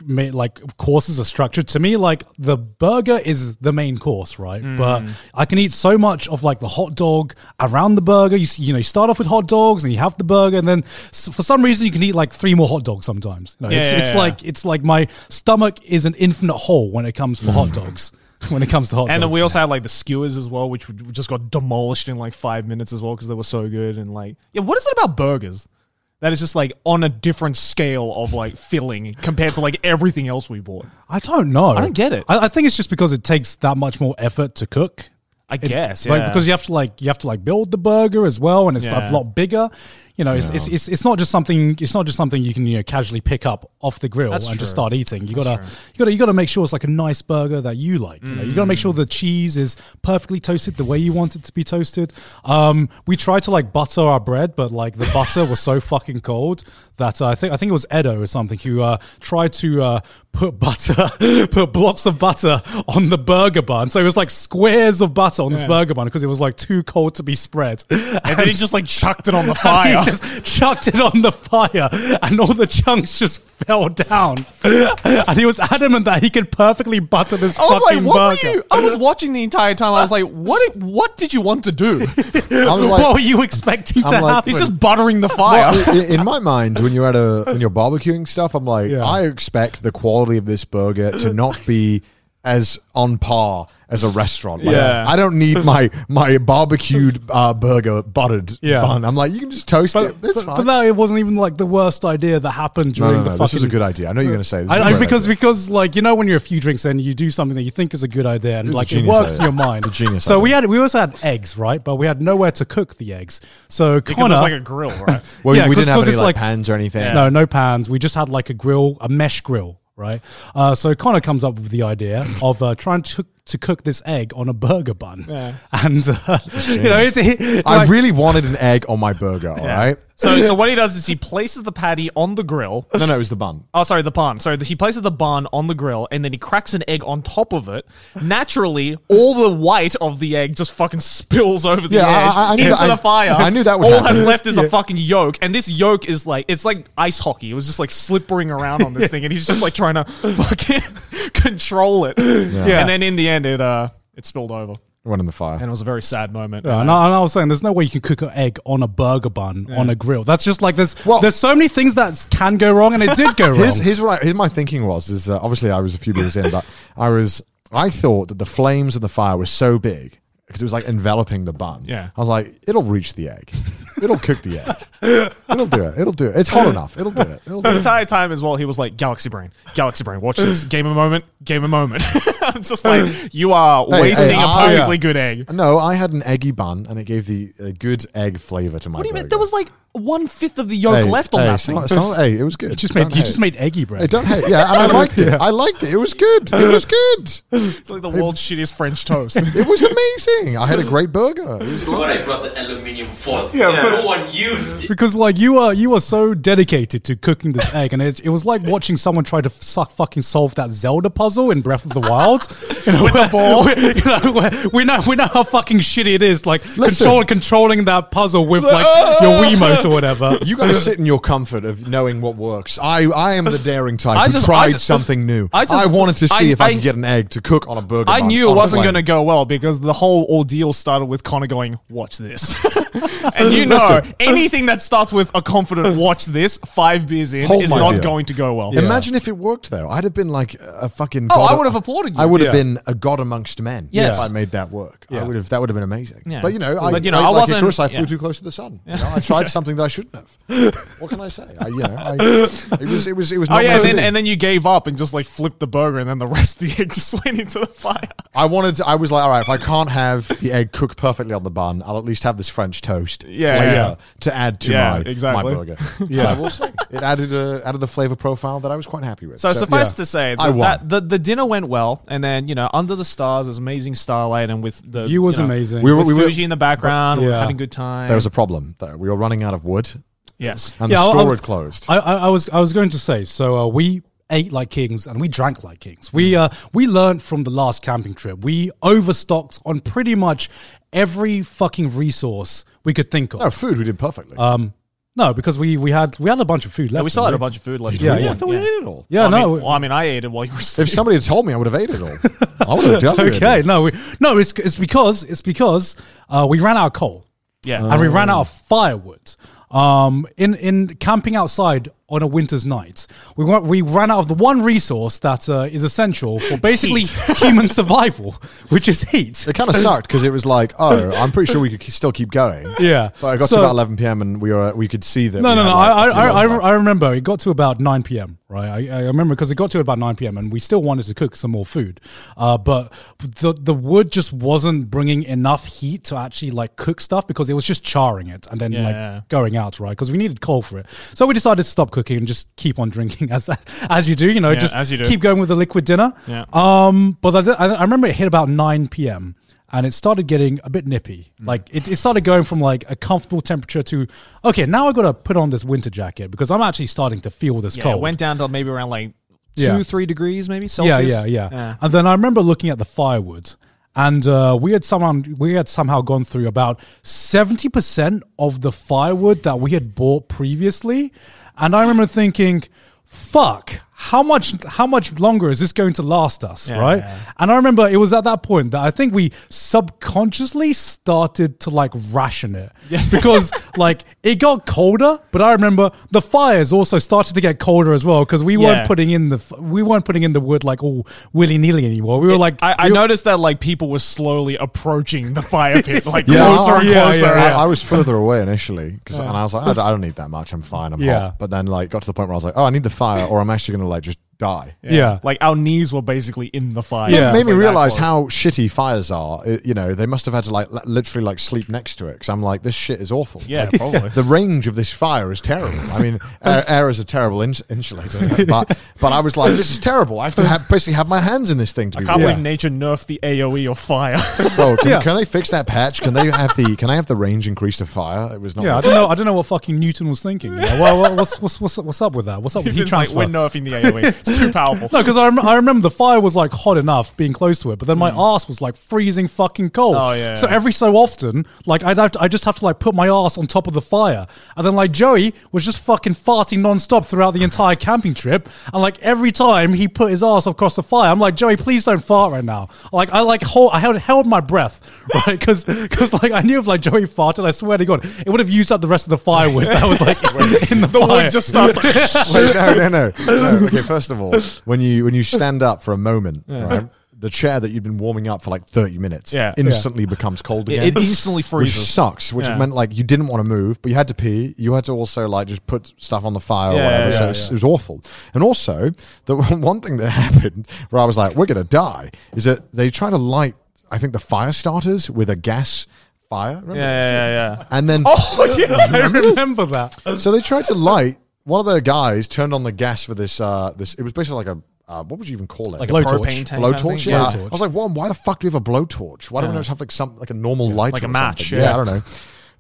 Speaker 3: ma- like courses are structured to me like the burger is the main course right
Speaker 4: Mm.
Speaker 3: but i can eat so much of like the hot dog around the burger you, s- you know you start off with hot dogs and you have the burger and then s- for some reason you can eat like three more hot dogs sometimes you know,
Speaker 5: Yeah,
Speaker 3: it's,
Speaker 5: yeah,
Speaker 3: it's
Speaker 5: yeah.
Speaker 3: like it's like my stomach is an infinite hole when it comes for hot dogs when it comes to hot
Speaker 5: And
Speaker 3: dogs
Speaker 5: then we also had like the skewers as well, which w- just got demolished in like five minutes as well because they were so good. And like, yeah, what is it about burgers that is just like on a different scale of like filling compared to like everything else we bought?
Speaker 3: I don't know. I
Speaker 5: don't get it.
Speaker 3: I, I think it's just because it takes that much more effort to cook.
Speaker 5: I guess, yeah.
Speaker 3: Like because you have to like you have to like build the burger as well, and it's
Speaker 5: Yeah.
Speaker 3: a lot bigger. You know, it's, it's, it's, it's not just something it's not just something you can you know casually pick up off the grill
Speaker 5: That's
Speaker 3: and just
Speaker 5: true.
Speaker 3: start eating. You gotta you gotta you gotta make sure it's like a nice burger that you like. You know, you gotta make
Speaker 5: Mm.
Speaker 3: sure the cheese is perfectly toasted the way you want it to be toasted. Um, we tried to like butter our bread, but like the butter was so fucking cold that uh, I think I think it was Edo or something who uh, tried to uh, put butter put blocks of butter on the burger bun. So it was like squares of butter on this burger bun because it was like too cold to be spread.
Speaker 7: And then he just like chucked it on the
Speaker 3: And
Speaker 7: fire.
Speaker 3: he just chucked it on the fire, and all the chunks just fell down. and he was adamant that he could perfectly butter this
Speaker 5: I was like,
Speaker 3: fucking
Speaker 5: what were
Speaker 3: burger.
Speaker 5: you? I was watching the entire time. I was like, what? What did you want to do?
Speaker 4: I was
Speaker 3: what were
Speaker 4: like,
Speaker 3: you expecting
Speaker 4: I'm
Speaker 3: to
Speaker 4: like-
Speaker 3: happen?
Speaker 5: He's just buttering the fire.
Speaker 4: well, i- i- in my mind, when you're at a when you're barbecuing stuff, I'm like,
Speaker 3: Yeah.
Speaker 4: I expect the quality of this burger to not be as on par as a restaurant. Like,
Speaker 5: Yeah.
Speaker 4: I don't need my my barbecued uh, burger buttered
Speaker 3: Yeah.
Speaker 4: bun. I'm like, you can just toast it. That's
Speaker 3: but,
Speaker 4: fine.
Speaker 3: but no, it wasn't even like the worst idea that happened
Speaker 4: no,
Speaker 3: during
Speaker 4: no, no,
Speaker 3: the fucking.
Speaker 4: This is a good idea. I know you're going to say this. is a
Speaker 3: I, I,
Speaker 4: great
Speaker 3: because
Speaker 4: idea.
Speaker 3: because like you know when you're a few drinks in, you do something that you think is a good idea and
Speaker 4: It's a
Speaker 3: like it
Speaker 4: genius
Speaker 3: works
Speaker 4: idea.
Speaker 3: in your mind.
Speaker 4: A genius
Speaker 3: So we
Speaker 4: idea.
Speaker 3: had we also had eggs, right? But we had nowhere to cook the eggs. So
Speaker 7: because
Speaker 3: Connor,
Speaker 7: it's like a grill, right?
Speaker 4: well,
Speaker 3: yeah,
Speaker 4: we
Speaker 3: 'cause-
Speaker 4: didn't have
Speaker 3: 'cause
Speaker 4: any
Speaker 3: it's like-
Speaker 4: like, pans or anything.
Speaker 3: No, no pans. We just had like a grill, a mesh grill, right? Uh, so Connor comes up with the idea of uh, trying to to cook this egg on a burger bun, and uh, you know, it's, it,
Speaker 4: I
Speaker 3: like-
Speaker 4: really wanted an egg on my burger. All right.
Speaker 7: So,
Speaker 5: so what he does is he places the patty on the grill.
Speaker 4: No, no, it was the bun.
Speaker 5: Oh, sorry, the bun. So he places the bun on the grill, and then he cracks an egg on top of it. Naturally, all the white of the egg just fucking spills over the
Speaker 4: Yeah, I-
Speaker 5: edge
Speaker 4: I- I knew
Speaker 5: into
Speaker 4: that- I-
Speaker 5: the fire.
Speaker 4: I knew that would
Speaker 5: All
Speaker 4: happen.
Speaker 5: that's left is a fucking yolk, and this yolk is like it's like ice hockey. It was just like slippering around on this thing, and he's just like trying to fucking control it.
Speaker 3: Yeah.
Speaker 5: And then in the end, it uh it spilled over,
Speaker 4: It went in the fire.
Speaker 5: and it was a very sad moment.
Speaker 3: Yeah, and, I, and I was saying, there's no way you can cook an egg on a burger bun on a grill. That's just like there's
Speaker 4: Well-
Speaker 3: there's so many things that can go wrong, and it did go wrong.
Speaker 4: Here's, here's what I, here's my thinking was is that obviously I was a few beers in, but I was I thought that the flames and the fire were so big because it was like enveloping the bun.
Speaker 5: Yeah.
Speaker 4: I was like, it'll reach the egg, it'll cook the egg, it'll do it, it'll do it. It's hot enough, it'll do it. It'll do
Speaker 5: The
Speaker 4: it.
Speaker 5: entire time as well, he was like, Galaxy Brain, Galaxy Brain, watch this. Game a moment, game a moment. I'm just like, you are
Speaker 4: Hey,
Speaker 5: wasting
Speaker 4: hey,
Speaker 5: a
Speaker 4: I-
Speaker 5: perfectly good egg.
Speaker 4: No, I had an eggy bun and it gave the uh, good egg flavor to my.
Speaker 5: What do you mean?
Speaker 4: burger.
Speaker 5: There was like one fifth of the
Speaker 4: Hey,
Speaker 5: yolk left on
Speaker 4: hey,
Speaker 5: that
Speaker 4: some-
Speaker 5: thing.
Speaker 4: some- hey, it was good.
Speaker 3: you just made
Speaker 4: Don't
Speaker 3: you
Speaker 4: hate.
Speaker 3: just made eggy
Speaker 4: Hey,
Speaker 3: bread.
Speaker 4: don't hate. Yeah, and I liked it. I liked it. It was good. It was good.
Speaker 5: It's like the world's shittiest French toast.
Speaker 4: It was amazing. I had a great burger. It was
Speaker 6: What I brought the aluminium foil. Yeah, no one used it.
Speaker 3: Because like you are you are so dedicated to cooking this egg, and it, it was like watching someone try to su- fucking solve that Zelda puzzle in Breath of the Wild. You know, With where, ball. We, you know, where, we know we know how fucking shitty it is. Like
Speaker 4: Listen.
Speaker 3: control, controlling that puzzle with like your Wiimote or whatever.
Speaker 4: You guys sit in your comfort of knowing what works. I, I am the daring type
Speaker 5: I
Speaker 4: who
Speaker 5: just-
Speaker 4: tried
Speaker 5: I just-
Speaker 4: something new. I,
Speaker 5: I just-
Speaker 4: wanted to see
Speaker 5: I-
Speaker 4: if I,
Speaker 5: I-
Speaker 4: could get an egg to cook on a burger.
Speaker 5: I
Speaker 4: bun
Speaker 5: knew
Speaker 4: on
Speaker 5: it
Speaker 4: a
Speaker 5: wasn't
Speaker 4: plane.
Speaker 5: going to go well because the whole ordeal started with Connor going, watch this. and you know,
Speaker 4: Listen.
Speaker 5: anything that starts with a confident watch this, five beers in,
Speaker 4: Hold
Speaker 5: is
Speaker 4: my
Speaker 5: not
Speaker 4: beer.
Speaker 5: going to go well.
Speaker 4: Imagine if it worked though. I'd have been like a fucking.
Speaker 5: Oh,
Speaker 4: god-
Speaker 5: I would have applauded you.
Speaker 4: I would have
Speaker 5: Yeah.
Speaker 4: been a god amongst men.
Speaker 5: Yes.
Speaker 4: if I made that work, I
Speaker 5: Yeah.
Speaker 4: would have. That would have been amazing.
Speaker 5: Yeah.
Speaker 4: But you know, I,
Speaker 5: But, you know,
Speaker 4: like-
Speaker 5: I
Speaker 4: like
Speaker 5: wasn't-
Speaker 4: Chris, I flew
Speaker 5: yeah.
Speaker 4: too close to the sun. You know, I tried something that I shouldn't have. What can I say? I, you know, I, it was it was it was.
Speaker 5: Oh
Speaker 4: Not
Speaker 5: yeah,
Speaker 4: meant
Speaker 5: and
Speaker 4: to
Speaker 5: then,
Speaker 4: be.
Speaker 5: and then you gave up and just like flipped the burger, and then the rest of the egg just went into the fire.
Speaker 4: I wanted. To, I was like, all right, if I can't have the egg cooked perfectly on the bun, I'll at least have this French toast
Speaker 5: Yeah,
Speaker 4: flavor
Speaker 5: yeah.
Speaker 4: to add to
Speaker 5: Yeah,
Speaker 4: my
Speaker 5: exactly.
Speaker 4: my burger. yeah, we'll see. It added a, added the flavor profile that I was quite happy with.
Speaker 5: So, suffice to say,
Speaker 4: I
Speaker 5: that,
Speaker 4: won.
Speaker 5: that the, the dinner went well, and then you know, under the stars, is amazing starlight, and with the
Speaker 3: You was
Speaker 5: know,
Speaker 3: amazing.
Speaker 4: We were-
Speaker 5: with Fuji in the background, we we're
Speaker 3: Yeah.
Speaker 5: having a good time.
Speaker 4: there was a problem though. We were running out of wood,
Speaker 5: yes,
Speaker 4: and
Speaker 3: Yeah, I-
Speaker 4: the
Speaker 3: I
Speaker 4: store
Speaker 3: was-
Speaker 4: had closed.
Speaker 3: I, I, I was I was going to say so uh, we ate like kings and we drank like kings. We uh, we learned from the last camping trip. We overstocked on pretty much every fucking resource we could think of.
Speaker 4: no food. We did perfectly.
Speaker 3: Um, No, because we we had we had a bunch of food left.
Speaker 5: Yeah, we still had a
Speaker 3: didn't
Speaker 5: bunch of food left.
Speaker 3: Yeah, yeah.
Speaker 4: I thought we ate it all.
Speaker 3: Yeah,
Speaker 5: Well, I
Speaker 3: no.
Speaker 5: Mean, well, I mean, I ate it while you were
Speaker 4: If
Speaker 5: sleeping.
Speaker 4: somebody had told me, I would have ate it all. I would have done it.
Speaker 3: Okay, no, we, no, it's it's because it's because uh, we ran out of coal
Speaker 5: Yeah,
Speaker 3: and we ran out of firewood. Um, in in camping outside, on a winter's night. We went, we ran out of the one resource that uh, is essential for basically human survival, which is heat.
Speaker 4: It kind of sucked because it was like, oh, I'm pretty sure we could ke- still keep going.
Speaker 3: Yeah.
Speaker 4: but I got
Speaker 3: So-
Speaker 4: to about 11 p.m. and we were we could see that.
Speaker 3: No,
Speaker 4: we
Speaker 3: no,
Speaker 4: had,
Speaker 3: no.
Speaker 4: like,
Speaker 3: I,
Speaker 4: a few
Speaker 3: I, I,
Speaker 4: hours left.
Speaker 3: I remember it got to about 9 p.m., right? I, I remember because it got to about 9 p.m. and we still wanted to cook some more food. Uh, but the, the wood just wasn't bringing enough heat to actually like cook stuff because it was just charring it and then
Speaker 5: Yeah.
Speaker 3: like going out, right? Because we needed coal for it. So we decided to stop cooking and just keep on drinking as, as you do, you know,
Speaker 5: Yeah,
Speaker 3: just
Speaker 5: as you do.
Speaker 3: keep going with the liquid dinner.
Speaker 5: Yeah.
Speaker 3: Um, but I, did- I I remember it hit about 9 p.m. and it started getting a bit nippy. Like it, it started going from like a comfortable temperature to okay, now I got to put on this winter jacket because I'm actually starting to feel this
Speaker 5: Yeah,
Speaker 3: cold.
Speaker 5: it went down to maybe around like two,
Speaker 3: Yeah.
Speaker 5: three degrees, maybe Celsius.
Speaker 3: Yeah, yeah, yeah. And then I remember looking at the firewood, and uh, we had somehow we had somehow gone through about seventy percent of the firewood that we had bought previously, and I remember thinking, "Fuck." How much? How much longer is this going to last us, right? And I remember it was at that point that I think we subconsciously started to like ration it because like it got colder, but I remember the fires also started to get colder as well because we weren't
Speaker 5: Yeah.
Speaker 3: putting putting in the f- we weren't putting in the wood like all willy nilly anymore. We were like,
Speaker 5: I, I
Speaker 3: we were-
Speaker 5: noticed that like people were slowly approaching the fire pit, like
Speaker 4: Yeah,
Speaker 5: closer and
Speaker 4: I-
Speaker 5: closer.
Speaker 4: I, I was further away initially, 'cause- and I was like, I don't, I don't need that much. I'm fine. I'm
Speaker 3: Yeah.
Speaker 4: hot. But then, like, got to the point where I was like, oh, I need the fire, or I'm actually going to like just die.
Speaker 3: yeah. yeah.
Speaker 5: Like our knees were basically in the fire.
Speaker 3: Yeah.
Speaker 4: It made me
Speaker 5: Like, that
Speaker 4: realize
Speaker 5: close.
Speaker 4: how shitty fires are. It- you know, they must have had to like li- literally like sleep next to it because I'm like, this shit is awful.
Speaker 5: Yeah,
Speaker 4: Like,
Speaker 5: probably.
Speaker 4: The range of this fire is terrible. I mean, air, air is a terrible ins- insulator, but but I was like, this is terrible. I have to have, basically have my hands in this thing to
Speaker 5: I
Speaker 4: be.
Speaker 5: can't
Speaker 4: warm.
Speaker 5: believe nature nerfed the AOE of fire.
Speaker 4: Bro, can,
Speaker 3: Yeah.
Speaker 4: can they fix that patch? Can they have the? Can I have the range increase to fire? It was not.
Speaker 3: I don't know. I don't know what fucking Newton was thinking. you know. Well, well, what's, what's what's what's up with that? What's up with heat
Speaker 5: it's like
Speaker 3: transfer?
Speaker 5: we're nerfing the AOE. It's too powerful.
Speaker 3: No, because I, rem- I remember the fire was like hot enough being close to it, but then my ass was like freezing fucking cold.
Speaker 5: Hmm. Oh, yeah,
Speaker 3: So
Speaker 5: yeah.
Speaker 3: every so often, like I'd have to, I just have to like put my ass on top of the fire, and then like Joey was just fucking farting nonstop throughout the entire camping trip, and like every time he put his ass across the fire, I'm like Joey, please don't fart right now. Like I like hold I held held my breath right because because like I knew if like Joey farted, I swear to God, it would have used up the rest of the firewood that was like in the,
Speaker 5: The
Speaker 3: fire.
Speaker 5: wood just starts. Like,
Speaker 4: Wait, no, no, no, no. Okay, first of all, when you when you stand up for a moment, right, the chair that you've been warming up for like thirty minutes
Speaker 5: Yeah.
Speaker 4: instantly becomes cold again.
Speaker 5: it instantly
Speaker 4: which
Speaker 5: freezes.
Speaker 4: sucks. Which
Speaker 5: Yeah.
Speaker 4: meant like you didn't want to move, but you had to pee. You had to also like just put stuff on the fire
Speaker 5: Yeah,
Speaker 4: or whatever.
Speaker 5: yeah,
Speaker 4: so
Speaker 5: yeah,
Speaker 4: it, was, it was awful. And also, the one thing that happened where I was like, "We're gonna die," is that they try to light. I think the fire starters with a gas fire. remember?
Speaker 5: Yeah, yeah, yeah.
Speaker 4: And then
Speaker 5: Oh yeah.
Speaker 3: I remember that.
Speaker 4: so they tried to light. One of their guys turned on the gas for this. Uh, this it was basically like a uh, what would you even call it?
Speaker 5: Like a Blowtorch. propane tank kind of
Speaker 4: Blowtorch.
Speaker 5: thing?
Speaker 4: Yeah.
Speaker 5: Blowtorch.
Speaker 4: I was like, well, why the fuck do we have a blowtorch? Why don't we just have like some like a normal light,
Speaker 5: like a
Speaker 4: or
Speaker 5: match,
Speaker 4: something?
Speaker 5: yeah.
Speaker 4: I don't know.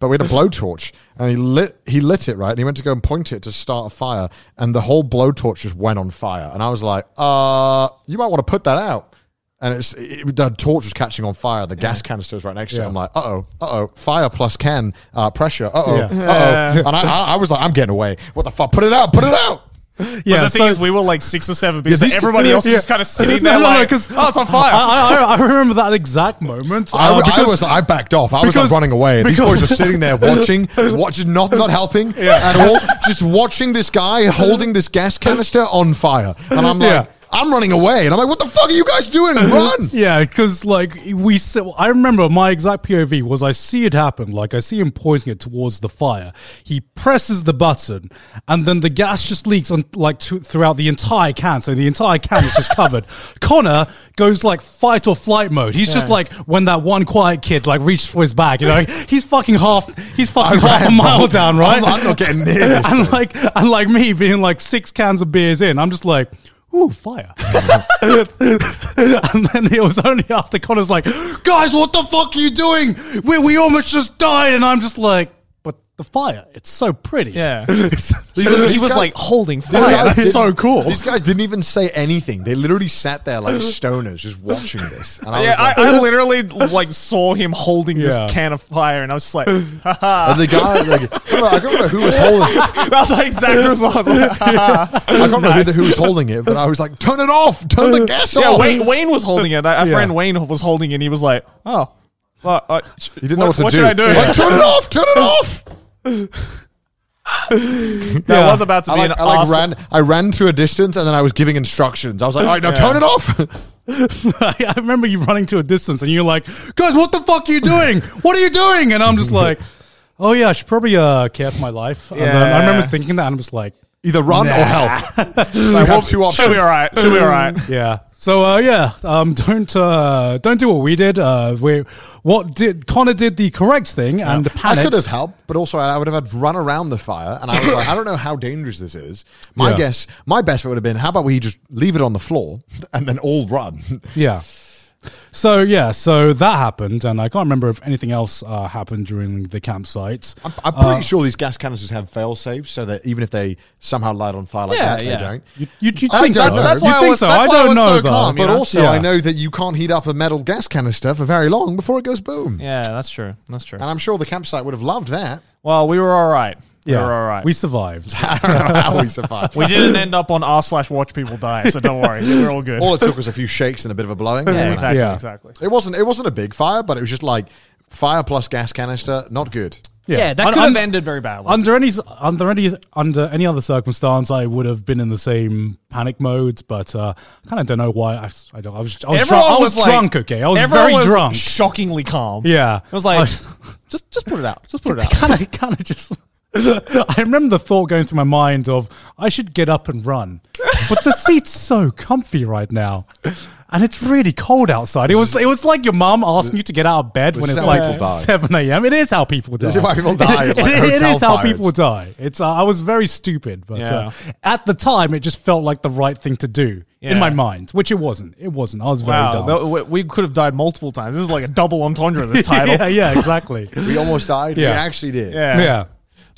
Speaker 4: But we had a blowtorch, and he lit he lit it right, and he went to go and point it to start a fire, and the whole blowtorch just went on fire, and I was like, uh, you might want to put that out. And it's it, the torch was catching on fire. The gas canister was right next to it. I'm like, uh oh, uh oh, fire plus can uh, pressure. Uh oh,
Speaker 3: Yeah.
Speaker 4: uh oh. And I, I, I was like, I'm getting away. What the fuck? Put it out! Put it out!
Speaker 5: But
Speaker 3: Yeah,
Speaker 5: the thing
Speaker 3: so-
Speaker 5: is, we were like six or seven because
Speaker 4: these-
Speaker 5: everybody else
Speaker 4: yeah.
Speaker 5: is kind of sitting
Speaker 3: No, no,
Speaker 5: there
Speaker 3: no,
Speaker 5: like,
Speaker 3: 'cause
Speaker 5: oh, it's on fire.
Speaker 3: I, I, I remember that exact moment.
Speaker 4: I,
Speaker 3: uh,
Speaker 4: I
Speaker 3: because-
Speaker 4: was I backed off. I was
Speaker 3: because-
Speaker 4: like running away. These
Speaker 3: because-
Speaker 4: boys are sitting there watching, watching, not not helping at all. Just watching this guy holding this gas canister on fire, and I'm like,
Speaker 3: Yeah.
Speaker 4: I'm running away, and I'm like, what the fuck are you guys doing? Run!
Speaker 3: Yeah, because like we, s- I remember my exact POV was I see it happen. Like I see him pointing it towards the fire. He presses the button, and then the gas just leaks on like to, throughout the entire can. So the entire can is just covered. Connor goes like fight or flight mode. He's just like when that one quiet kid like reaches for his bag. You know, he's fucking half. He's fucking half a
Speaker 4: ran,
Speaker 3: mile
Speaker 4: bro.
Speaker 3: down, right?
Speaker 4: I'm, I'm not getting near this.
Speaker 3: and
Speaker 4: thing.
Speaker 3: like and like me being like six cans of beers in, I'm just like, ooh, fire. and then it was only after Connor's like, guys, what the fuck are you doing? We we almost just died, and I'm just like, but the fire, it's so pretty.
Speaker 5: Yeah.
Speaker 3: It's-
Speaker 4: He was-
Speaker 5: he
Speaker 4: he's
Speaker 5: was
Speaker 4: got-
Speaker 5: like holding
Speaker 4: These
Speaker 5: fire.
Speaker 4: guys
Speaker 5: That's so
Speaker 4: didn't-
Speaker 5: cool.
Speaker 4: These guys didn't even say anything. They literally sat there like stoners, just watching this. And I
Speaker 5: yeah,
Speaker 4: was like,
Speaker 5: I, I literally like saw him holding
Speaker 3: Yeah.
Speaker 5: this can of fire, and I was just like,
Speaker 4: And the guy, like, I don't know- I can't remember who was holding.
Speaker 5: that was the exact response. Like,
Speaker 4: I can't remember who, the, who was holding it, but I was like, "Turn it off! Turn the gas
Speaker 5: yeah,
Speaker 4: off!"
Speaker 5: Wayne, Wayne was holding it. A a
Speaker 3: Yeah.
Speaker 5: friend Wayne was holding it, and he was like, oh. well, uh, sh-
Speaker 4: He didn't know what to
Speaker 5: what
Speaker 4: do.
Speaker 5: should I do?
Speaker 4: Like, turn it off! Turn it off!
Speaker 5: that was about to
Speaker 4: I
Speaker 5: be
Speaker 4: like,
Speaker 5: an
Speaker 4: I like
Speaker 5: awesome-
Speaker 4: ran. I ran to a distance and then I was giving instructions. I was like, "All right, now
Speaker 3: Yeah.
Speaker 4: turn it off."
Speaker 3: I remember you running to a distance and you're like, guys, what the fuck are you doing? What are you doing? And I'm just like, oh yeah, I should probably uh, care for my life. And then I remember
Speaker 5: Yeah.
Speaker 3: thinking that and I'm just like,
Speaker 4: either run or help.
Speaker 3: I
Speaker 4: have two options.
Speaker 5: She'll be all right. She'll be all right.
Speaker 3: yeah. So uh, yeah, um, don't uh, don't do what we did. Uh, we what did Connor did the correct thing and panicked.
Speaker 4: I could have helped, but also I would have had to run around the fire, and I was like, I don't know how dangerous this is. My
Speaker 3: Yeah.
Speaker 4: guess, my best bet would have been, how about we just leave it on the floor and then all run?
Speaker 3: Yeah. So yeah, so that happened, and I can't remember if anything else uh, happened during the campsite.
Speaker 4: I'm
Speaker 5: Uh,
Speaker 4: pretty sure these gas canisters have fail safes, so that even if they somehow light on fire like
Speaker 5: Yeah,
Speaker 4: that,
Speaker 5: yeah.
Speaker 4: they don't.
Speaker 3: You, you, you
Speaker 4: I
Speaker 3: think
Speaker 4: don't
Speaker 3: so?
Speaker 4: know. That's
Speaker 3: you
Speaker 4: why
Speaker 5: I
Speaker 3: think
Speaker 5: was-
Speaker 3: so?
Speaker 5: that's
Speaker 3: I
Speaker 5: why I
Speaker 3: don't
Speaker 5: was
Speaker 3: know
Speaker 5: so
Speaker 3: though.
Speaker 5: calm, you
Speaker 4: But
Speaker 5: know?
Speaker 4: also,
Speaker 3: Yeah.
Speaker 4: I know that you can't heat up a metal gas canister for very long before it goes boom.
Speaker 5: Yeah, that's true. That's true.
Speaker 4: And I'm sure the campsite would have loved that.
Speaker 5: Well, we were all right.
Speaker 3: yeah,
Speaker 5: We were all right.
Speaker 3: we
Speaker 5: We,
Speaker 3: survived.
Speaker 4: I don't know how we survived.
Speaker 5: didn't end up on r slash watch people die, so don't worry. We're all good.
Speaker 4: All it took was a few shakes and a bit of a blowing.
Speaker 5: yeah, exactly.
Speaker 3: Yeah.
Speaker 5: Exactly.
Speaker 4: It wasn't. It wasn't a big fire, but it was just like fire plus gas canister. Not good.
Speaker 5: Yeah, that
Speaker 3: Un-
Speaker 5: could
Speaker 3: un-
Speaker 5: have ended very badly.
Speaker 3: Under any under any under any other circumstance, I would have been in the same panic mode. But uh, I kind of don't know why. I, I don't. I was. I was, drunk- I was,
Speaker 5: like-
Speaker 3: drunk. Okay, I was
Speaker 5: everyone
Speaker 3: very
Speaker 5: was
Speaker 3: drunk.
Speaker 5: Shockingly calm.
Speaker 3: yeah,
Speaker 5: It was like,
Speaker 3: I was-
Speaker 5: just just put it out. Just put it out.
Speaker 3: kind of kind of just I remember the thought going through my mind of I should get up and run. But the seat's so comfy right now. And it's really cold outside. It was it was like your mum asking you to get out of bed when
Speaker 4: This
Speaker 3: it's
Speaker 4: is how
Speaker 3: like
Speaker 4: people die.
Speaker 3: 7 a.m. It is how people die.
Speaker 4: This is why people die at, like,
Speaker 3: It- it- it
Speaker 4: hotel
Speaker 3: is how
Speaker 4: fires.
Speaker 3: people die. It's uh, I was very stupid, but uh,
Speaker 5: Yeah.
Speaker 3: at the time it just felt like the right thing to do in
Speaker 5: Yeah.
Speaker 3: my mind, which it wasn't. It wasn't. I was very
Speaker 5: Wow,
Speaker 3: dumb.
Speaker 5: that- we- we could have died multiple times. This is like a double entendre. This title.
Speaker 3: yeah, yeah, exactly.
Speaker 4: We almost died.
Speaker 3: Yeah.
Speaker 4: We actually did.
Speaker 5: Yeah.
Speaker 3: yeah.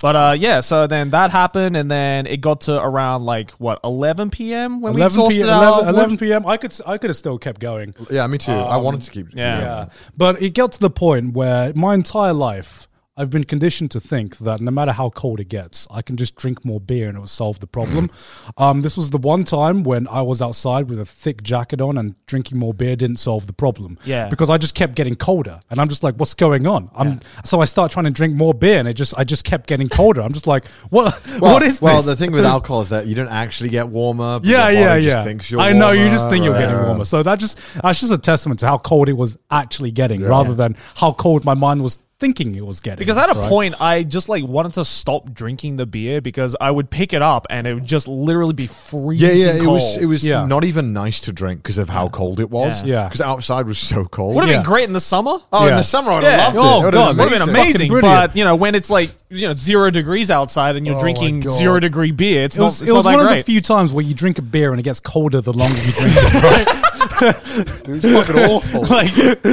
Speaker 5: But uh, yeah, so then that happened, and then it got to around like what 11 p.m. when we
Speaker 3: 11
Speaker 5: exhausted
Speaker 3: p.m.
Speaker 5: our
Speaker 3: 11,
Speaker 5: wood?
Speaker 3: 11 p.m. I could s- I could have still kept going.
Speaker 4: Yeah, me too. I wanted to keep.
Speaker 5: Um, yeah.
Speaker 3: Yeah. But it got to the point where my entire life I've been conditioned to think that no matter how cold it gets, I can just drink more beer and it will solve the problem. um, this was the one time when I was outside with a thick jacket on and drinking more beer didn't solve the problem.
Speaker 5: Yeah.
Speaker 3: Because I just kept getting colder and I'm just like, what's going on? I'm so I start trying to drink more beer and it just I just kept getting colder. I'm just like, what
Speaker 4: Well,
Speaker 3: what is
Speaker 4: well,
Speaker 3: this?
Speaker 4: the thing with alcohol is that you don't actually get warmer. but
Speaker 3: Yeah,
Speaker 4: your
Speaker 3: yeah,
Speaker 4: body
Speaker 3: yeah.
Speaker 4: Just thinks you're
Speaker 3: I know you just think you're
Speaker 4: right?
Speaker 3: getting warmer. So that just that's just a testament to how cold it was actually getting, rather than how cold my mind was thinking it was getting.
Speaker 5: Because at a point, I just like wanted to stop drinking the beer because I would pick it up and it would just literally be freezing
Speaker 4: Yeah, yeah. It
Speaker 5: cold.
Speaker 4: was. It was
Speaker 3: Yeah.
Speaker 4: not even nice to drink because of how cold it was.
Speaker 3: Yeah. Yeah.
Speaker 4: Because outside was so cold.
Speaker 5: would have
Speaker 3: yeah.
Speaker 5: been great in the summer.
Speaker 4: Oh, in
Speaker 3: Yeah.
Speaker 4: the summer, I would
Speaker 5: Yeah.
Speaker 4: have loved
Speaker 3: Oh,
Speaker 4: it. It
Speaker 3: God,
Speaker 4: would
Speaker 5: would
Speaker 4: have
Speaker 3: Amazing.
Speaker 5: have been
Speaker 3: Fucking
Speaker 5: amazing,
Speaker 3: brilliant. Oh,
Speaker 5: but you know when it's like you know zero degrees outside and you're drinking
Speaker 4: God.
Speaker 5: zero degree beer, it's
Speaker 3: it was,
Speaker 5: not. It's
Speaker 3: it was
Speaker 5: not
Speaker 3: one
Speaker 5: that
Speaker 3: of
Speaker 5: great.
Speaker 3: the few times where you drink a beer and it gets colder the longer you drink it.
Speaker 4: It was fucking awful.
Speaker 3: like,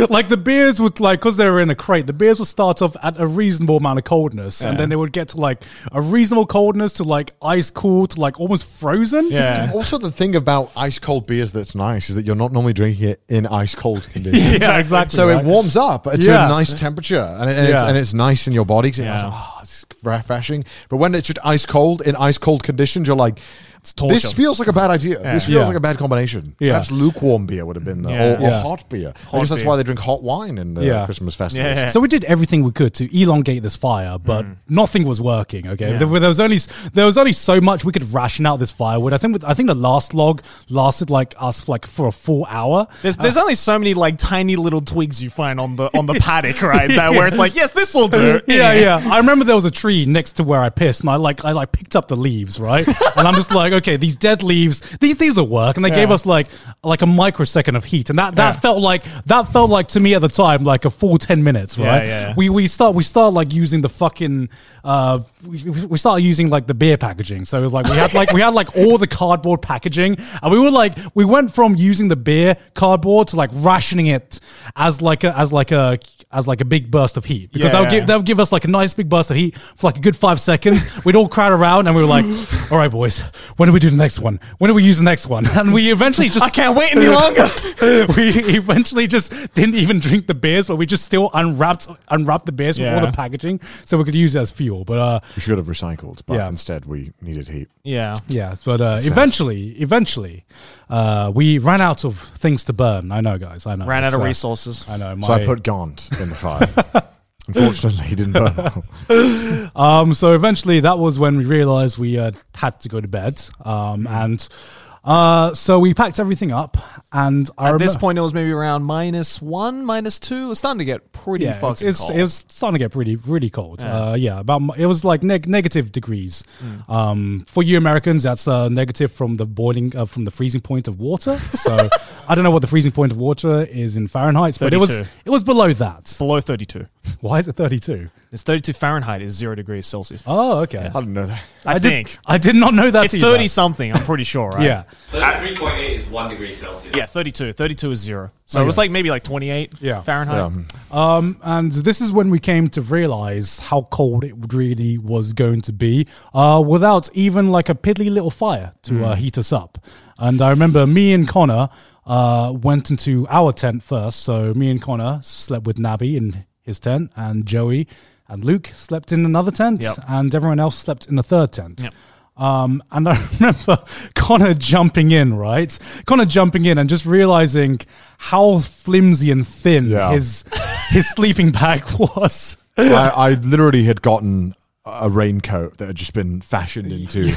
Speaker 3: like the beers would like because they were in a crate. The beers would start off at a reasonable amount of coldness, and then they would get to like a reasonable coldness to like ice cool to like almost frozen.
Speaker 5: yeah.
Speaker 4: Also, the thing about ice cold beers that's nice is that you're not normally drinking it in ice cold conditions.
Speaker 3: Yeah, exactly.
Speaker 4: So
Speaker 3: right?
Speaker 4: it warms up to
Speaker 3: Yeah.
Speaker 4: a nice temperature, and, it- and it's
Speaker 3: Yeah.
Speaker 4: and it's nice in your body. 'cause
Speaker 5: Yeah.
Speaker 4: It's, like, "Oh, it's refreshing. But when it's just ice cold in ice cold conditions, you're like,
Speaker 5: torture.
Speaker 4: this feels like a bad idea. This feels
Speaker 3: Yeah.
Speaker 4: like a bad combination.
Speaker 3: Yeah.
Speaker 4: Perhaps lukewarm beer would have been the
Speaker 5: Yeah.
Speaker 4: or, or
Speaker 3: Yeah.
Speaker 4: hot beer. I
Speaker 5: Hot
Speaker 4: guess that's
Speaker 5: beer.
Speaker 4: why they drink hot wine in the
Speaker 3: Yeah.
Speaker 4: Christmas festival.
Speaker 5: Yeah. Mm.
Speaker 3: So we did everything we could to elongate this fire, but nothing was working. Okay, there, there was only there was only so much we could ration out this firewood. I think with, I think the last log lasted like us for like for a full hour.
Speaker 5: There's, there's only so many like tiny little twigs you find on the on the paddock, right? That where it's like, yes, this will do.
Speaker 3: yeah, yeah. I remember there was a tree next to where I pissed, and I like I like picked up the leaves, right? and I'm just like, okay, these dead leaves, these these will work. And they gave
Speaker 5: Yeah.
Speaker 3: us like like a microsecond of heat, and that that
Speaker 5: Yeah.
Speaker 3: felt like that felt like to me at the time like a full ten minutes,
Speaker 5: Yeah,
Speaker 3: right?
Speaker 5: yeah.
Speaker 3: We we start we start like using the fucking uh we, we start using like the beer packaging. So it was like we had like we had like all the cardboard packaging, and we were like we went from using the beer cardboard to like rationing it as like a as like a as like a big burst of heat because
Speaker 5: Yeah,
Speaker 3: that would give
Speaker 5: yeah.
Speaker 3: that would give us like a nice big burst of heat for like a good five seconds. We'd all crowd around and we were like, "All right, boys, when do we do the next one? When do we use the next one?" And we eventually just
Speaker 5: I can't wait any longer.
Speaker 3: we eventually just didn't even drink the beers, but we just still unwrapped unwrapped the beers from all
Speaker 5: Yeah.
Speaker 3: the packaging so we could use it as fuel. But uh,
Speaker 4: We should have recycled, but
Speaker 3: Yeah.
Speaker 4: instead we needed heat.
Speaker 5: yeah.
Speaker 3: yeah, but uh, eventually, eventually, uh, we ran out of things to burn. I know, guys. I know.
Speaker 5: Ran out
Speaker 3: It's,
Speaker 5: of
Speaker 3: uh,
Speaker 5: resources.
Speaker 3: I know. My,
Speaker 4: So I put Gaunt in the fire. Unfortunately, he didn't burn well.
Speaker 3: um, so eventually, that was when we realized we uh, had to go to bed.
Speaker 5: Hmm.
Speaker 3: Um, and uh, so we packed everything up. And I
Speaker 5: At this
Speaker 3: remem-
Speaker 5: point, it was maybe around minus one, minus two. It's starting to get pretty
Speaker 3: yeah,
Speaker 5: fucking
Speaker 3: it's, it's-
Speaker 5: cold.
Speaker 3: It was starting to get pretty, really cold.
Speaker 5: Yeah. Hmm.
Speaker 3: Uh, yeah about m- it was like neg- negative degrees. Um, for you Americans, that's uh, negative from the boiling, uh, from the freezing point of water. So I don't know what the freezing point of water is in Fahrenheit, but it was
Speaker 5: 32.
Speaker 3: it was below that.
Speaker 5: Below thirty-two.
Speaker 3: Why is it thirty-two?
Speaker 5: It's thirty-two Fahrenheit. Is zero degrees Celsius.
Speaker 3: Oh, okay. I
Speaker 4: didn't know that.
Speaker 5: I,
Speaker 3: did-
Speaker 5: think
Speaker 3: I did not know that.
Speaker 5: it's
Speaker 3: either.
Speaker 5: thirty something. I'm pretty sure, right?
Speaker 3: Yeah.
Speaker 6: Thirty-three point eight is one degree Celsius.
Speaker 5: Yeah, 32. 32 is zero. So
Speaker 3: Oh,
Speaker 5: it was
Speaker 3: yeah.
Speaker 5: like maybe like 28
Speaker 3: Yeah.
Speaker 5: Fahrenheit.
Speaker 3: Um, and this is when we came to realize how cold it really was going to be, uh, without even like a piddly little fire to uh,
Speaker 7: Mm.
Speaker 3: heat us up. And I remember me and Connor uh, went into our tent first. So me and Connor slept with Nabi in his tent, and Joey and Luke slept in another tent,
Speaker 7: Yep.
Speaker 3: and everyone else slept in a third tent. Um, and I remember Connor jumping in, right? Connor jumping in and just realizing how flimsy and thin his his sleeping bag was.
Speaker 4: I, I literally had gotten a raincoat that had just been fashioned into.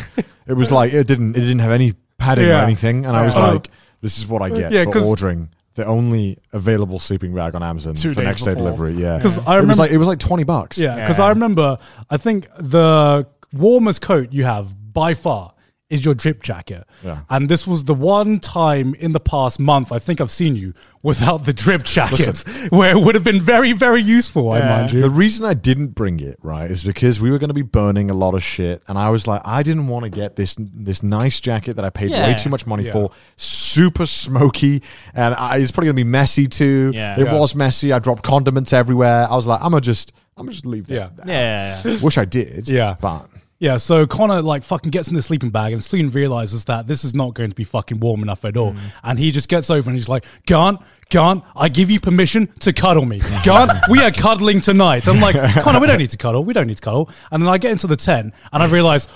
Speaker 4: it was like it didn't it didn't have any padding
Speaker 3: Yeah.
Speaker 4: or anything, and I was
Speaker 3: Yeah.
Speaker 4: like, "This is what I get
Speaker 3: Yeah,
Speaker 4: for
Speaker 3: 'cause-
Speaker 4: ordering the only available sleeping bag on Amazon
Speaker 3: Two
Speaker 4: for
Speaker 3: days
Speaker 4: next day
Speaker 3: before.
Speaker 4: delivery." Yeah,
Speaker 3: because I
Speaker 4: it was
Speaker 3: remember
Speaker 4: like it was like twenty bucks.
Speaker 3: Yeah, because I remember. I think the warmest coat you have by far is your drip jacket.
Speaker 4: Yeah.
Speaker 3: And this was the one time in the past month I think I've seen you without the drip jacket,
Speaker 4: Listen.
Speaker 3: where it would have been very, very useful. I mind you.
Speaker 4: The reason I didn't bring it, right, is because we were going to be burning a lot of shit, and I was like, I didn't want to get this this nice jacket that I paid way
Speaker 3: Yeah.
Speaker 4: too much money
Speaker 3: Yeah.
Speaker 4: for, super smoky, and I, it's probably going to be messy too.
Speaker 3: Yeah.
Speaker 4: It
Speaker 3: Yeah.
Speaker 4: was messy. I dropped condiments everywhere. I was like, I'm gonna just, I'm gonna just leave that.
Speaker 3: Yeah. Yeah, yeah, yeah.
Speaker 4: Wish I did.
Speaker 3: Yeah.
Speaker 4: but
Speaker 3: Yeah, so Connor like fucking gets in the sleeping bag and soon realizes that this is not going to be fucking warm enough at all. And he just gets over and he's like, Garnt, Garnt, I give you permission to cuddle me. Garnt, we are cuddling tonight. I'm like, Connor, we don't need to cuddle. We don't need to cuddle. And then I get into the tent and I realize,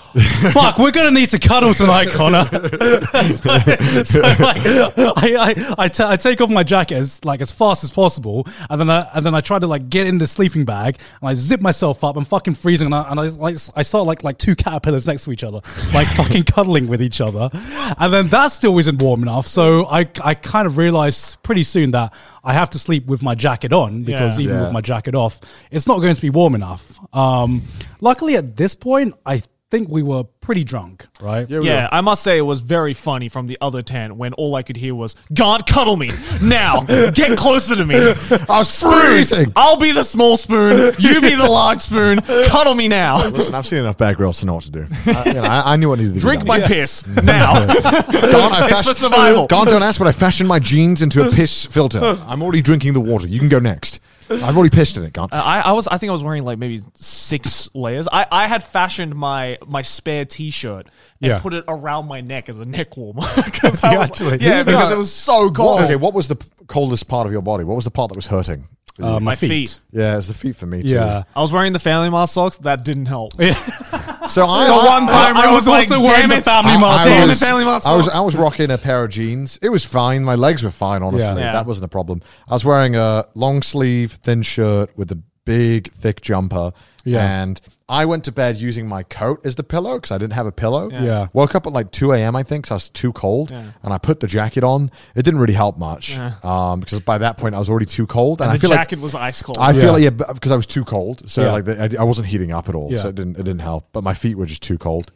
Speaker 3: fuck, we're going to need to cuddle tonight, Connor. so, so, like, I, I, I, t- I take off my jacket as like as fast as possible, and then I and then I try to like get in the sleeping bag, and I zip myself up. I'm fucking freezing, and I, and I like I start like like two caterpillars next to each other, like fucking cuddling with each other, and then that still isn't warm enough. So I I kind of realize pretty soon that I have to sleep with my jacket on because
Speaker 7: Yeah.
Speaker 3: even
Speaker 7: Yeah.
Speaker 3: with my jacket off, it's not going to be warm enough. Um, luckily at this point, I think we were pretty drunk, right?
Speaker 5: Yeah, I must say it was very funny from the other tent when all I could hear was, God, cuddle me now. Get closer to me.
Speaker 4: I was freezing.
Speaker 5: I'll be the small spoon. You be the large spoon. Cuddle me now.
Speaker 4: Listen, I've seen enough bad girls to know what to do. I, you know, I, I knew what needed to be
Speaker 5: Drink
Speaker 4: done.
Speaker 5: my piss now.
Speaker 4: Don, I
Speaker 5: It's
Speaker 4: fashion-
Speaker 5: for survival.
Speaker 4: Don, don't ask, but I fashioned my jeans into a piss filter. I'm already drinking the water. You can go next. I've already pissed in it, Don.
Speaker 5: Uh, I, I was I think I was wearing like maybe six layers. I, I had fashioned my my spare t shirt and
Speaker 4: Yeah. Oh,
Speaker 5: put it around my neck as a neck warmer. 'Cause I was-
Speaker 4: Actually.
Speaker 5: yeah, because it was so cold.
Speaker 4: What, okay, what was the p- coldest part of your body? What was the part that was hurting?
Speaker 5: Uh, my My feet. feet.
Speaker 4: Yeah, it's the feet for me too.
Speaker 5: Yeah. I was wearing the family mask socks. That didn't help.
Speaker 4: So I
Speaker 5: The one time I was also wearing the family mask
Speaker 4: I
Speaker 5: socks.
Speaker 4: was,
Speaker 5: Family mask
Speaker 4: I was
Speaker 5: socks.
Speaker 4: I was rocking a pair of jeans. It was fine. My legs were fine. Honestly,
Speaker 5: Yeah.
Speaker 4: that wasn't a problem. I was wearing a long sleeve thin shirt with a big thick jumper.
Speaker 3: Yeah.
Speaker 4: And I went to bed using my coat as the pillow because I didn't have a pillow.
Speaker 3: Yeah. Yeah.
Speaker 4: Woke up at like 2 a.m., I think, because I was too cold.
Speaker 3: Yeah.
Speaker 4: And I put the jacket on. It didn't really help much
Speaker 5: Yeah.
Speaker 4: um, because by that point I was already too cold. And,
Speaker 5: And
Speaker 4: I
Speaker 5: the
Speaker 4: feel
Speaker 5: jacket
Speaker 4: like,
Speaker 5: was ice cold.
Speaker 4: I feel
Speaker 5: Yeah.
Speaker 4: like, yeah, because I was too cold. So
Speaker 3: Yeah.
Speaker 4: like the, I, I wasn't heating up at all.
Speaker 3: Yeah.
Speaker 4: So it didn't, it didn't help. But my feet were just too cold.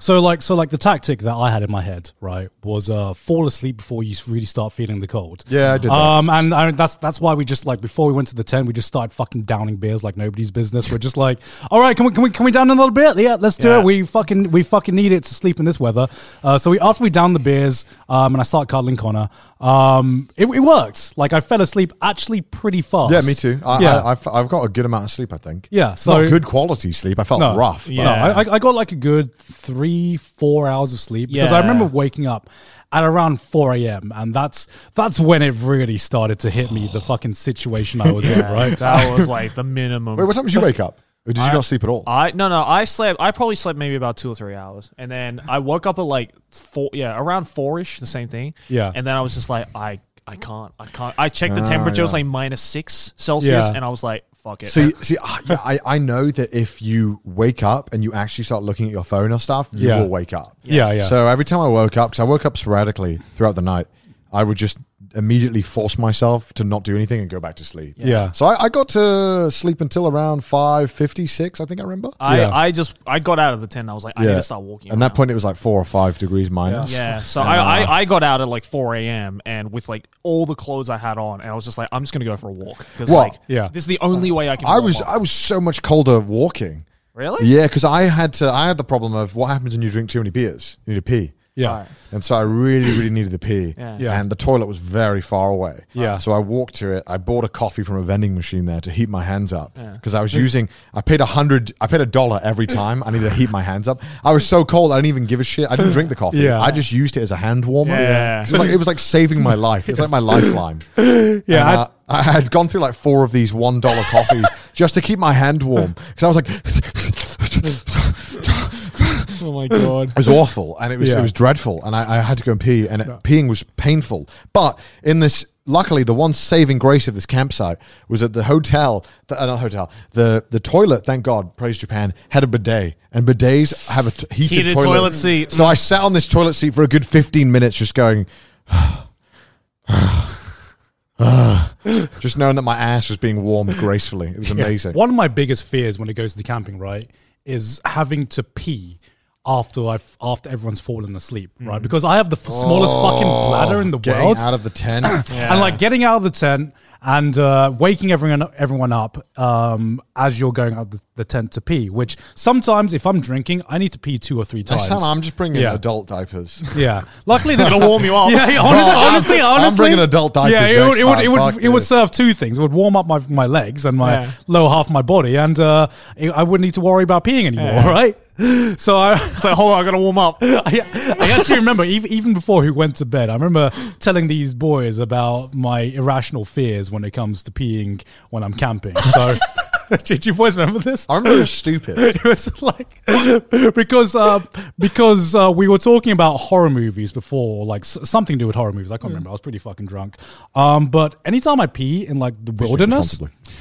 Speaker 3: So like so like the tactic that I had in my head, right, was uh fall asleep before you really start feeling the cold.
Speaker 4: Yeah, I did that.
Speaker 3: Um and I, that's that's why we just like before we went to the tent, we just started fucking downing beers like nobody's business. We're just like, all right, can we can we can we down a little bit? Yeah, let's do
Speaker 7: Yeah.
Speaker 3: it. We fucking we fucking need it to sleep in this weather. Uh, so we after we downed the beers, um and I start cuddling Connor. Um it, it worked. Like I fell asleep actually pretty fast.
Speaker 4: Yeah, me too. I,
Speaker 3: yeah.
Speaker 4: I, I've, I've got a good amount of sleep, I think.
Speaker 3: Yeah,
Speaker 4: It's
Speaker 3: so-
Speaker 4: not good quality sleep. I felt rough. but-
Speaker 3: No, I, I- I got like a good three, four hours of sleep because I
Speaker 4: Yeah.
Speaker 3: remember waking up at around 4 a.m. and that's that's when it really started to hit me the fucking situation I was in,
Speaker 5: Yeah,
Speaker 3: right?
Speaker 5: That was like the minimum.
Speaker 4: Wait, what time did you wake up? Or did you
Speaker 5: I-
Speaker 4: not sleep at all?
Speaker 5: I no no I slept I probably slept maybe about two or three hours and then I woke up at like four yeah around four ish the same thing
Speaker 3: Yeah.
Speaker 5: and then I was just like I I can't I can't I checked the
Speaker 3: Ah,
Speaker 5: temperature it was
Speaker 3: yeah.
Speaker 5: like minus six Celsius
Speaker 3: Yeah.
Speaker 5: and I was like fuck it.
Speaker 4: See, see, ah, yeah, I, I know that if you wake up and you actually start looking at your phone or stuff, you
Speaker 3: Yeah.
Speaker 4: will wake up.
Speaker 3: Yeah. Yeah, yeah.
Speaker 4: So every time I woke up, because I woke up sporadically throughout the night, I would just immediately force myself to not do anything and go back to sleep.
Speaker 5: Yeah. Yeah.
Speaker 4: So I, I got to sleep until around five fifty six. I think I remember.
Speaker 5: I, I just I got out of the tent. I was like, I need
Speaker 4: Yeah.
Speaker 5: to start walking.
Speaker 4: And that point, it was like four or five degrees minus.
Speaker 5: Yeah, so
Speaker 4: And, uh,
Speaker 5: I, I, I got out at like 4 a.m. and with like all the clothes I had on, and I was just like, I'm just gonna go for a walk because
Speaker 4: Well,
Speaker 5: like
Speaker 4: yeah.
Speaker 5: this is the only way I can.
Speaker 4: I
Speaker 5: warm
Speaker 4: was
Speaker 5: up.
Speaker 4: I was so much colder walking.
Speaker 5: Really?
Speaker 4: Yeah, because I had to. I had the problem of what happens when you drink too many beers. You need to pee.
Speaker 3: Yeah. Right.
Speaker 4: And so I really, really needed the pee.
Speaker 3: Yeah. Yeah.
Speaker 4: And the toilet was very far away.
Speaker 3: Yeah.
Speaker 4: So I walked to it. I bought a coffee from a vending machine there to heat my hands up
Speaker 3: Yeah.
Speaker 4: because I was using. I paid a hundred. I paid a dollar every time I needed to heat my hands up. I was so cold. I didn't even give a shit. I didn't drink the coffee.
Speaker 3: Yeah.
Speaker 4: I just used it as a hand warmer.
Speaker 3: Yeah.
Speaker 4: It was like, it was like saving my life. It was like my lifeline.
Speaker 3: Yeah,
Speaker 4: And,
Speaker 3: I-
Speaker 4: uh, I had gone through like four of these one dollar coffees just to keep my hand warm because I was like,
Speaker 3: Oh my god,
Speaker 4: it was awful and it was
Speaker 3: Yeah.
Speaker 4: it was dreadful, and I, I had to go and pee, and it, peeing was painful. But in this, luckily, the one saving grace of this campsite was that the hotel, the, uh, not hotel, the the toilet. Thank God, praise Japan, had a bidet, and bidets have a t- heated,
Speaker 5: Heated
Speaker 4: toilet.
Speaker 5: toilet seat.
Speaker 4: So I sat on this toilet seat for a good fifteen minutes, just going. just knowing that my ass was being warmed gracefully. It was
Speaker 3: Yeah.
Speaker 4: amazing.
Speaker 3: One of my biggest fears when it goes to the camping, right, is having to pee after I've after everyone's fallen asleep, right? Because I have the f- smallest fucking
Speaker 4: Oh,
Speaker 3: bladder in the
Speaker 4: getting
Speaker 3: world.
Speaker 4: out of the tent.
Speaker 3: and like getting out of the tent and uh, waking everyone everyone up um, as you're going out the, the tent to pee. Which sometimes, if I'm drinking, I need to pee two or three times.
Speaker 4: Next time I'm just bringing
Speaker 3: Yeah.
Speaker 4: adult diapers.
Speaker 3: Yeah. Luckily, this
Speaker 4: It'll warm you up.
Speaker 3: Yeah, yeah
Speaker 4: No,
Speaker 3: honestly,
Speaker 4: I'm-
Speaker 3: honestly,
Speaker 4: I'm
Speaker 3: honestly,
Speaker 4: bringing adult diapers
Speaker 3: Yeah, it
Speaker 4: next
Speaker 3: would, it would,
Speaker 4: time.
Speaker 3: it would,
Speaker 4: Fuck
Speaker 3: it would
Speaker 4: this.
Speaker 3: serve two things. It would warm up my my legs and my
Speaker 4: Yeah.
Speaker 3: lower half of my body, and uh, I wouldn't need to worry about peeing anymore.
Speaker 5: Yeah.
Speaker 3: Right. So I
Speaker 5: so hold on, I gotta warm up.
Speaker 3: I, I actually remember even, even before we went to bed, I remember telling these boys about my irrational fears when it comes to peeing when I'm camping. So. Did you boys remember this? I
Speaker 4: remember it was stupid.
Speaker 3: It was like because uh, because uh, we were talking about horror movies before, like s- something to do with horror movies. I can't remember. I was pretty fucking drunk. Um, but anytime I pee in like the wilderness,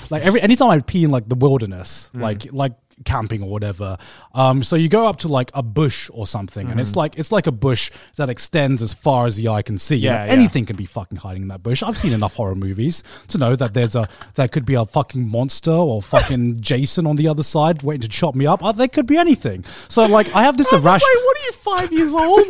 Speaker 3: like every anytime I pee in like the wilderness,
Speaker 2: Mm.
Speaker 3: like like camping or whatever. Um, so you go up to like a bush or something, and
Speaker 5: Mm-hmm.
Speaker 3: it's
Speaker 2: Mhm.
Speaker 3: like it's like a bush that extends as far as the eye can see. You know,
Speaker 2: Yeah, yeah.
Speaker 3: anything can be fucking hiding in that bush. I've seen enough horror movies to know that there's a there could be a fucking monster or fucking Jason on the other side waiting to chop me up. Uh, there could be anything. So like I have this irrational.
Speaker 5: what are you five years old?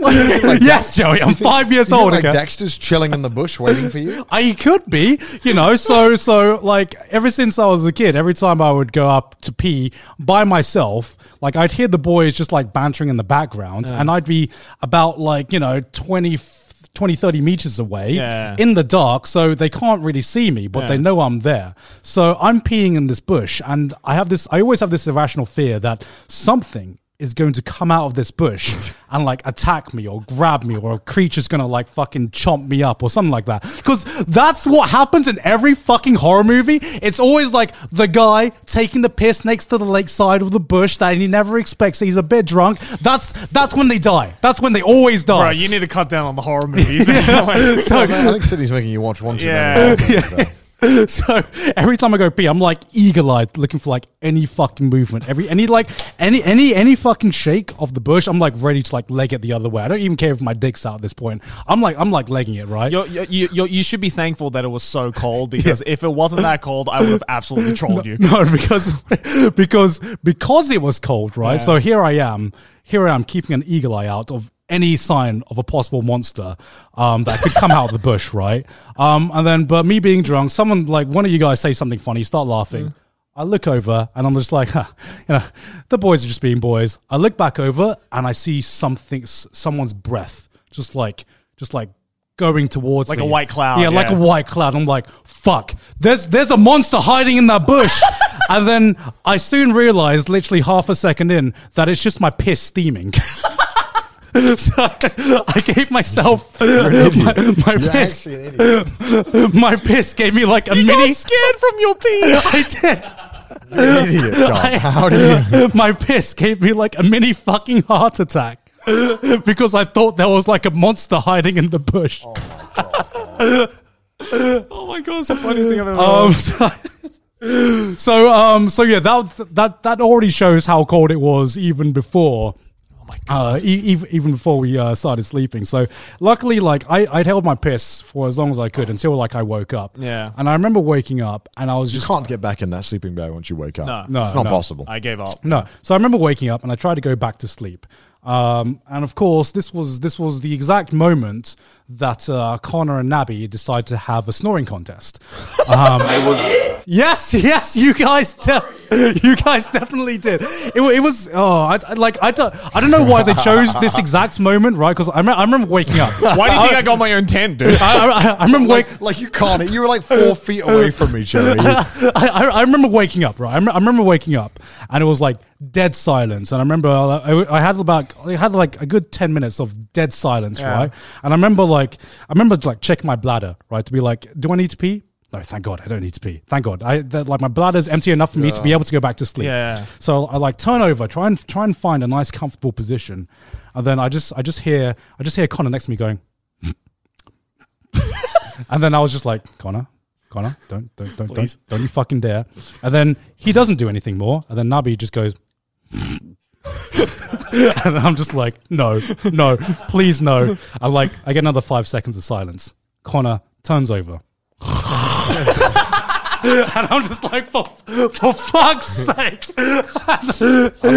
Speaker 3: yes, Joey, I'm
Speaker 4: You think-
Speaker 3: five years
Speaker 4: you think,
Speaker 3: old.
Speaker 4: Like
Speaker 3: okay?
Speaker 4: Dexter's chilling in the bush waiting for you.
Speaker 3: I could be, you know. So, so like ever since I was a kid, every time I would go up to pee by myself, like I'd hear the boys just like bantering in the background,
Speaker 2: Yeah.
Speaker 3: and I'd be about like you know 20, 20 30 meters away
Speaker 2: Yeah.
Speaker 3: in the dark, so they can't really see me, but
Speaker 2: Yeah.
Speaker 3: they know I'm there. So I'm peeing in this bush, and I have this. I always have this irrational fear that something. Is going to come out of this bush and like attack me or grab me or a creature's gonna like fucking chomp me up or something like that. Because that's what happens in every fucking horror movie. It's always like the guy taking the piss next to the lakeside of the bush that he never expects. He's a bit drunk. That's that's when they die. That's when they always die.
Speaker 5: Bro, you need to cut down on the horror movies.
Speaker 4: so, I think Sydney's making you watch one too
Speaker 3: Yeah.
Speaker 4: many. Yeah.
Speaker 3: so every time I go pee, I'm like eagle-eyed, looking for like any fucking movement, every any like any any any fucking shake of the bush. I'm like ready to like leg it the other way. I don't even care if my dick's out at this point. I'm like I'm like legging it right.
Speaker 5: You're, you're, you're, you should be thankful that it was so cold because if it wasn't that cold, I would have absolutely trolled you.
Speaker 3: No, because because because it was cold, right?
Speaker 5: Yeah.
Speaker 3: So here I am, here I am keeping an eagle eye out of any sign of a possible monster um, that could come out of the bush, right? Um, and then, but me being drunk, someone like one of you guys say something funny, start laughing. I look over and I'm just like, huh, you know, the boys are just being boys. I look back over and I see something, s- someone's breath, just like, just like going towards
Speaker 5: Like
Speaker 3: me.
Speaker 5: a white cloud,
Speaker 3: Yeah, like a
Speaker 5: yeah.
Speaker 3: white cloud. I'm like, fuck. There's there's a monster hiding in that bush. and then I soon realized, literally half a second in, that it's just my piss steaming. so I, I gave myself my, my
Speaker 2: You're
Speaker 3: piss. my piss gave me like a
Speaker 2: You got
Speaker 3: mini
Speaker 5: scared from your pee.
Speaker 3: I did.
Speaker 4: idiot, John. How do
Speaker 3: My piss gave me like a mini fucking heart attack. Because I thought there was like a monster hiding in the bush. Oh,
Speaker 5: oh my god, it's the funniest thing I've ever
Speaker 3: Um,
Speaker 5: heard.
Speaker 3: so- so um so yeah that that that already shows how cold it was even before
Speaker 5: Oh,
Speaker 3: uh, e- ev- even before we uh, started sleeping, so luckily, like I, I'd held my piss for as long as I could until like I woke up.
Speaker 5: Yeah.
Speaker 3: and I remember waking up and I was
Speaker 4: You
Speaker 3: just
Speaker 4: can't get back in that sleeping bag once you wake up.
Speaker 3: No. No,
Speaker 4: it's not
Speaker 3: no.
Speaker 4: possible.
Speaker 5: I gave up.
Speaker 3: No. So I remember waking up and I tried to go back to sleep. Um, and of course, this was this was the exact moment that uh, Connor and Nabi decided to have a snoring contest. Um, it was yes, yes. You guys, def- you guys definitely did. It, wa- it was oh, I, I- like I don't, I don't know why they chose this exact moment, right? Because I, me- I remember waking up.
Speaker 5: Why do you think
Speaker 3: I-
Speaker 5: I got my own tent, dude?
Speaker 3: I, I, I remember wake,
Speaker 4: Like you can't. You were like four feet away from me, Jerry.
Speaker 3: I, I, I remember waking up, right? I, rem- I remember waking up, and it was like dead silence. And I remember uh, I, I had about I had like a good ten minutes of dead silence,
Speaker 5: Yeah.
Speaker 3: right? And I remember like I remember like checking my bladder, right, to be like, do I need to pee? No, thank God, I don't need to pee. Thank God, I that, like my bladder's empty enough for me to be able to go back to sleep.
Speaker 5: Yeah.
Speaker 3: So I like turn over, try and try and find a nice comfortable position, and then I just I just hear I just hear Connor next to me going. And then I was just like, Connor, Connor, don't, don't, don't, don't, don't you fucking dare. And then he doesn't do anything more. And then Nabi just goes, and I'm just like, no, no, please no. I like, I get another five seconds of silence. Connor turns over. and I'm just like, for, for fuck's sake.
Speaker 4: I'm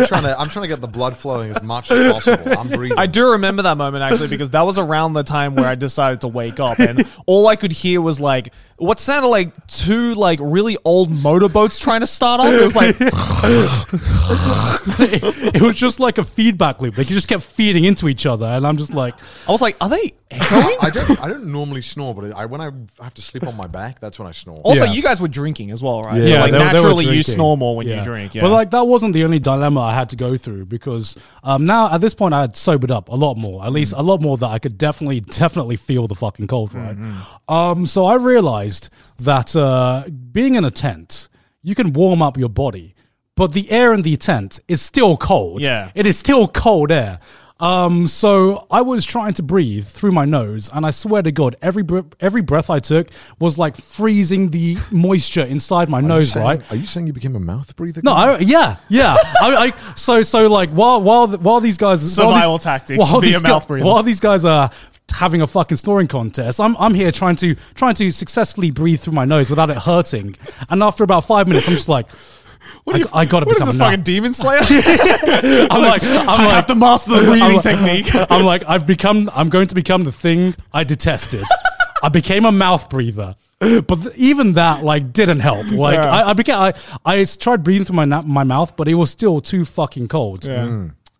Speaker 4: trying to. I'm trying to get the blood flowing as much as possible. I'm breathing.
Speaker 5: I do remember that moment actually because that was around the time where I decided to wake up and all I could hear was like what sounded like two like really old motorboats trying to start up. It was like
Speaker 3: it was just like a feedback loop. They just kept feeding into each other. And I'm just like,
Speaker 5: I was like, are they
Speaker 4: I,
Speaker 5: echoing?
Speaker 4: I don't. I don't normally snore, but I when I have to sleep on my back, that's when I snore.
Speaker 5: Also,
Speaker 3: Yeah.
Speaker 5: you guys were drinking as well, right?
Speaker 3: Yeah,
Speaker 5: so like
Speaker 3: they were- they were
Speaker 5: naturally you
Speaker 3: drinking.
Speaker 5: snore more when
Speaker 3: Yeah.
Speaker 5: you drink. Yeah.
Speaker 3: But like that wasn't the only dilemma I had to go through because um, now at this point I had sobered up a lot more, at least a lot more that I could definitely definitely feel the fucking cold, right?
Speaker 5: Mm-hmm.
Speaker 3: Um, so I realized that uh, being in a tent, you can warm up your body, but the air in the tent is still cold.
Speaker 5: Yeah.
Speaker 3: it is still cold air. Um, so I was trying to breathe through my nose, and I swear to God, every br- every breath I took was like freezing the moisture inside my
Speaker 4: Are you
Speaker 3: nose.
Speaker 4: saying-
Speaker 3: right?
Speaker 4: Are you saying you became a mouth breather?
Speaker 3: No, I, yeah, yeah. I, I, so, so like while while th- while these guys while
Speaker 5: Survival
Speaker 3: these,
Speaker 5: tactics, be
Speaker 3: these
Speaker 5: a mouth
Speaker 3: gu-
Speaker 5: breather.
Speaker 3: While these guys are having a fucking snoring contest, I'm I'm here trying to trying to successfully breathe through my nose without it hurting. And after about five minutes, I'm just like, I, I gotta
Speaker 5: what is
Speaker 3: become
Speaker 5: this
Speaker 3: a
Speaker 5: fucking
Speaker 3: nut.
Speaker 5: demon slayer?
Speaker 3: I'm like, I'm
Speaker 5: I
Speaker 3: like,
Speaker 5: have to master the breathing
Speaker 3: I'm like-
Speaker 5: technique.
Speaker 3: I'm like, I've become, I'm going to become the thing I detested. I became a mouth breather. But th- even that, like, didn't help. Like, I, I became, I, I s- tried breathing through my na- my mouth, but it was still too fucking cold.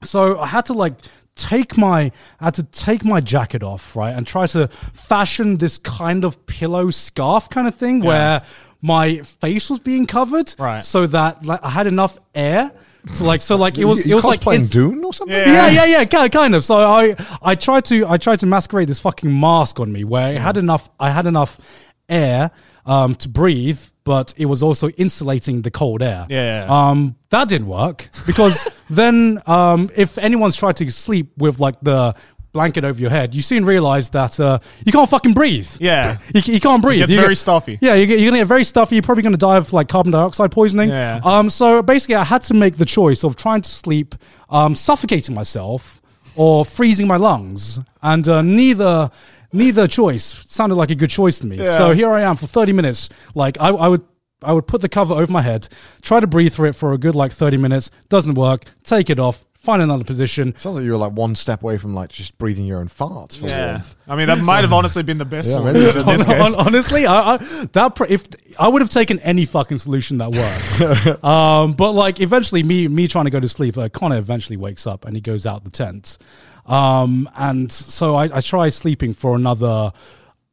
Speaker 3: So I had to like take my, I had to take my jacket off, right, and try to fashion this kind of pillow scarf kind of thing where my face was being covered,
Speaker 5: Right.
Speaker 3: So that like I had enough air. to like so, like it
Speaker 4: You-
Speaker 3: was.
Speaker 4: you
Speaker 3: it was like
Speaker 4: cosplaying
Speaker 3: it's-
Speaker 4: Dune or something.
Speaker 3: yeah, yeah, yeah, ki- kind of. So I, I tried to, I tried to masquerade this fucking mask on me, where it had enough, I had enough air um, to breathe, but it was also insulating the cold air.
Speaker 5: Yeah.
Speaker 3: Um, that didn't work because then, um, if anyone's tried to sleep with like the blanket over your head, you soon realize that uh, you can't fucking breathe.
Speaker 5: Yeah.
Speaker 3: you, ca- you can't breathe.
Speaker 5: gets
Speaker 3: You
Speaker 5: very stuffy.
Speaker 3: Yeah, you get, you're gonna get very stuffy. You're probably gonna die of like carbon dioxide poisoning.
Speaker 5: Yeah.
Speaker 3: Um, so basically, I had to make the choice of trying to sleep, um, suffocating myself, or freezing my lungs, and uh, neither neither choice sounded like a good choice to me. So here I am for thirty minutes. Like I, I would. I would put the cover over my head, try to breathe through it for a good like 30 minutes, doesn't work, take it off, find another position.
Speaker 4: Sounds like you were like one step away from like just breathing your own farts for
Speaker 5: yeah.
Speaker 4: warmth.
Speaker 5: I mean, that might have honestly been the best
Speaker 4: Yeah, maybe-
Speaker 5: solution in this
Speaker 3: Hon-
Speaker 5: case.
Speaker 3: hon- honestly, I, I that pr- if I would have taken any fucking solution that worked. um, but like eventually, me me trying to go to sleep, uh, Connor eventually wakes up and he goes out the tent. Um, and so I, I try sleeping for another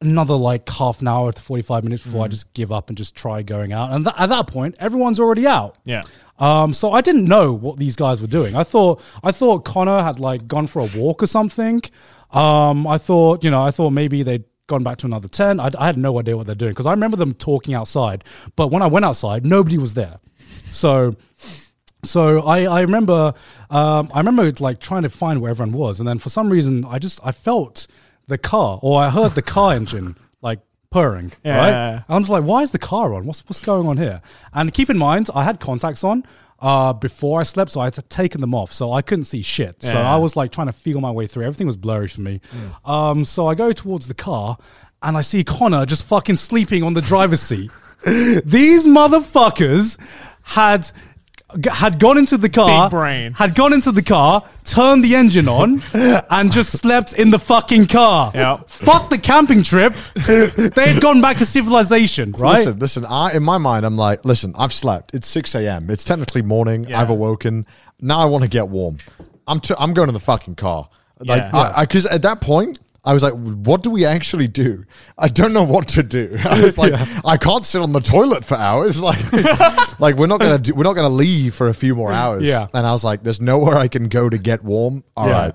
Speaker 3: another like half an hour to 45 minutes before I just give up and just try going out. And tha- at that point, everyone's already out.
Speaker 5: Yeah.
Speaker 3: Um, so I didn't know what these guys were doing. I thought I thought Connor had like gone for a walk or something. Um, I thought you know I thought maybe they'd gone back to another tent. I, I had no idea what they're doing because I remember them talking outside, but when I went outside, nobody was there. So so I, I remember um, I remember like trying to find where everyone was, and then for some reason I just I felt the car or I heard the car engine like purring.
Speaker 7: Yeah.
Speaker 3: Right? And I'm just like, why is the car on? What's what's going on here? And keep in mind, I had contacts on uh, before I slept, so I had to taken them off, so I couldn't see shit. So
Speaker 7: Yeah. Mm.
Speaker 3: I was like trying to feel my way through. Everything was blurry for me. Um, so I go towards the car, and I see Connor just fucking sleeping on the driver's seat. These motherfuckers had. g- Had gone into the car,
Speaker 7: Big brain.
Speaker 3: had gone into the car, turned the engine on, and just slept in the fucking car.
Speaker 7: Yeah.
Speaker 3: Fuck the camping trip. they had gone back to civilization, right?
Speaker 4: Listen, listen. I in my mind, I'm like, listen. I've slept. It's six a.m. It's technically morning. I've awoken. Now I want to get warm. I'm t- I'm going to the fucking car. Like,
Speaker 7: Yeah.
Speaker 4: I because at that point. I was like, what do we actually do? I don't know what to do. I was like, I can't sit on the toilet for hours. Like, like we're not gonna do, we're not gonna leave for a few more hours.
Speaker 3: Yeah.
Speaker 4: And I was like, there's nowhere I can go to get warm. All
Speaker 3: Yeah.
Speaker 4: right,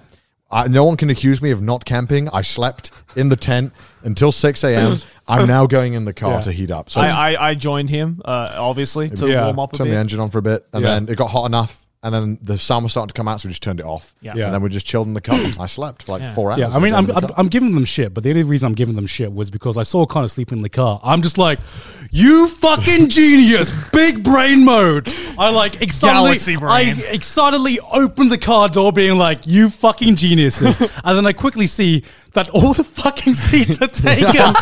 Speaker 4: I, no one can accuse me of not camping. I slept in the tent until six a.m. I'm now going in the car
Speaker 5: Yeah.
Speaker 4: to heat up. So it's-
Speaker 5: I, I, I joined him, uh, obviously, to
Speaker 4: Yeah.
Speaker 5: warm up a
Speaker 4: turned the
Speaker 5: bit.
Speaker 4: engine on for a bit, and
Speaker 5: Yeah.
Speaker 4: then it got hot enough, and then the sun was starting to come out, so we just turned it off.
Speaker 5: Yeah.
Speaker 3: Yeah.
Speaker 4: And then we just chilled in the car. I slept for like four hours.
Speaker 3: Yeah, I mean, I'm,
Speaker 4: in the
Speaker 3: I'm,
Speaker 4: car.
Speaker 3: I'm giving them shit, but the only reason I'm giving them shit was because I saw Connor sleeping in the car. I'm just like, you fucking genius, big brain mode. I like
Speaker 7: Galaxy
Speaker 3: excitedly, I
Speaker 7: brain.
Speaker 3: excitedly open the car door, being like, you fucking geniuses, and then I quickly see that all the fucking seats are taken.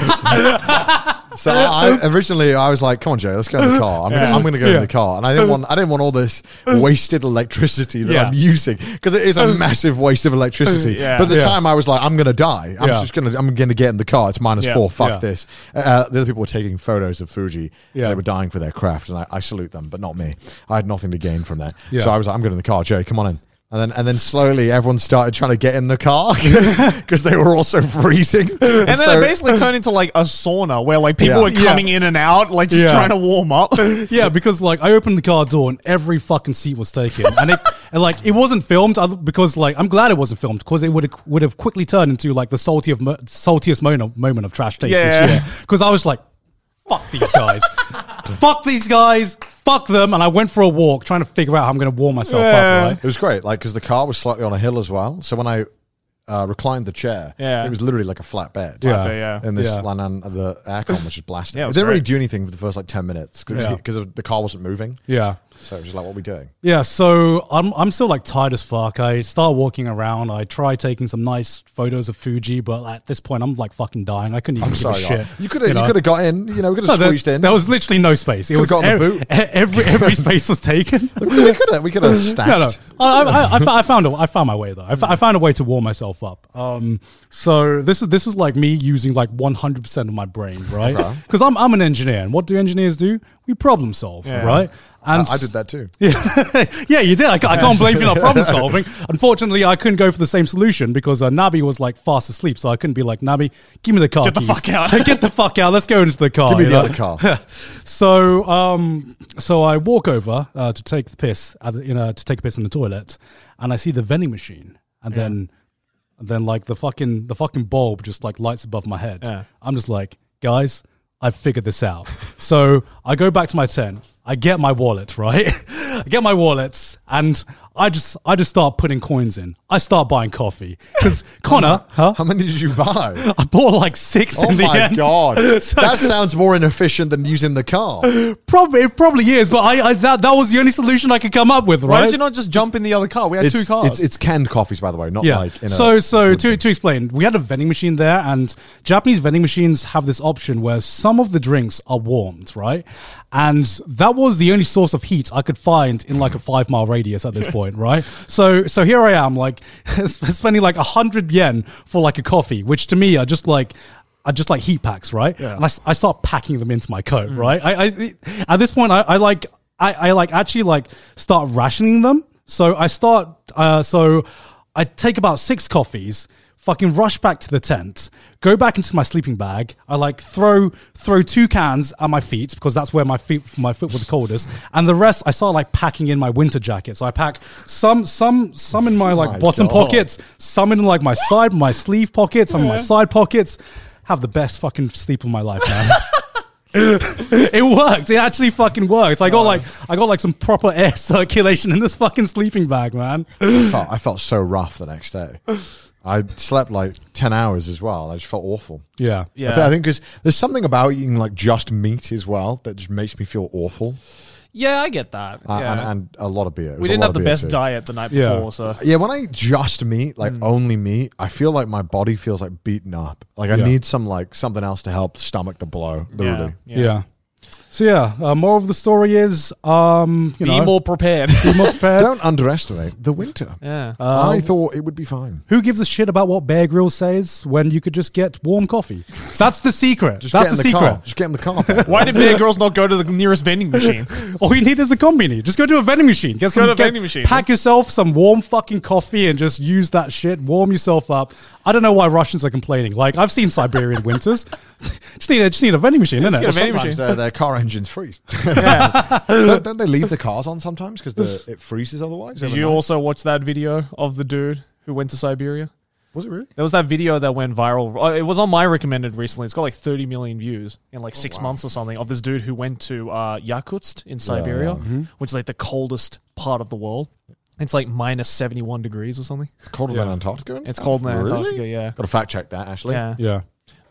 Speaker 4: so I, I- originally I was like, "Come on, Joe, let's go in the car. I'm gonna, I'm gonna go
Speaker 3: Uh, uh-huh. Yeah. Uh-huh.
Speaker 4: in the car." And I didn't want I didn't want all this wasted electricity that
Speaker 3: Yeah. Uh-huh.
Speaker 4: I'm using because it is a massive waste of electricity.
Speaker 5: Yeah.
Speaker 4: But at the
Speaker 3: Yeah.
Speaker 4: time I was like, "I'm gonna die. I'm
Speaker 3: Yeah.
Speaker 4: just gonna I'm gonna get in the car. It's minus
Speaker 5: Yeah.
Speaker 4: four. Fuck
Speaker 3: Yeah.
Speaker 4: this." Uh, the other people were taking photos of Fuji.
Speaker 3: Yeah.
Speaker 4: They were dying for their craft, and I, I salute them, but not me. I had nothing to gain from that.
Speaker 3: Yeah.
Speaker 4: So I was like, "I'm going in the car, Joe. Come on in." And then, and then slowly everyone started trying to get in the car because they were also freezing.
Speaker 5: And then it basically turned into like a sauna where like people
Speaker 4: Yeah.
Speaker 5: were coming in and out, like just
Speaker 3: Yeah.
Speaker 5: trying to warm up.
Speaker 3: Yeah, because like I opened the car door and every fucking seat was taken, and it and, like it wasn't filmed other- because like I'm glad it wasn't filmed because it would would have quickly turned into like the salty of mo- saltiest moment moment of trash taste
Speaker 5: Yeah.
Speaker 3: this year because I was like, fuck these guys, fuck these guys, fuck them, and I went for a walk trying to figure out how I'm gonna warm myself up. Right?
Speaker 4: It was great, like because the car was slightly on a hill as well. So when I uh, reclined the chair,
Speaker 5: Yeah.
Speaker 4: it was literally like a flat bed.
Speaker 3: Yeah.
Speaker 5: bed, yeah.
Speaker 4: And this
Speaker 3: Yeah.
Speaker 4: and then the aircon was just blasting.
Speaker 5: Yeah, it
Speaker 4: it,
Speaker 5: was
Speaker 4: didn't really
Speaker 5: great.
Speaker 4: do anything for the first like ten minutes because
Speaker 3: Yeah.
Speaker 4: the car wasn't moving.
Speaker 3: Yeah.
Speaker 4: So it was just like, what are we doing?
Speaker 3: Yeah, so I'm I'm still like tired as fuck. I start walking around. I try taking some nice photos of Fuji, but at this point, I'm like fucking dying. I couldn't even
Speaker 4: I'm
Speaker 3: give
Speaker 4: sorry,
Speaker 3: a
Speaker 4: guy.
Speaker 3: shit.
Speaker 4: you could have you,
Speaker 3: know?
Speaker 4: could have got in. You know, we could have
Speaker 3: No,
Speaker 4: squeezed
Speaker 3: there,
Speaker 4: in.
Speaker 3: there was literally no space. It
Speaker 4: Could've
Speaker 3: was
Speaker 4: gotten a
Speaker 3: ev-
Speaker 4: boot.
Speaker 3: e- every every space was taken.
Speaker 4: we could have we could have stacked.
Speaker 3: No, no. I, I, I, fo- I found a, I found my way though. I, fo- I found a way to warm myself up. Um, so this is this is like me using like 100 percent of my brain, right? Because I'm I'm an engineer, and what do engineers do? We problem solve, right? And
Speaker 4: I, I did that too.
Speaker 3: yeah, yeah, you did. I, ca- I can't blame you for not problem solving. Unfortunately, I couldn't go for the same solution because uh, Nabi was like fast asleep, so I couldn't be like Nabi, give me the car. Get
Speaker 5: the fuck out.
Speaker 3: Get the fuck out. Let's go into the car.
Speaker 4: Give me
Speaker 3: you
Speaker 4: the
Speaker 3: know?
Speaker 4: other car.
Speaker 3: So, um, so I walk over uh, to take the piss at the, in a, to take a piss in the toilet, and I see the vending machine, and then, and then like the fucking the fucking bulb just like lights above my head. I'm just like, guys, I figured this out. so I go back to my tent. I get my wallet, right? I get my wallet, and I just I just start putting coins in. I start buying coffee because Connor, huh?
Speaker 4: How many did you buy?
Speaker 3: I bought like six
Speaker 4: Oh
Speaker 3: in the
Speaker 4: my
Speaker 3: end.
Speaker 4: god,
Speaker 3: So-
Speaker 4: that sounds more inefficient than using the car.
Speaker 3: Probably it probably is, but I, I that that was the only solution I could come up with,
Speaker 5: Why
Speaker 3: right?
Speaker 5: did you not just jump in the other car? We had
Speaker 4: It's,
Speaker 5: two cars.
Speaker 4: it's it's canned coffees, by the way, not
Speaker 3: yeah.
Speaker 4: like in
Speaker 3: so
Speaker 4: a,
Speaker 3: so to to explain, we had a vending machine there, and Japanese vending machines have this option where some of the drinks are warmed, right? And that was the only source of heat I could find in like a five mile radius at this point, right? So so here I am, like spending like a hundred yen for like a coffee, which to me are just like. I just like heat packs, right? And I, s- I start packing them into my coat,
Speaker 4: Mm.
Speaker 3: right? I, I at this point I, I like I, I like actually like start rationing them. So I start uh, so I take about six coffees, fucking rush back to the tent, go back into my sleeping bag. I like throw throw two cans at my feet because that's where my feet my foot were the coldest, and the rest I start like packing in my winter jacket. So I pack some some some in my like
Speaker 4: My
Speaker 3: bottom
Speaker 4: God.
Speaker 3: pockets, some in like my side my sleeve pockets, some in my side pockets. Have the best fucking sleep of my life, man. it worked. It actually fucking worked. I got like I got like some proper air circulation in this fucking sleeping bag, man.
Speaker 4: felt- I felt so rough the next day. I slept like 10 hours as well. I just felt awful.
Speaker 3: Yeah.
Speaker 4: I thi-
Speaker 5: Yeah.
Speaker 4: I think because there's something about eating like just meat as well that just makes me feel awful.
Speaker 5: Yeah, I get that.
Speaker 4: Uh,
Speaker 5: yeah.
Speaker 4: and, and a lot of beer. It
Speaker 5: we
Speaker 4: was a
Speaker 5: didn't
Speaker 4: lot
Speaker 5: have
Speaker 4: of
Speaker 5: the
Speaker 4: beer
Speaker 5: best
Speaker 4: too.
Speaker 5: diet Mm. the night before, so
Speaker 4: Yeah, when I eat just meat, like only meat, I feel like my body feels like beaten up. Like I
Speaker 3: Yeah.
Speaker 4: need some like something else to help stomach the blow. Literally.
Speaker 3: Yeah. So yeah, uh, moral of the story is, um, you
Speaker 5: be
Speaker 3: know,
Speaker 5: more prepared.
Speaker 3: be more prepared.
Speaker 4: Don't underestimate the winter.
Speaker 5: yeah.
Speaker 4: I thought it would be fine.
Speaker 3: Who gives a shit about what Bear Grylls says when you could just get warm coffee? That's the secret.
Speaker 4: Just
Speaker 3: That's
Speaker 4: get in
Speaker 3: the,
Speaker 4: the car.
Speaker 3: secret.
Speaker 4: Just get in the car. Pat.
Speaker 5: Why did Bear Girls not go to the nearest vending machine?
Speaker 3: All you need is a combini. Just go to a vending machine. Get
Speaker 5: Just go
Speaker 3: some,
Speaker 5: to a
Speaker 3: get-
Speaker 5: vending machine.
Speaker 3: Pack yourself some warm fucking coffee and just use that shit. Warm yourself up. I don't know why Russians are complaining. Like I've seen Siberian winters. just need a, just need a vending machine,
Speaker 5: Just
Speaker 3: innit?
Speaker 5: get a vending
Speaker 4: Sometimes
Speaker 5: machine.
Speaker 4: their, their car engines freeze. don't, don't they leave the cars on sometimes because it freezes otherwise?
Speaker 5: Did
Speaker 4: overnight?
Speaker 5: you also watch that video of the dude who went to Siberia?
Speaker 4: was it really?
Speaker 5: There was that video that went viral. Uh, It was on my recommended recently. It's got like 30 million views in like six months or something of this dude who went to uh, Yakutsk in Siberia, which is like the coldest part of the world. It's like minus 71 degrees or something.
Speaker 4: Colder than Antarctica? and
Speaker 5: It's
Speaker 4: stuff?
Speaker 5: cold in
Speaker 4: Really?
Speaker 5: Antarctica, yeah.
Speaker 4: Got to fact check that, Ashley.
Speaker 5: Yeah.
Speaker 3: Yeah.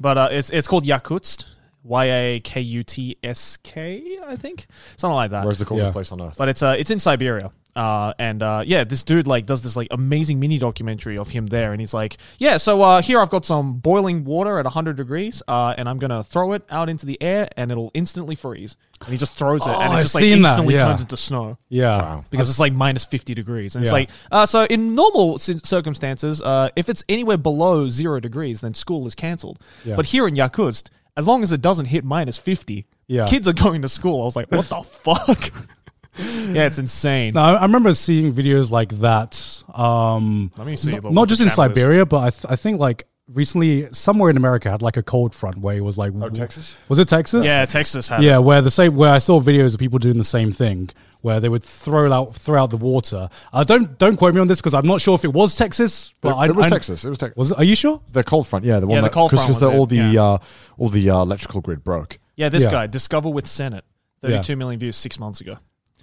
Speaker 5: But uh, it's it's called Yakutsk, Y A K U T S K, I think. Something like that.
Speaker 4: Where's the coldest
Speaker 3: Yeah.
Speaker 4: place on earth?
Speaker 5: But it's uh, it's in Siberia. Uh, and uh, yeah, this dude like does this like amazing mini documentary of him there, and he's like, yeah, so uh, here I've got some boiling water at 100 degrees, uh, and I'm gonna throw it out into the air, and it'll instantly freeze. And he just throws it, and
Speaker 3: Oh,
Speaker 5: it
Speaker 3: I've
Speaker 5: just like
Speaker 3: seen that,
Speaker 5: instantly
Speaker 3: yeah.
Speaker 5: turns into snow
Speaker 3: Yeah.
Speaker 5: because it's like minus 50 degrees. And it's
Speaker 3: Yeah.
Speaker 5: like, uh, so in normal c- circumstances, uh, if it's anywhere below zero degrees, then school is cancelled.
Speaker 3: Yeah.
Speaker 5: But here in Yakutsk, as long as it doesn't hit minus 50,
Speaker 3: Yeah.
Speaker 5: kids are going to school. I was like, what the fuck? yeah, it's insane.
Speaker 3: No, I I remember seeing videos like that. Um,
Speaker 5: Let me see
Speaker 3: n-
Speaker 5: the-
Speaker 3: Not,
Speaker 5: what
Speaker 3: just
Speaker 5: the
Speaker 3: in
Speaker 5: channel is.
Speaker 3: Siberia, but I, th- I think like recently somewhere in America had like a cold front where it was like. Oh,
Speaker 4: Texas?
Speaker 3: Was it Texas?
Speaker 5: Yeah, Texas had
Speaker 3: Yeah, where the same where I saw videos of people doing the same thing, where they would throw out throw out the water. Uh, don't don't quote me on this because I'm not sure if it was Texas. But
Speaker 4: It-
Speaker 3: I,
Speaker 4: it was
Speaker 3: I-
Speaker 4: Texas. It was Texas.
Speaker 3: Was it, are you sure?
Speaker 4: The cold front, yeah, the one
Speaker 5: Yeah, the
Speaker 4: that,
Speaker 5: cold
Speaker 4: cause,
Speaker 5: front
Speaker 4: because
Speaker 5: was it,
Speaker 4: all the
Speaker 5: yeah.
Speaker 4: uh, all the uh, electrical grid broke.
Speaker 5: Yeah, this
Speaker 3: Yeah.
Speaker 5: guy, Discover with Senate, thirty-two million views six months ago.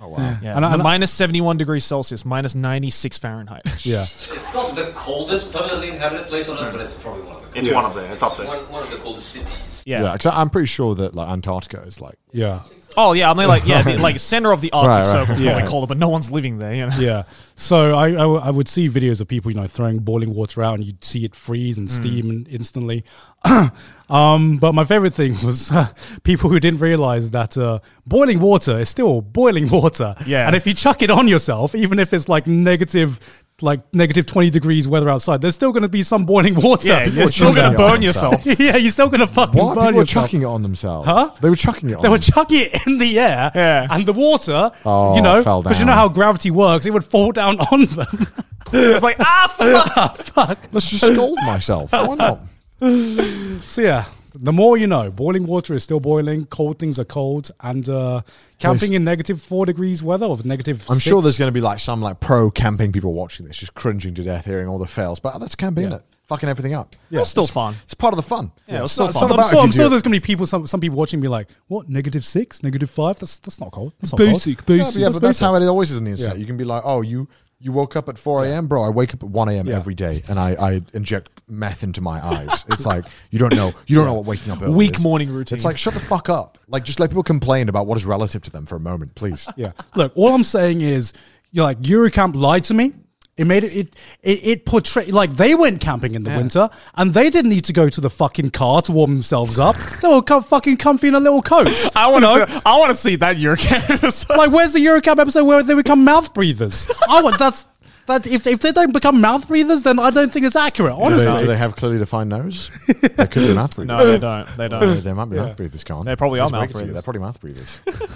Speaker 4: Oh wow!
Speaker 5: Yeah,
Speaker 3: And I-
Speaker 5: the
Speaker 3: and I-
Speaker 5: minus 71 degrees Celsius, minus 96 Fahrenheit.
Speaker 3: Yeah.
Speaker 6: It's not the coldest permanently inhabited place on Earth, but it's probably one of the coldest.
Speaker 7: It's one of them. It's up there.
Speaker 6: One, one of the coldest cities.
Speaker 5: yeah.
Speaker 4: Yeah, 'cause I I'm pretty sure that like Antarctica is like
Speaker 3: Yeah.
Speaker 5: Oh, yeah. I mean, like, yeah, the, like center of the Arctic
Speaker 4: Right, right.
Speaker 5: Circle is
Speaker 3: Yeah.
Speaker 5: probably colder, but no one's living there. You know?
Speaker 3: Yeah. So I, I, w- I would see videos of people, you know, throwing boiling water out and you'd see it freeze
Speaker 5: Mm.
Speaker 3: and steam and instantly. um, but my favorite thing was uh, people who didn't realize that uh, boiling water is still boiling water.
Speaker 5: Yeah.
Speaker 3: And if you chuck it on yourself, even if it's like negative, like negative 20 degrees weather outside, there's still going to be some boiling water.
Speaker 5: Yeah, you're still
Speaker 3: in
Speaker 5: gonna
Speaker 3: there.
Speaker 5: burn yourself.
Speaker 3: yeah, you're still going to fucking
Speaker 4: what?
Speaker 3: burn
Speaker 4: People were
Speaker 3: yourself.
Speaker 4: chucking it on themselves.
Speaker 3: Huh?
Speaker 4: They were chucking it. on
Speaker 3: They would
Speaker 4: them-
Speaker 3: chuck it in the air,
Speaker 5: Yeah.
Speaker 3: and the water,
Speaker 4: Oh,
Speaker 3: you know,
Speaker 4: fell
Speaker 3: because you know
Speaker 4: down.
Speaker 3: how gravity works, it would fall down on them.
Speaker 5: It's like, ah, fuck.
Speaker 4: Let's just scold myself. Why not?
Speaker 3: so yeah, the more you know, boiling water is still boiling, cold things are cold, and uh, camping
Speaker 4: Yes.
Speaker 3: in negative four degrees weather or negative.
Speaker 4: I'm sure
Speaker 3: six-
Speaker 4: there's going to be like some like pro camping people watching this, just cringing to death hearing all the fails. But that's camping, isn't it? Fucking everything up.
Speaker 5: Yeah. It's still fun.
Speaker 4: It's part of the fun.
Speaker 5: Yeah, it's
Speaker 4: It's
Speaker 5: still
Speaker 4: not- it's
Speaker 5: fun.
Speaker 4: not
Speaker 3: I'm,
Speaker 4: about
Speaker 3: sure,
Speaker 4: if you
Speaker 3: I'm
Speaker 4: do
Speaker 3: sure
Speaker 4: it-
Speaker 3: there's gonna be people. Some some people watching me like, what? Negative six? Negative five? That's that's not cold. That's not cold.
Speaker 4: Yeah, but, yeah, but that's how it always is in the internet.
Speaker 3: Yeah.
Speaker 4: You can be like, oh, you you woke up at 4 a.m., bro. I wake up at 1 a.m.
Speaker 3: Yeah.
Speaker 4: every day, and I, I inject meth into my eyes. it's like you don't know you don't know what waking up early
Speaker 5: Weak
Speaker 4: is.
Speaker 5: morning routine.
Speaker 4: It's like shut the fuck up. Like just let people complain about what is relative to them for a moment, please.
Speaker 3: Yeah. Look, all I'm saying is, you're like Eurocamp lied to me. It made it it it, it portrayed like they went camping in the winter and they didn't need to go to the fucking car to warm themselves up. they were com- fucking comfy in a little coat.
Speaker 5: I want
Speaker 3: You know?
Speaker 5: to. I want to see that Eurocamp episode.
Speaker 3: Like, where's the Eurocamp episode where they become mouth breathers? I want that's that if if they don't become mouth breathers, then I don't think it's accurate.
Speaker 4: Do
Speaker 3: Honestly,
Speaker 4: they, do they have clearly defined nose? they could be mouth breathers.
Speaker 5: no, they don't. They
Speaker 4: Uh,
Speaker 5: don't.
Speaker 4: there might be mouth breathers, can't
Speaker 5: They probably are
Speaker 4: Just
Speaker 5: mouth
Speaker 4: break it to you.
Speaker 5: breathers.
Speaker 4: They're probably mouth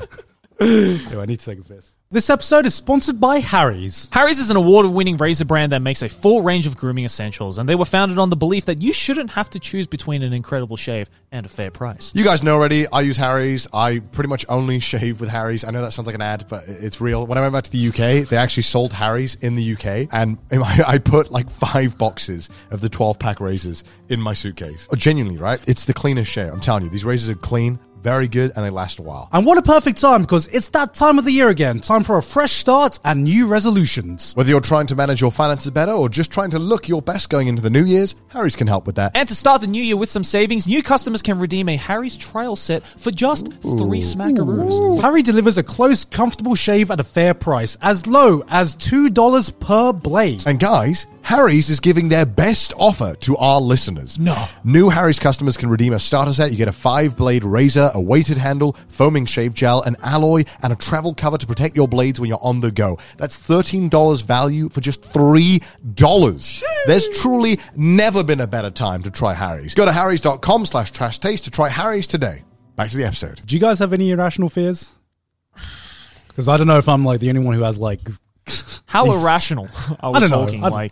Speaker 4: breathers.
Speaker 3: Ew, I need to take a piss. This episode is sponsored by Harry's.
Speaker 5: Harry's is an award winning razor brand that makes a full range of grooming essentials, and they were founded on the belief that you shouldn't have to choose between an incredible shave and a fair price.
Speaker 4: you guys know already. I use Harry's. I pretty much only shave with Harry's. I know that sounds like an ad, but it- it's real. When I went back to the UK, they actually sold Harry's in the UK, and I I put like five boxes of the twelve pack razors in my suitcase. Oh, genuinely, right? It's the cleanest shave. I'm telling you, these razors are clean. very good, and they last a while.
Speaker 3: And what a perfect time because it's that time of the year again. Time for a fresh start and new resolutions.
Speaker 4: Whether you're trying to manage your finances better or just trying to look your best going into the new year's, Harry's can help with that.
Speaker 5: And to start the new year with some savings, new customers can redeem a Harry's trial set for just three smackaroos.
Speaker 3: Harry delivers a close, comfortable shave at a fair price, as low as $2 per blade.
Speaker 4: And guys, Harry's is giving their best offer to our listeners.
Speaker 3: No.
Speaker 4: New Harry's customers can redeem a starter set. You get a five blade razor, a weighted handle, foaming shave gel, an alloy, and a travel cover to protect your blades when you're on the go. That's $13 value for just $3. There's truly never been a better time to try Harry's. Go to harrys.com slash trash taste to try Harry's today. Back to the episode.
Speaker 3: Do you guys have any irrational fears? Because I don't know if I'm like the only one who has like.
Speaker 5: How
Speaker 3: these-
Speaker 5: irrational are we
Speaker 3: I don't know.
Speaker 5: talking?
Speaker 3: I don't,
Speaker 5: like,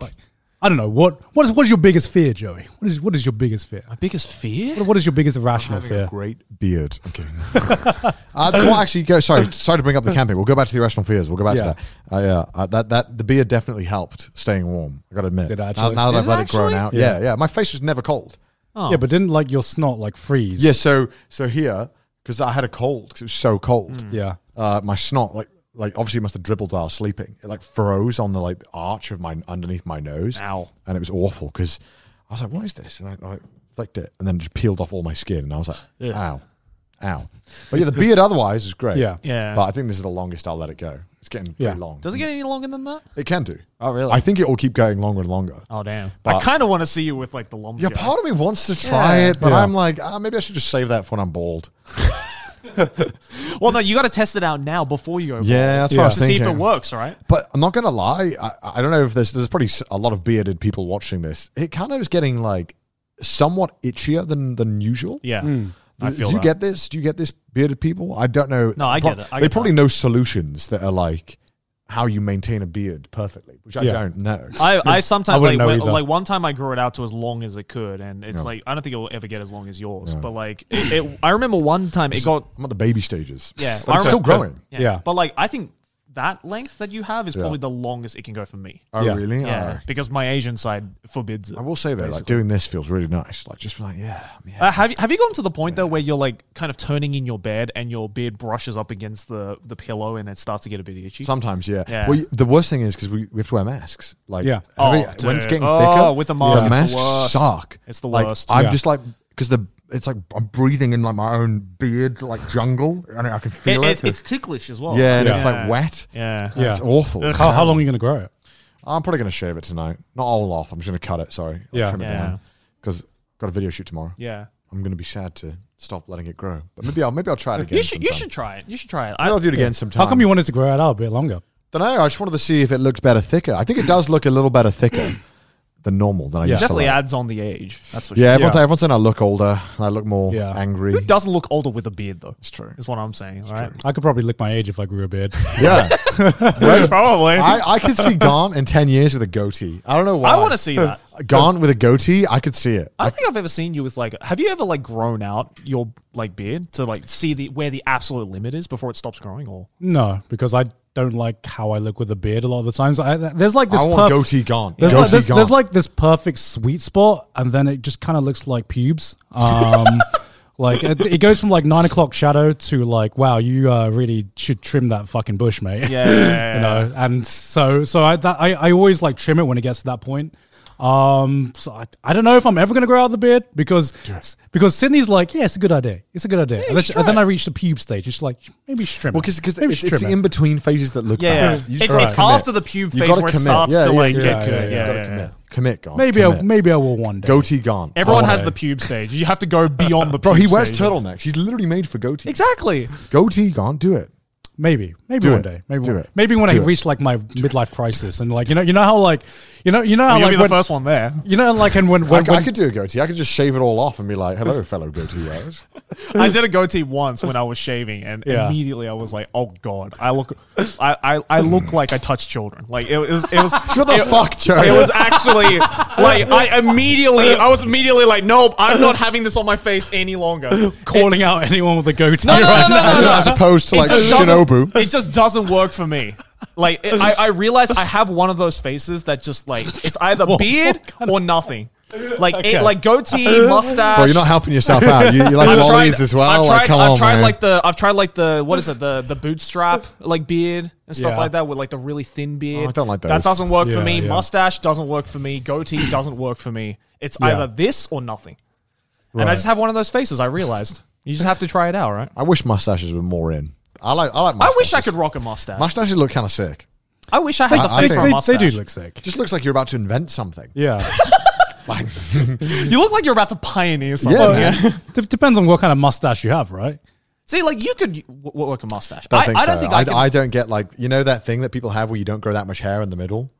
Speaker 3: I don't know what what is what is your biggest fear, Joey? What is what is your biggest fear? My
Speaker 5: biggest fear?
Speaker 3: What, what is your biggest irrational
Speaker 4: having a
Speaker 3: fear?
Speaker 4: great beard. Okay. uh, so we'll actually, go. Sorry, sorry to bring up the camping. We'll go back to the irrational fears. We'll go back
Speaker 3: Yeah.
Speaker 4: to that. Uh, yeah, uh, that that the beard definitely helped staying warm. I got to admit.
Speaker 3: Did it
Speaker 4: Now-
Speaker 3: actually?
Speaker 4: Now, that
Speaker 3: Did
Speaker 4: I've
Speaker 3: it
Speaker 4: let it grow
Speaker 3: actually?
Speaker 4: out.
Speaker 3: Yeah.
Speaker 4: Yeah. yeah, My face was never cold.
Speaker 5: Oh.
Speaker 3: Yeah, but didn't like your snot like freeze?
Speaker 4: Yeah. So so here because I had a cold 'cause it was so cold.
Speaker 3: Yeah.
Speaker 4: Uh, my snot like. Like obviously, it must have dribbled while I was sleeping. It like froze on the like the arch of my underneath my nose,
Speaker 5: Ow.
Speaker 4: and it was awful because I was like, "What is this?" And I, I flicked it, and then it just peeled off all my skin, and I was like, "Ow, ow!" But yeah, the beard otherwise is great.
Speaker 3: Yeah.
Speaker 5: Yeah.
Speaker 4: But I think this is the longest I'll let it go. It's getting pretty
Speaker 3: Yeah.
Speaker 4: long.
Speaker 5: Does it get any longer than that?
Speaker 4: It can do.
Speaker 5: Oh, really?
Speaker 4: I think it will keep going longer and longer.
Speaker 5: Oh, damn. I
Speaker 4: But-
Speaker 5: kind of want to see you with, like, the lumps.
Speaker 4: Yeah, part of me wants to try
Speaker 5: Yeah.
Speaker 4: it, but
Speaker 3: Yeah.
Speaker 4: I'm like, ah, maybe I should just save that for when I'm bald.
Speaker 5: Well, no, you got to test it out now before you go.
Speaker 4: Yeah, that's what I
Speaker 5: To
Speaker 4: was
Speaker 5: see if it
Speaker 4: thinking.
Speaker 5: works, right?
Speaker 4: But I'm not gonna lie. I, I don't know if there's there's probably s- a lot of bearded people watching this. It kind of is getting like somewhat itchier than than usual.
Speaker 5: Yeah.
Speaker 4: Do,
Speaker 5: I feel
Speaker 4: do you
Speaker 5: that.
Speaker 4: get this? Do you get this, bearded people? I don't know.
Speaker 5: No, I
Speaker 4: Pro-
Speaker 5: get it. I
Speaker 4: they
Speaker 5: get
Speaker 4: probably
Speaker 5: that.
Speaker 4: know solutions that are like how you maintain a beard perfectly, which I
Speaker 3: Yeah.
Speaker 4: don't know.
Speaker 5: I, I sometimes
Speaker 3: I
Speaker 5: like,
Speaker 3: wouldn't know
Speaker 5: went-
Speaker 3: either.
Speaker 5: like one time I grew it out to as long as it could, and it's like I don't think it will ever get as long as yours. But like it, it, I remember one time it got
Speaker 4: I'm at the baby stages.
Speaker 5: Yeah,
Speaker 4: But
Speaker 5: I
Speaker 4: it's still
Speaker 5: remember-
Speaker 4: growing.
Speaker 5: yeah,
Speaker 3: Yeah.
Speaker 5: But like I think that length that you have is
Speaker 4: Yeah.
Speaker 5: probably the longest it can go for me.
Speaker 4: Oh,
Speaker 3: Yeah.
Speaker 4: really?
Speaker 5: yeah,
Speaker 4: Oh.
Speaker 5: because my Asian side forbids it.
Speaker 4: I will say though, like
Speaker 5: basically.
Speaker 4: doing this feels really nice. Like just like yeah, yeah.
Speaker 5: Uh, have you have you gotten to the point though where you're like kind of turning in your bed and your beard brushes up against the the pillow and it starts to get a bit itchy?
Speaker 4: Sometimes, yeah.
Speaker 5: Yeah.
Speaker 4: Well, y- the worst thing is because we, we have to wear masks. Like,
Speaker 3: Yeah.
Speaker 4: having-
Speaker 5: Oh,
Speaker 4: when it's
Speaker 5: dude.
Speaker 4: getting
Speaker 5: Oh,
Speaker 4: thicker,
Speaker 5: with the mask, it's the
Speaker 4: masks
Speaker 5: worst.
Speaker 4: suck.
Speaker 5: It's the
Speaker 4: Like,
Speaker 5: worst.
Speaker 4: I'm
Speaker 3: Yeah.
Speaker 4: just like because the it's like I'm breathing in like my own beard like jungle, and I can
Speaker 5: It-
Speaker 4: feel it.
Speaker 5: it's, it's ticklish as well.
Speaker 4: yeah, and
Speaker 3: Yeah.
Speaker 4: it's like wet.
Speaker 5: Yeah.
Speaker 3: Yeah.
Speaker 4: It's awful.
Speaker 3: How, how long are you going to grow it?
Speaker 4: I'm probably gonna shave it tonight. Not all off. I'm just gonna cut it. Sorry. Like,
Speaker 3: Yeah.
Speaker 4: Trim it
Speaker 5: Yeah.
Speaker 4: down because got a video shoot tomorrow.
Speaker 5: Yeah.
Speaker 4: I'm gonna be sad to stop letting it grow, but maybe I'll maybe I'll try it again.
Speaker 5: You should you
Speaker 4: sometime.
Speaker 5: should try it. You should try it.
Speaker 4: Maybe I'll do it again sometime.
Speaker 3: How come you wanted to grow it out a bit longer?
Speaker 4: Don't know. I just wanted to see if it looked better thicker. I think it does look a little better thicker than normal than I used
Speaker 5: definitely
Speaker 4: to. like.
Speaker 5: adds on the age. That's for
Speaker 4: Yeah,
Speaker 5: sure.
Speaker 4: everyone,
Speaker 3: Yeah.
Speaker 4: everyone's saying I look older. and I look more
Speaker 3: Yeah.
Speaker 4: angry.
Speaker 5: Who doesn't look older with a beard though?
Speaker 4: It's true.
Speaker 5: Is what I'm saying. all right.
Speaker 3: I could probably lick my age if I grew a beard.
Speaker 4: Yeah,
Speaker 5: Probably. I,
Speaker 4: I, I could see Gone in ten years with a goatee. I don't know why.
Speaker 5: want to see that.
Speaker 4: Gone with a goatee. I could see it.
Speaker 5: I don't think I've ever seen you with like. Have you ever like grown out your like beard to like see the where the absolute limit is before it stops growing? Or
Speaker 3: no, because I don't like how I look with a beard a lot of the times. I, there's like this
Speaker 4: I want
Speaker 3: perf-
Speaker 4: goatee gone.
Speaker 3: There's
Speaker 4: goatee
Speaker 3: like, there's,
Speaker 4: gone.
Speaker 3: there's like this perfect sweet spot, and then it just kind of looks like pubes. Um, like it, it goes from like nine o'clock shadow to like, wow, you uh, really should trim that fucking bush, mate.
Speaker 5: Yeah.
Speaker 3: you know. And so, so I, that, I I always like trim it when it gets to that point. Um, so I, I don't know if I'm ever gonna grow out the beard because because Sydney's like, yeah, it's a good idea, it's a good idea. and, then, and then I reach the pube stage. It's like maybe just trim.
Speaker 4: well,
Speaker 3: it.
Speaker 4: because because
Speaker 3: Maybe
Speaker 4: it's,
Speaker 3: just
Speaker 4: it's
Speaker 3: trim
Speaker 4: the
Speaker 3: it.
Speaker 4: in between phases that look
Speaker 5: Yeah,
Speaker 4: bad. You
Speaker 5: it's,
Speaker 4: gotta
Speaker 5: it's
Speaker 4: commit.
Speaker 5: after the pube
Speaker 4: You
Speaker 5: phase
Speaker 4: gotta
Speaker 5: where it
Speaker 4: commit.
Speaker 5: starts
Speaker 4: Yeah,
Speaker 5: to
Speaker 4: yeah,
Speaker 5: like
Speaker 4: yeah,
Speaker 5: get
Speaker 4: yeah,
Speaker 5: good.
Speaker 4: yeah,
Speaker 5: Yeah,
Speaker 4: you gotta
Speaker 5: yeah,
Speaker 4: commit.
Speaker 5: yeah.
Speaker 4: Commit, Gone.
Speaker 3: maybe I
Speaker 4: commit.
Speaker 3: maybe I will one day.
Speaker 4: goatee gone.
Speaker 5: Everyone
Speaker 4: I
Speaker 5: has the
Speaker 4: want it.
Speaker 5: pube stage. You have to go beyond the.
Speaker 4: Bro,
Speaker 5: pube
Speaker 4: he wears
Speaker 5: stage.
Speaker 4: turtlenecks. He's literally made for goatee.
Speaker 5: Exactly.
Speaker 4: Goatee gone. Do it.
Speaker 3: Maybe, maybe
Speaker 4: Do
Speaker 3: one
Speaker 4: it.
Speaker 3: day, maybe
Speaker 4: Do
Speaker 3: one,
Speaker 4: it.
Speaker 3: maybe when
Speaker 4: Do
Speaker 3: I
Speaker 4: it.
Speaker 3: reach like my midlife crisis and like you know, you know how like you know, you know how
Speaker 5: You'll
Speaker 3: like
Speaker 5: be the
Speaker 3: when-
Speaker 5: first one there.
Speaker 3: you know like and when
Speaker 4: I,
Speaker 3: when,
Speaker 4: c- I
Speaker 3: when
Speaker 4: could do a goatee. I could just shave it all off and be like, "Hello, fellow goatee wearers."
Speaker 5: I did a goatee once when I was shaving, and
Speaker 3: Yeah.
Speaker 5: immediately I was like, "Oh God, I look, I, I, I look like I touch children." Like it was, it was.
Speaker 4: Shut the
Speaker 5: it,
Speaker 4: fuck, Joe.
Speaker 5: It was actually like I immediately, I was immediately like, "Nope, I'm not having this on my face any longer."
Speaker 3: calling out anyone with a goatee.
Speaker 5: No, no, no,
Speaker 3: right
Speaker 5: no, no,
Speaker 4: as,
Speaker 5: no, no.
Speaker 4: as opposed to
Speaker 5: It
Speaker 4: like
Speaker 5: just doesn't-
Speaker 4: Shinobu.
Speaker 5: It just doesn't work for me. Like it, I, I realize I have one of those faces that just like it's either beard or nothing. Like
Speaker 4: Okay.
Speaker 5: it, like goatee, mustache.
Speaker 4: Well, you're not helping yourself out. You, you like
Speaker 5: I've
Speaker 4: lollies
Speaker 5: tried-
Speaker 4: as well.
Speaker 5: I've tried,
Speaker 4: like, come
Speaker 5: I've
Speaker 4: on,
Speaker 5: tried
Speaker 4: man.
Speaker 5: like the I've tried like the what is it the the bootstrap like beard and stuff
Speaker 4: Yeah.
Speaker 5: like that with like the really thin beard.
Speaker 4: Oh, I don't like
Speaker 5: That
Speaker 4: those.
Speaker 5: doesn't work for
Speaker 4: Yeah,
Speaker 5: me.
Speaker 4: yeah.
Speaker 5: Mustache doesn't work for me. Goatee doesn't work for me. It's
Speaker 4: Yeah.
Speaker 5: either this or nothing. And I
Speaker 4: Right.
Speaker 5: just have one of those faces. I realized you just have to try it out, right?
Speaker 4: I wish mustaches were more in. I like. I like.
Speaker 5: I
Speaker 4: Mustaches.
Speaker 5: wish I could rock a mustache.
Speaker 4: Mustaches look kind of sick.
Speaker 5: I wish I had the face for a mustache.
Speaker 4: sick. Just looks like you're about to invent something.
Speaker 3: Yeah.
Speaker 4: Like,
Speaker 5: You look like you're about to pioneer something.
Speaker 3: Well,
Speaker 5: yeah.
Speaker 3: d- depends on what kind of mustache you have, right?
Speaker 5: See, like you could w- w- work a mustache.
Speaker 4: don't
Speaker 5: I,
Speaker 4: think
Speaker 5: I don't
Speaker 4: so.
Speaker 5: think
Speaker 4: I,
Speaker 5: I, could.
Speaker 4: I don't get like you know that thing that people have where you don't grow that much hair in the middle.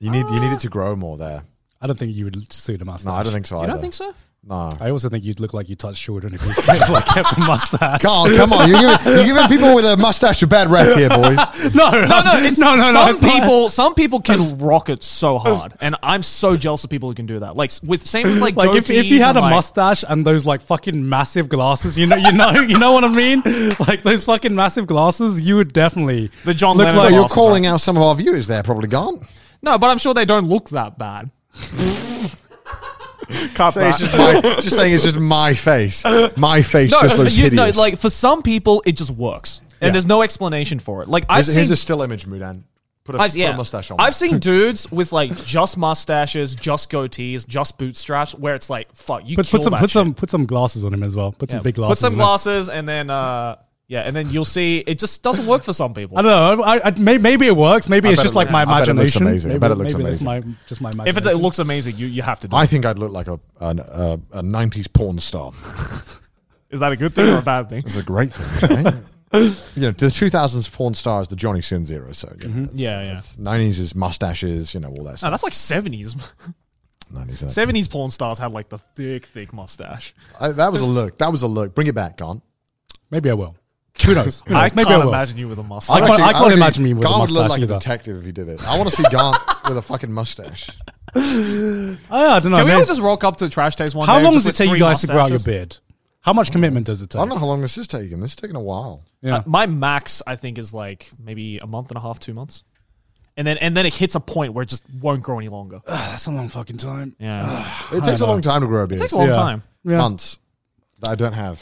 Speaker 4: You need you need it to grow more there.
Speaker 3: I don't think you would suit a mustache.
Speaker 4: No, I don't think so.
Speaker 3: You don't
Speaker 4: either.
Speaker 3: think
Speaker 5: so?
Speaker 4: No.
Speaker 3: I also think you'd look like you touched children if you like, kept a mustache.
Speaker 4: Come on, come on. You're giving, you're giving people with a mustache a bad rep here, boys.
Speaker 3: No, no,
Speaker 5: no, no, it's,
Speaker 3: no, no, no,
Speaker 5: Some
Speaker 3: it's not.
Speaker 5: people, some people can rock it so hard, and I'm so jealous of people who can do that. Like s- with same with, like,
Speaker 3: like if, if you
Speaker 5: goatees
Speaker 3: had
Speaker 5: and,
Speaker 3: a
Speaker 5: like-
Speaker 3: mustache and those like fucking massive glasses, you know, you know, you know what I mean? Like those fucking massive glasses, you would definitely
Speaker 5: The John
Speaker 3: look
Speaker 5: Lennon
Speaker 3: like
Speaker 4: You're
Speaker 5: glasses,
Speaker 4: calling out some of our viewers there, probably gone.
Speaker 5: No, but I'm sure they don't look that bad. Cut
Speaker 4: Say it's just, my, just saying it's just my face. My face
Speaker 5: no, uh,
Speaker 4: just looks
Speaker 5: you, no,
Speaker 4: hideous.
Speaker 5: like for some people, it just works, and
Speaker 4: Yeah.
Speaker 5: there's no explanation for it. Like I've
Speaker 4: here's, here's
Speaker 5: seen
Speaker 4: a still image, Mudan. Put a,
Speaker 5: I've-
Speaker 4: put
Speaker 5: yeah.
Speaker 4: a mustache on.
Speaker 5: I've seen dudes with like just mustaches, just goatees, just bootstraps, where it's like, fuck, you
Speaker 3: put,
Speaker 5: kill
Speaker 3: put some
Speaker 5: that
Speaker 3: put
Speaker 5: shit.
Speaker 3: some put some glasses on him as well. Put
Speaker 5: Yeah.
Speaker 3: some big glasses.
Speaker 5: Put
Speaker 3: on
Speaker 5: some
Speaker 3: him.
Speaker 5: glasses, and then uh, yeah, and then you'll see it just doesn't work for some people.
Speaker 3: I don't know. I, I, I- may, maybe it works. Maybe
Speaker 4: I
Speaker 3: it's
Speaker 4: bet
Speaker 3: just
Speaker 4: it
Speaker 3: like
Speaker 4: looks-
Speaker 3: my
Speaker 4: I bet it looks
Speaker 3: imagination.
Speaker 4: amazing. I
Speaker 3: Maybe,
Speaker 4: bet it looks
Speaker 3: maybe that's
Speaker 4: amazing.
Speaker 3: my just my
Speaker 5: If
Speaker 3: imagination.
Speaker 5: it, it looks amazing, you, you have to do.
Speaker 4: I
Speaker 5: it.
Speaker 4: think I'd look like a an, uh, a '90s porn star.
Speaker 5: Is that a good thing or a bad thing?
Speaker 4: It's a great thing. Right? you know, the 2000s porn star is the Johnny Sin Zero. So you know, it's-
Speaker 5: Yeah, yeah.
Speaker 4: it's 90s is mustaches. You know all that
Speaker 5: Oh,
Speaker 4: stuff.
Speaker 5: that's like seventies.
Speaker 4: 90s. isn't it?
Speaker 5: Seventies porn stars had like the thick, thick mustache.
Speaker 4: I, that was a look. That was a look. Bring it back, Gone.
Speaker 3: maybe I will. Who knows? Who
Speaker 5: I
Speaker 3: knows? Maybe
Speaker 5: can't
Speaker 3: will.
Speaker 5: imagine you with a
Speaker 3: I
Speaker 5: mustache.
Speaker 3: can't, I can't imagine me with a
Speaker 4: Gone would
Speaker 3: mustache
Speaker 4: look like
Speaker 3: either.
Speaker 4: a detective if he did it. I want to see Gone with a fucking mustache.
Speaker 3: I, I don't know.
Speaker 5: Can we
Speaker 3: man.
Speaker 5: all just rock up to trash taste one
Speaker 3: how
Speaker 5: day?
Speaker 3: long does
Speaker 5: just
Speaker 3: it
Speaker 5: with
Speaker 3: take you
Speaker 5: three
Speaker 3: guys to grow out your
Speaker 5: mustaches?
Speaker 3: beard? How much commitment does it
Speaker 4: I
Speaker 3: take?
Speaker 4: don't know how long this is taking. This is taking a while.
Speaker 3: Yeah.
Speaker 5: Uh, my max, I think, is like maybe a month and a half, two months, and then and then it hits a point where it just won't grow any longer.
Speaker 3: That's a long fucking time.
Speaker 5: Yeah,
Speaker 4: It takes a
Speaker 3: know.
Speaker 4: long time to grow a beard.
Speaker 5: takes a long Yeah. time.
Speaker 3: Yeah.
Speaker 4: Months that I don't have.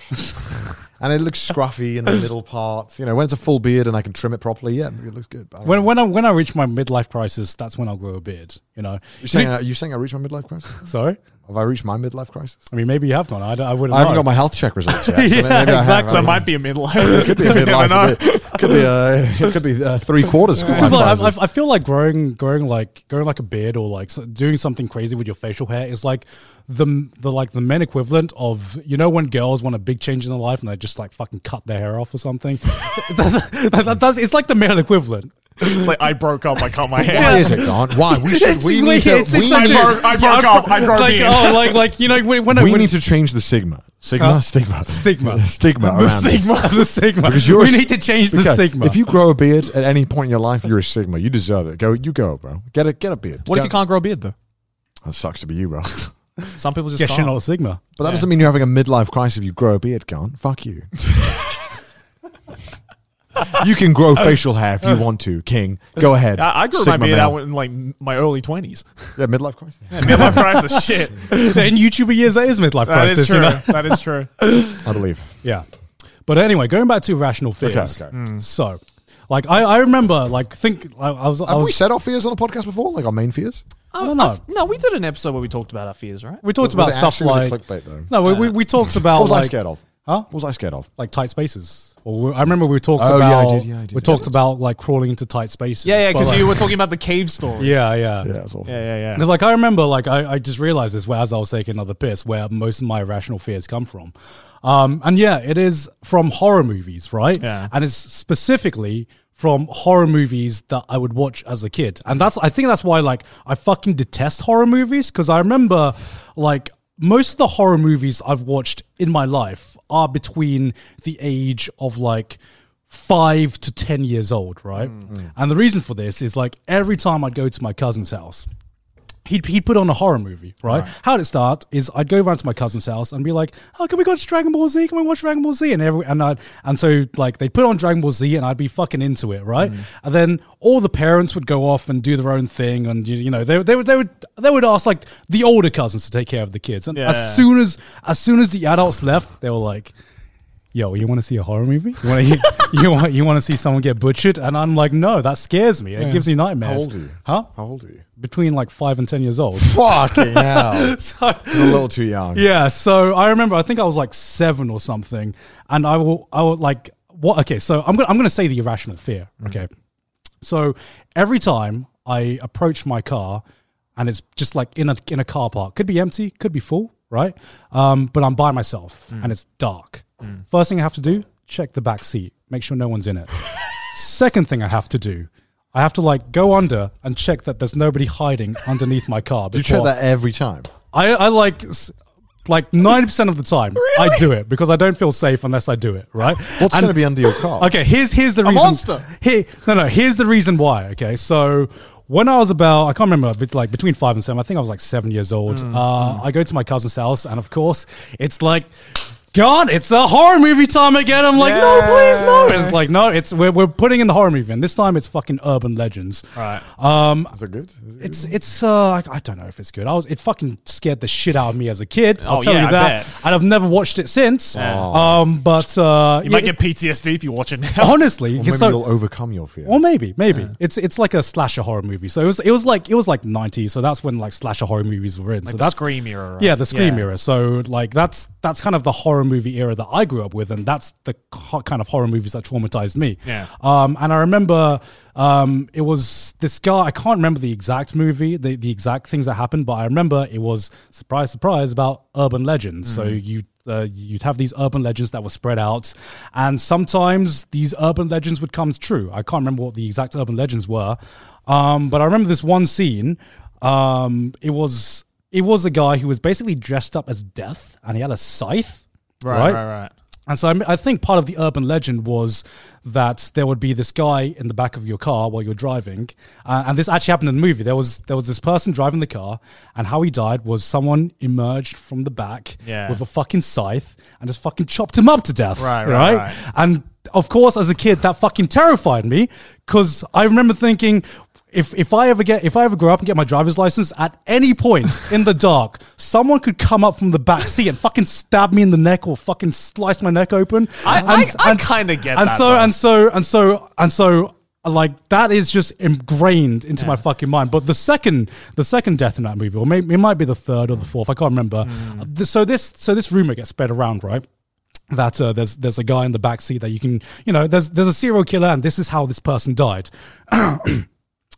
Speaker 4: and it looks scruffy in the middle parts. You know, when it's a full beard and I can trim it properly, yeah, it looks good. But I
Speaker 3: When
Speaker 4: don't know.
Speaker 3: when I when I reach my midlife crisis, that's when I'll grow a beard. You know.
Speaker 4: you're saying, I- you saying I reached my midlife crisis?
Speaker 3: Sorry.
Speaker 4: Have I reached my midlife crisis?
Speaker 3: I mean, maybe you have not. I, don't- I wouldn't.
Speaker 4: I haven't
Speaker 3: know.
Speaker 4: got my health check results yet. so
Speaker 3: Yeah,
Speaker 4: maybe I have.
Speaker 3: exactly.
Speaker 4: I
Speaker 5: so it
Speaker 4: don't
Speaker 5: might
Speaker 4: know.
Speaker 5: be a midlife.
Speaker 4: It could be a midlife. it could be uh, it could be uh, three quarters.
Speaker 3: Because
Speaker 4: midlife
Speaker 3: like, I,
Speaker 4: crisis.
Speaker 3: I- I feel like growing, growing like growing like a beard or like so- doing something crazy with your facial hair is like the the like the men equivalent of you know when girls want a big change in their life and they just like fucking cut their hair off or something. that, that, that does, it's like the male equivalent.
Speaker 5: It's like I broke up, I cut my hair.
Speaker 4: Why is it gone? Why we should
Speaker 3: It's-
Speaker 4: we
Speaker 3: we-
Speaker 4: need to
Speaker 3: it's-
Speaker 4: we
Speaker 3: it's like
Speaker 4: need
Speaker 3: a-
Speaker 4: to-
Speaker 5: broke- I broke up, I broke
Speaker 3: like,
Speaker 5: in.
Speaker 3: oh, like like you know when, when,
Speaker 4: we
Speaker 3: when
Speaker 4: need to change the sigma sigma
Speaker 3: Huh?
Speaker 4: stigma
Speaker 3: Stigma.
Speaker 4: stigma
Speaker 3: the
Speaker 4: around this.
Speaker 3: sigma the sigma
Speaker 4: Because you're a
Speaker 3: we
Speaker 4: s-
Speaker 3: need to change the
Speaker 4: Okay,
Speaker 3: sigma.
Speaker 4: If you grow a beard at any point in your life, you're a sigma. You deserve it. Go, you go, bro. Get a get a beard.
Speaker 5: What if
Speaker 4: Go-
Speaker 5: you can't grow a beard though?
Speaker 4: That sucks to be you, bro. but
Speaker 5: Some people just
Speaker 3: yeah,
Speaker 5: can't.
Speaker 3: shit, not a sigma.
Speaker 4: that doesn't mean you're having a midlife crisis if you grow a beard, can't. Fuck you. you can grow facial hair if you want to, King. Go ahead.
Speaker 5: I, I grew
Speaker 4: Sigma
Speaker 5: my beard
Speaker 4: male.
Speaker 5: out in like my early twenties.
Speaker 4: Yeah, midlife crisis.
Speaker 5: Midlife crisis, shit.
Speaker 3: In YouTuber years, that is midlife
Speaker 5: That
Speaker 3: crisis.
Speaker 5: is true.
Speaker 3: You know?
Speaker 5: That is true.
Speaker 4: I believe.
Speaker 3: Yeah. But anyway, going back to rational fears.
Speaker 4: okay.
Speaker 5: Mm.
Speaker 3: So, like, I, I remember, like, think I, I was. I
Speaker 4: Have
Speaker 3: was
Speaker 4: we said our fears on the podcast before? Like our main fears?
Speaker 3: I don't know.
Speaker 5: Um, No, we did an episode where we talked about our fears, right?
Speaker 3: We talked
Speaker 4: Was
Speaker 3: about
Speaker 4: it
Speaker 3: stuff
Speaker 4: actually- was it
Speaker 3: like.
Speaker 4: clickbait though.
Speaker 3: No, we, we, we talked about.
Speaker 4: What was
Speaker 3: Oh, like,
Speaker 4: I scared of?
Speaker 3: Huh?
Speaker 4: What was I scared of?
Speaker 3: Like tight spaces. Or we, I remember we talked
Speaker 4: Oh, yeah, I
Speaker 3: about.
Speaker 4: did, yeah, I did.
Speaker 3: We talked about, like, crawling into tight spaces.
Speaker 5: Yeah, yeah,
Speaker 3: but,
Speaker 5: because
Speaker 3: like-
Speaker 5: you were talking about the cave story.
Speaker 3: Yeah, yeah.
Speaker 4: Yeah, that's awful.
Speaker 5: yeah, yeah. yeah.
Speaker 3: Because like I remember, like I, I just realized this where as I was taking another piss, where most of my irrational fears come from, um, and yeah, it is from horror movies, right?
Speaker 5: Yeah.
Speaker 3: and it's specifically from horror movies that I would watch as a kid, and that's I think that's why like I fucking detest horror movies because I remember like most of the horror movies I've watched in my life are between the age of like five to 10
Speaker 5: Mm.
Speaker 3: years old, right? And the reason for this is like every time I'd go to my cousin's house, He'd, he'd put on a horror movie, right? How'd it start? Is I'd go round to my cousin's house and be like, "Oh, can we watch Dragon Ball Z? Can we watch Dragon Ball Z?" And every and I and so like they would put on Dragon Ball Z and I'd be fucking into it, right?
Speaker 4: Mm.
Speaker 3: And then all the parents would go off and do their own thing, and you, you know they they would they would they would ask like the older cousins to take care of the kids, and
Speaker 7: Yeah.
Speaker 3: as soon as as soon as the adults left, they were like. Yo, you want to see a horror movie? You want to you want you want to see someone get butchered? And I'm like, no, that scares me. It
Speaker 4: Yeah.
Speaker 3: gives me nightmares.
Speaker 4: How old are you?
Speaker 3: Huh?
Speaker 4: How old are you?
Speaker 3: Between like five and ten years old.
Speaker 4: Fucking hell.
Speaker 3: So-
Speaker 4: He's a little too young.
Speaker 3: Yeah, so I remember I think I was like seven or something, and I will I will like what okay, so I'm gonna I'm gonna say the irrational fear. Okay. So every time I approach my car and it's just like in a in a car park, could be empty, could be full, right? Um, but I'm by myself and it's dark. First thing I have to do, check the back seat, make sure no one's in it. Second thing I have to do, I have to like go under and check that there's nobody hiding underneath my car.
Speaker 4: Do you check
Speaker 3: before-
Speaker 4: that every time?
Speaker 3: I, I like s- like ninety percent of the time I do it because I don't feel safe unless I do it. Right?
Speaker 4: What's
Speaker 3: And-
Speaker 4: going to be under your car?
Speaker 3: Okay, here's here's the
Speaker 4: A
Speaker 3: reason.
Speaker 4: monster.
Speaker 3: Here, no, no. Here's the reason why. Okay, so when I was about, I can't remember, but like between five and seven, I think I was like seven years old.
Speaker 4: Mm.
Speaker 3: uh, I go to my cousin's house, and of course, it's like. God, it's a horror movie time again. I'm like, no, please, no. And it's like, no, it's we're, we're putting in the horror movie, and this time it's fucking urban legends.
Speaker 4: Right.
Speaker 3: Um,
Speaker 4: Is it good?
Speaker 3: it's it's uh I, I don't know if it's good. I was it fucking scared the shit out of me as a kid. I'll
Speaker 7: Oh,
Speaker 3: tell
Speaker 7: yeah,
Speaker 3: you
Speaker 7: I
Speaker 3: that.
Speaker 7: bet.
Speaker 3: And I've never watched it since.
Speaker 7: Yeah.
Speaker 4: Oh.
Speaker 3: Um, but uh,
Speaker 7: You might
Speaker 3: yeah, Oh,
Speaker 7: get PTSD if you watch it now.
Speaker 3: honestly,
Speaker 4: Or maybe
Speaker 3: so-
Speaker 4: you'll overcome your fear.
Speaker 3: well, maybe, maybe it's it's like a slasher horror movie. So it was it was like it was like '90s. So that's when like slasher horror movies were in.
Speaker 7: Like
Speaker 3: so
Speaker 7: the
Speaker 3: that's
Speaker 7: Scream era, right?
Speaker 3: Yeah, the scream
Speaker 7: Yeah.
Speaker 3: era. So like that's that's kind of the horror movie era that I grew up with, and that's the co- kind of horror movies that traumatized me.
Speaker 7: Yeah.
Speaker 3: Um, and I remember um, it was this guy. I can't remember the exact movie, the the exact things that happened, but I remember it was surprise, surprise about urban legends. So
Speaker 7: Mm.
Speaker 3: you. Uh, you'd have these urban legends that were spread out, and sometimes these urban legends would come true. I can't remember what the exact urban legends were, um, but I remember this one scene. Um, it was it was a guy who was basically dressed up as death, and he had a scythe,
Speaker 7: Right, right, right.
Speaker 3: and so I, I think part of the urban legend was that there would be this guy in the back of your car while you're driving, uh, and this actually happened in the movie. There was there was this person driving the car, and how he died was someone emerged from the back
Speaker 7: Yeah.
Speaker 3: with a fucking scythe and just fucking chopped him up to death.
Speaker 7: Right, right, right.
Speaker 3: And of course, as a kid, that fucking terrified me because I remember thinking. If, if I ever get if I ever grow up and get my driver's license at any point in the dark, someone could come up from the back seat and fucking stab me in the neck or fucking slice my neck open.
Speaker 7: I- I- I kinda get
Speaker 3: and
Speaker 7: that,
Speaker 3: so
Speaker 7: though.
Speaker 3: and so and so and so like that is just ingrained into my fucking mind. But the second the second death in that movie, or maybe it might be the third or the fourth, I can't remember.
Speaker 7: Mm.
Speaker 3: Th- So this so this rumor gets spread around, right? that uh, there's there's a guy in the back seat that you can you know there's there's a serial killer and this is how this person died.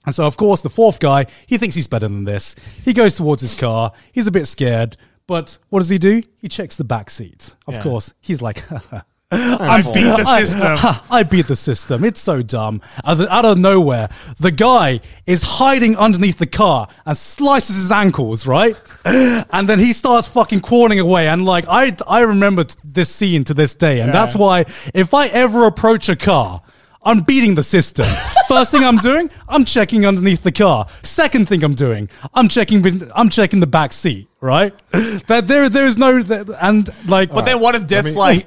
Speaker 3: and so of course the fourth guy he thinks he's better than this. He goes towards his car. He's a bit scared, but what does he do? He checks the back seat. Of
Speaker 7: Yeah.
Speaker 3: course, he's like.
Speaker 7: I beat the
Speaker 3: I-
Speaker 7: system.
Speaker 3: I beat the system. It's so dumb. Out of, out of nowhere, the guy is hiding underneath the car and slices his ankles, right? And then he starts fucking crawling away. And like, I, I remember t- this scene to this day. And that's why if I ever approach a car, I'm beating the system. First thing I'm doing, I'm checking underneath the car. Second thing I'm doing, I'm checking. with- I'm checking the back seat. Right? That there, there is no and like.
Speaker 5: But then what if death's like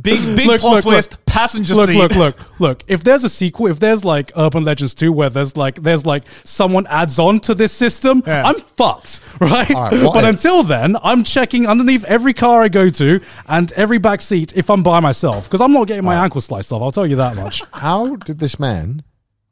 Speaker 5: big, big
Speaker 3: Look,
Speaker 5: plot
Speaker 3: look,
Speaker 5: twist,
Speaker 3: look.
Speaker 5: passenger
Speaker 3: look,
Speaker 5: seat?
Speaker 3: Look, look, look. If there's a sequel, if there's like Urban Legends 2 where there's like there's like someone adds on to this system,
Speaker 7: Yeah.
Speaker 3: I'm fucked, right?
Speaker 4: All right, what
Speaker 3: but
Speaker 4: if-
Speaker 3: until then, I'm checking underneath every car I go to and every back seat if I'm by myself because I'm not getting my ankle sliced off. I'll tell you that much.
Speaker 4: How did this man,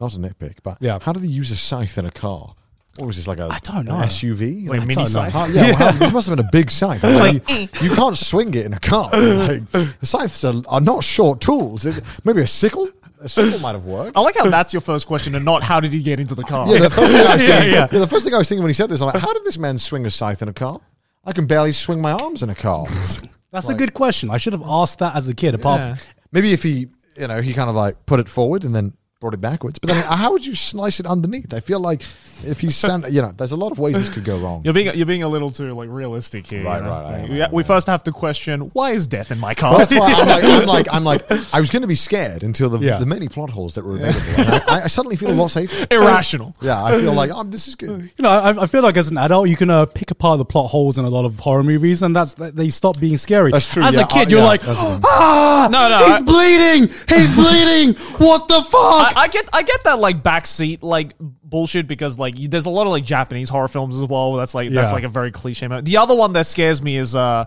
Speaker 4: not a nitpick, but
Speaker 3: Yeah.
Speaker 4: how did he use a scythe in a car? What was this, like a
Speaker 3: I don't know.
Speaker 4: an SUV?
Speaker 5: Like a mini scythe.
Speaker 4: How- yeah, well, how- this must have been a big scythe. Like, you, you can't swing it in a car. Like, the scythes are, are not short tools. It- maybe a sickle? A sickle might have worked.
Speaker 5: I like how that's your first question and not how did he get into the car.
Speaker 4: yeah, the first thing I was
Speaker 3: Yeah,
Speaker 4: thinking,
Speaker 3: yeah.
Speaker 4: yeah, the first thing I was thinking when he said this, I'm like, how did this man swing a scythe in a car? I can barely swing my arms in a car.
Speaker 3: That's a good question. I should have asked that as a kid. Apart,
Speaker 5: Yeah.
Speaker 3: from,
Speaker 4: Maybe if he, you know, he kind of like put it forward and then brought it backwards. But then, how would you slice it underneath? I feel like if he's, stand, you know, there's a lot of ways this could go wrong.
Speaker 5: You're being you're being a little too like realistic here.
Speaker 4: Right,
Speaker 5: you know?
Speaker 4: right, right,
Speaker 5: Like, we, we first have to question why is death in my car?
Speaker 4: Well, that's why I'm like, I'm like, I'm like, I was going to be scared until the,
Speaker 5: Yeah.
Speaker 4: the many plot holes that were available. And I, I suddenly feel a lot safer.
Speaker 5: Irrational.
Speaker 4: yeah, I feel like, oh, this is good.
Speaker 3: You know, I, I feel like as an adult, you can uh, pick apart the plot holes in a lot of horror movies, and that's they- they stop being scary.
Speaker 4: That's true,
Speaker 3: As
Speaker 4: yeah,
Speaker 3: a kid,
Speaker 5: Oh,
Speaker 4: uh,
Speaker 3: you're
Speaker 4: yeah,
Speaker 3: like,
Speaker 4: that's the thing.
Speaker 3: ah,
Speaker 5: No, no,
Speaker 3: he's
Speaker 5: I-
Speaker 3: bleeding, he's bleeding. What the fuck?
Speaker 5: I, I get I get that like backseat like bullshit because like you- there's a lot of like Japanese horror films as well. That's like that's
Speaker 3: Yeah.
Speaker 5: like a very cliche. Moment. The other one that scares me is uh,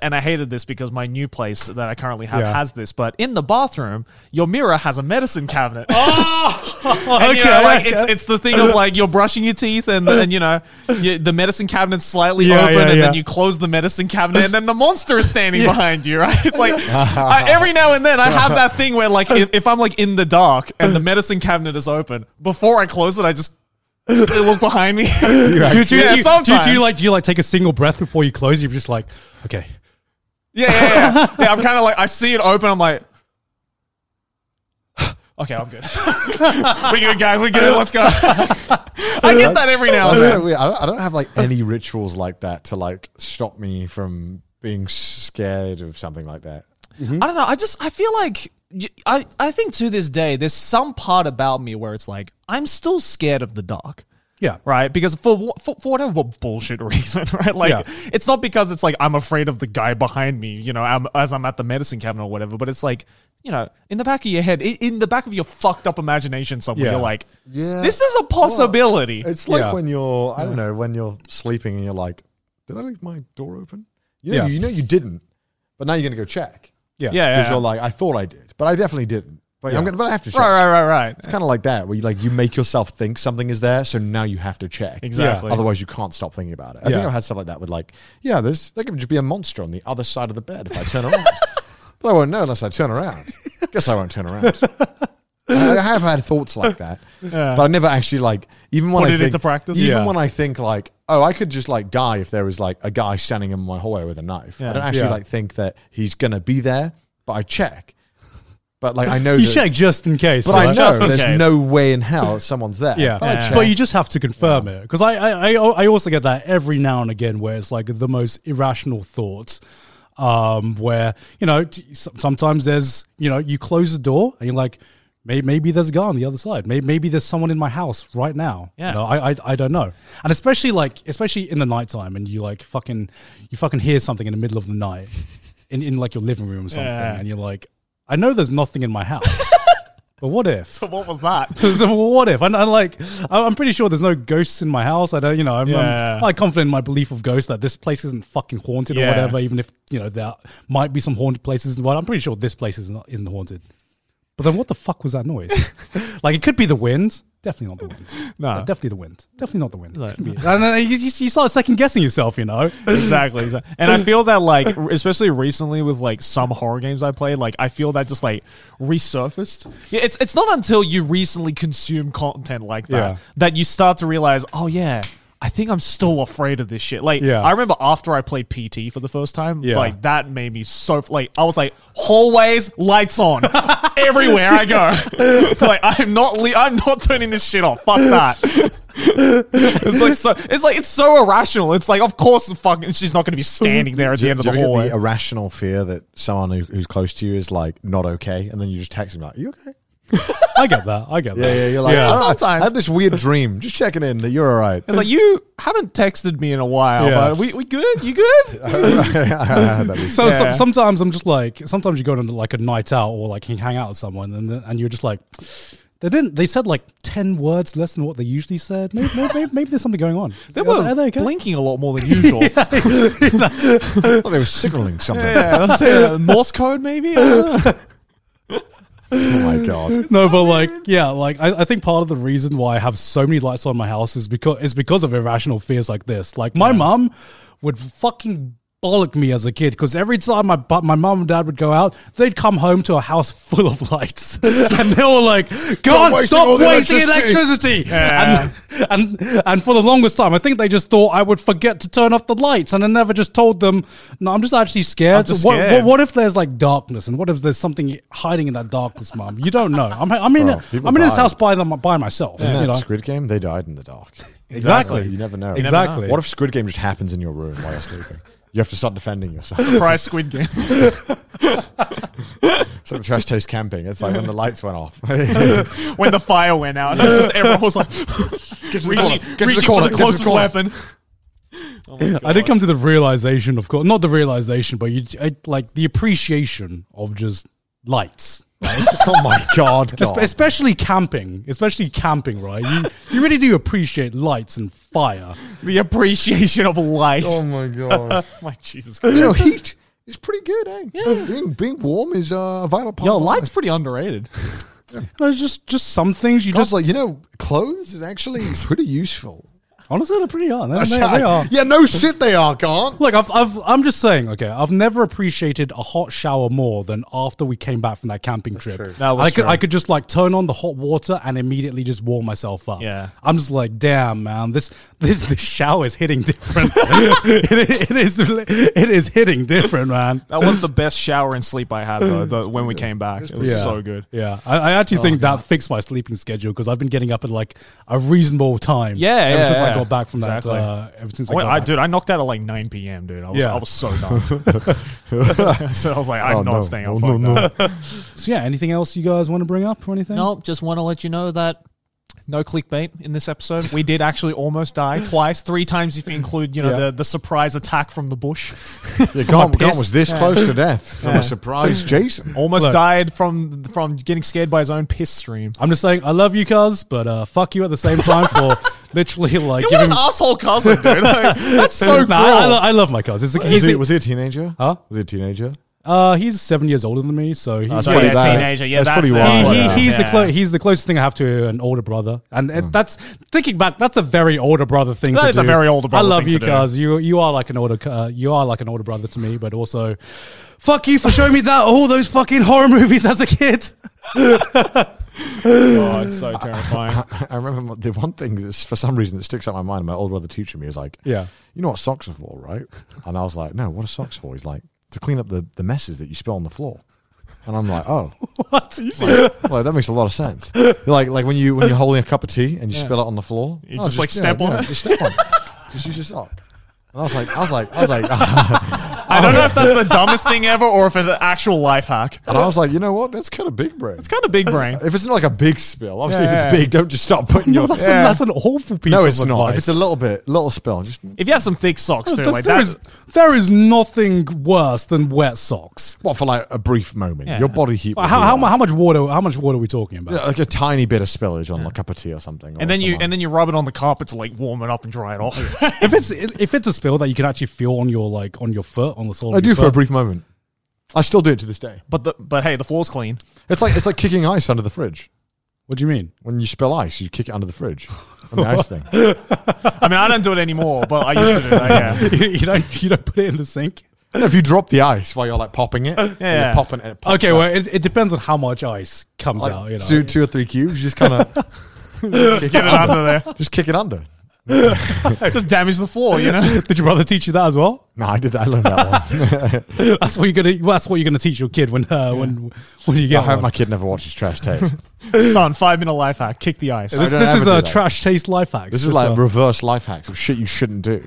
Speaker 5: and I hated this because my new place that I currently have
Speaker 3: Yeah.
Speaker 5: has this. But in the bathroom, your mirror has a medicine cabinet. Oh, and, you know,
Speaker 3: Okay,
Speaker 5: like
Speaker 3: okay.
Speaker 5: it's it's the thing of like you're brushing your teeth and and you know you, the medicine cabinet's slightly
Speaker 3: Yeah,
Speaker 5: open
Speaker 3: yeah,
Speaker 5: and then
Speaker 3: yeah.
Speaker 5: you close the medicine cabinet and then the monster is standing behind you. Right? It's like I, every now and then I have that thing where like if, if I'm like in the dark and the medicine cabinet is open, before I close it, I just look behind me.
Speaker 3: do, do,
Speaker 5: Yeah,
Speaker 3: do, do, do,
Speaker 5: sometimes.
Speaker 3: you like do you like take a single breath before you close? You're just like, okay,
Speaker 5: Yeah, yeah, yeah. yeah I'm kind of like I see it open. I'm like, okay, I'm good. we good, guys. We good. Let's go. I get that every now
Speaker 4: That's
Speaker 5: and
Speaker 4: so
Speaker 5: then.
Speaker 4: weird. I, don't, I don't have like any rituals like that to like stop me from being scared of something like that.
Speaker 5: I don't know. I just I feel like y- I I think to this day there's some part about me where it's like I'm still scared of the dark.
Speaker 3: yeah,
Speaker 5: Right, because for, wha- for for whatever bullshit reason, right? Like,
Speaker 3: Yeah.
Speaker 5: it's not because it's like I'm afraid of the guy behind me, you know, I'm, as I'm at the medicine cabinet or whatever. But it's like, you know, in the back of your head, i- in the back of your fucked up imagination, somewhere
Speaker 3: Yeah.
Speaker 5: you're like,
Speaker 4: Yeah.
Speaker 5: this is a possibility.
Speaker 4: It's like
Speaker 3: Yeah.
Speaker 4: when you're, I don't know, when you're sleeping and you're like, did I leave my door open? You know,
Speaker 3: Yeah.
Speaker 4: you know you didn't, but now you're going to go check.
Speaker 3: yeah,
Speaker 5: yeah,
Speaker 4: Because
Speaker 5: yeah.
Speaker 4: you're like, I thought I did, but I definitely didn't. But I'm gonna, but I have to check.
Speaker 5: right, right, right, right.
Speaker 4: It's kind of like that, where you like you make yourself think something is there, so now you have to check.
Speaker 5: Exactly. Yeah.
Speaker 4: Otherwise, you can't stop thinking about it. I think
Speaker 3: Yeah.
Speaker 4: I've had stuff like that with like, yeah, there's there could just be a monster on the other side of the bed if I turn around, but I won't know unless I turn around. Guess I won't turn around. I I have had thoughts like that, but I never actually like even when
Speaker 5: Put
Speaker 4: I
Speaker 5: it
Speaker 4: think,
Speaker 5: into practice?
Speaker 4: Even
Speaker 3: Yeah.
Speaker 4: when I think like, oh, I could just like die if there was like a guy standing in my hallway with a knife. I don't actually
Speaker 3: Yeah.
Speaker 4: like think that he's gonna be there, but I check. But like I know
Speaker 3: You
Speaker 4: that-
Speaker 3: check just in case.
Speaker 4: but
Speaker 3: right?
Speaker 4: I know
Speaker 5: in
Speaker 4: there's
Speaker 5: case.
Speaker 4: no way in hell someone's there.
Speaker 3: Yeah,
Speaker 4: But I
Speaker 3: but,
Speaker 4: check.
Speaker 3: you just have to confirm it. 'Cause it because I, I I I also get that every now and again where it's like the most irrational thoughts, um, where you know t- s- sometimes there's you know you close the door and you're like. "May- Maybe there's a guy on the other side. May- Maybe there's someone in my house right now.
Speaker 5: Yeah.
Speaker 3: You know, I, I I don't know. And especially like especially in the nighttime, and you like fucking you fucking hear something in the middle of the night, in in like your living room or something,
Speaker 5: Yeah.
Speaker 3: and you're like, I know there's nothing in my house, but what if?
Speaker 5: What was that?
Speaker 3: so well, what if? And I like, I- I'm pretty sure there's no ghosts in my house. I don't, you know, I'm,
Speaker 5: Yeah.
Speaker 3: I'm quite confident in my belief of ghosts that this place isn't fucking haunted
Speaker 5: Yeah.
Speaker 3: or whatever. Even if you know there might be some haunted places, but I'm pretty sure this place is not isn't haunted. But then what the fuck was that noise? like it could be the wind. Definitely not the wind.
Speaker 5: No.
Speaker 3: definitely the wind. Definitely not the wind.
Speaker 5: Right.
Speaker 3: Could be. And then you, you, you start second guessing yourself, you know.
Speaker 5: exactly, exactly. And I feel that like, r- especially recently with like some horror games I played, like I feel that just like resurfaced. Yeah, it's it's not until you recently consume content like that
Speaker 3: Yeah.
Speaker 5: that you start to realize, oh yeah. I think I'm still afraid of this shit. Like,
Speaker 3: Yeah.
Speaker 5: I remember after I played PT for the first time,
Speaker 3: Yeah.
Speaker 5: like that made me so like I was like hallways, lights on, everywhere I go. like I'm not, le- I'm not turning this shit off. Fuck that. It's like so. It's like it's so irrational. It's like, of course, fucking, she's not going to be standing there at
Speaker 4: Do
Speaker 5: the
Speaker 4: you,
Speaker 5: end of
Speaker 4: do
Speaker 5: the
Speaker 4: you ever
Speaker 5: hallway.
Speaker 4: get the irrational fear that someone who, who's close to you is like not okay, and then you just text them like, "You okay?"
Speaker 3: I get that. I get
Speaker 4: Yeah,
Speaker 3: that.
Speaker 4: yeah. You're like,
Speaker 5: Yeah.
Speaker 4: "Oh,
Speaker 5: Sometimes.
Speaker 4: I had this weird dream, just checking in that you're all right.
Speaker 5: It's like you haven't texted me in a while.
Speaker 3: Yeah.
Speaker 5: But we we good? You good?
Speaker 3: So, so-
Speaker 5: Yeah.
Speaker 3: sometimes I'm just like, sometimes you go on like a night out or like you hang out with someone and and you're just like, they didn't, they said like 10 words less than what they usually said. Maybe, maybe, maybe, maybe there's something going on.
Speaker 5: They
Speaker 3: Are
Speaker 5: were
Speaker 3: are okay?
Speaker 5: blinking a lot more than usual. yeah,
Speaker 4: oh, they were signaling something.
Speaker 5: let's say uh, Morse code maybe. I don't know.
Speaker 4: Oh my god.
Speaker 3: No, but like, yeah, like I, I think part of the reason why I have so many lights on my house is because is because of irrational fears like this. Like my mum would fucking bollocked me as a kid because every time my bu- my mom and dad would go out, they'd come home to a house full of lights, and they were like, "God,
Speaker 7: wasting all
Speaker 3: stop
Speaker 7: the
Speaker 3: wasting
Speaker 7: electricity."
Speaker 3: electricity!"
Speaker 7: Yeah.
Speaker 3: And, and and for the longest time, I think they just thought I would forget to turn off the lights, and I never just told them. No, I'm just actually scared.
Speaker 5: I'm just
Speaker 3: what, What,
Speaker 5: scared.
Speaker 3: what if there's like darkness, and what if there's something hiding in that darkness, mom? You don't know. I'm I'm in
Speaker 4: Bro,
Speaker 3: a,
Speaker 4: people
Speaker 3: I'm in this
Speaker 4: die.
Speaker 3: house by them by myself.
Speaker 4: Isn't that
Speaker 3: you know?
Speaker 4: Squid Game? They died in the dark.
Speaker 3: Exactly.
Speaker 4: You never know.
Speaker 3: You never know. Exactly.
Speaker 4: What if Squid Game just happens in your room while you're sleeping? You have to start defending yourself.
Speaker 5: Fry Squid Game.
Speaker 4: So the trash taste camping. It's like when the lights went off. Oh
Speaker 5: when the fire went out, it's just everyone was like
Speaker 4: Get to the corner,
Speaker 5: reaching,
Speaker 4: get to the
Speaker 5: reaching
Speaker 4: corner, get to
Speaker 5: for the
Speaker 4: the
Speaker 5: closest
Speaker 4: corner.
Speaker 5: weapon.
Speaker 3: I did come to the realization, of course, not the realization, but you I, like the appreciation of just lights.
Speaker 4: oh my god!
Speaker 3: Espe- especially camping, especially camping, right? You you really do appreciate lights and fire.
Speaker 5: The appreciation of light.
Speaker 4: Oh my god!
Speaker 5: my Jesus
Speaker 4: you
Speaker 5: Christ.
Speaker 4: know, heat is pretty good, eh? Yeah. Being, being warm is uh, a vital part.
Speaker 5: Yo,
Speaker 4: of
Speaker 5: light's
Speaker 4: life.
Speaker 5: pretty underrated.
Speaker 3: There's just just some things you
Speaker 4: I was
Speaker 3: just
Speaker 4: like, you know, clothes is actually pretty useful.
Speaker 3: honestly they're pretty on. They, they, they are.
Speaker 4: Yeah, no shit, they are, Garn.
Speaker 3: Look, I've, I've, I'm just saying, okay, I've never appreciated a hot shower more than after we came back from that camping trip.
Speaker 5: That was
Speaker 3: I could,
Speaker 5: true.
Speaker 3: I could just like turn on the hot water and immediately just warm myself up.
Speaker 5: Yeah.
Speaker 3: I'm just like, damn, man, this, this, this shower is hitting different. it, i- it is, it is hitting different, man.
Speaker 5: That was the best shower and sleep I had though, the, when we came back. It was
Speaker 3: Yeah.
Speaker 5: so good. Oh,
Speaker 3: Yeah, I, I actually think that fixed my sleeping schedule because I've been getting up at like a reasonable time.
Speaker 5: Yeah,
Speaker 3: ever
Speaker 5: yeah,
Speaker 3: since I
Speaker 5: yeah.
Speaker 3: got back from
Speaker 5: Exactly.
Speaker 3: that. Uh, ever since I,
Speaker 5: I, went,
Speaker 3: got
Speaker 5: I
Speaker 3: back.
Speaker 5: dude, I knocked out at like 9 p.m., dude. I was,
Speaker 3: Yeah.
Speaker 5: I was so done. so I was like, I'm
Speaker 4: Oh,
Speaker 5: not
Speaker 4: no.
Speaker 5: staying
Speaker 4: Oh,
Speaker 5: up.
Speaker 4: no,
Speaker 5: like
Speaker 4: no.
Speaker 5: that.
Speaker 3: So yeah, anything else you guys want to bring up or anything?
Speaker 5: Nope, just want to let you know that no clickbait in this episode. We did actually almost die twice, three times if you include, you know,
Speaker 3: Yeah.
Speaker 5: the, the surprise attack from the bush.
Speaker 4: Yeah, Garn, Garn
Speaker 5: piss.
Speaker 4: was this close to death from a surprise Jason.
Speaker 5: Almost
Speaker 3: Look.
Speaker 5: died from from getting scared by his own piss stream.
Speaker 3: I'm just saying, I love you, cuz, but uh, fuck you at the same time for literally like
Speaker 5: What
Speaker 3: giving.
Speaker 5: an asshole cousin, dude. Like, that's
Speaker 3: Nah,
Speaker 5: so cool.
Speaker 3: I- I, lo- I love my cuz. It's the,
Speaker 4: Was
Speaker 3: he's
Speaker 4: he,
Speaker 3: the,
Speaker 4: was he a teenager?
Speaker 3: Huh?
Speaker 4: Was he a teenager?
Speaker 3: uh, he's seven years older than me,
Speaker 5: Oh,
Speaker 3: so he's
Speaker 4: That's pretty
Speaker 5: yeah,
Speaker 4: bad.
Speaker 5: teenager. Yeah, that's-
Speaker 4: that's pretty
Speaker 5: that's
Speaker 4: wild.
Speaker 5: what
Speaker 3: he,
Speaker 5: it
Speaker 3: he, he's
Speaker 5: is.
Speaker 3: the
Speaker 5: Yeah. Hmm.
Speaker 3: clo- he's the closest thing I have to an older brother, and it, that's thinking back. That's a very older brother thing.
Speaker 5: That
Speaker 3: to
Speaker 5: is a
Speaker 3: do.
Speaker 5: very older brother
Speaker 3: I love
Speaker 5: thing
Speaker 3: you,
Speaker 5: to do.
Speaker 3: cuz. You you are like an older cu- uh, you are like an older brother to me, but also, fuck you for showing me that all those fucking horror movies as a kid.
Speaker 5: Oh, it's so terrifying.
Speaker 4: I, I remember my- the one thing that's for some reason that sticks out in my mind. My old brother teaching me he was like,
Speaker 3: Yeah.
Speaker 4: you know what socks are for, right?" And I was like, "No, what are socks for?" He's like, "To clean up the, the messes that you spill on the floor." And I'm like, "Oh,
Speaker 3: what?
Speaker 4: well, that makes a lot of sense." Like like when you when you're holding a cup of tea and you spill it on the floor,
Speaker 5: You
Speaker 4: No,
Speaker 5: just, like,
Speaker 4: yeah,
Speaker 5: step on
Speaker 4: yeah,
Speaker 5: it.
Speaker 4: Just step on it. Just use your sock. And I was like, I was like, I was like,
Speaker 5: I don't know if that's the dumbest thing ever or if it's an actual life hack.
Speaker 4: and I was like, you know what? That's kind of big brain.
Speaker 5: It's kind of big brain.
Speaker 4: if it's not like a big spill, obviously if
Speaker 5: Yeah.
Speaker 4: it's big, don't just start putting
Speaker 3: No,
Speaker 4: your.
Speaker 3: that's,
Speaker 5: Yeah.
Speaker 3: a, that's an awful piece.
Speaker 4: No,
Speaker 3: of
Speaker 4: it's not. If
Speaker 3: advice.
Speaker 4: it's a little bit, little spill, just
Speaker 5: If you have some thick socks too,
Speaker 3: There's-
Speaker 5: like
Speaker 3: there
Speaker 5: that,
Speaker 3: is there is nothing worse than wet socks.
Speaker 4: What for like a brief moment?
Speaker 5: Yeah.
Speaker 4: Your body heat.
Speaker 3: How,
Speaker 4: will
Speaker 3: how,
Speaker 4: heal
Speaker 3: how,
Speaker 4: up.
Speaker 3: much water? How much water are we talking about?
Speaker 4: Yeah, Like a tiny bit of spillage on a cup of tea or something.
Speaker 5: and then you and then you rub it on the carpet to like warm it up and dry it off.
Speaker 3: If it's if it's a spill that you can actually feel on your like on your foot on the sole.
Speaker 4: I
Speaker 3: of
Speaker 4: do
Speaker 3: your
Speaker 4: for a
Speaker 3: foot.
Speaker 4: brief moment. I still do it to this day.
Speaker 5: but the but hey, the floor's clean.
Speaker 4: It's like it's like kicking ice under the fridge.
Speaker 3: What do you mean?
Speaker 4: When you spill ice, you kick it under the fridge. On the ice thing.
Speaker 5: I mean, I don't do it anymore, but I used to do that. Yeah.
Speaker 3: you, you don't you don't put it in the sink.
Speaker 4: And if you drop the ice while you're like popping it, yeah,
Speaker 5: yeah.
Speaker 4: popping it. and it pops
Speaker 3: Okay,
Speaker 4: out,
Speaker 3: well it, it depends on how much ice comes
Speaker 4: like,
Speaker 3: out. You know,
Speaker 4: two, two or three cubes, you just kind of
Speaker 5: Get it under there.
Speaker 4: just kick it under.
Speaker 5: Just damage the floor, you know.
Speaker 3: did your brother teach you that as well?
Speaker 4: No, I did that. I learned that one.
Speaker 3: That's what you're gonna that's what you're gonna teach your kid when uh, when when you
Speaker 4: I
Speaker 3: get
Speaker 4: hope
Speaker 3: home.
Speaker 4: my kid never watches Trash Taste.
Speaker 5: Son, five minute life hack. Kick the ice.
Speaker 3: This,
Speaker 4: don't
Speaker 3: this
Speaker 4: ever
Speaker 3: is
Speaker 4: do
Speaker 3: a
Speaker 4: that.
Speaker 3: trash taste life hack. uh,
Speaker 4: This is like reverse life hacks of shit you shouldn't do.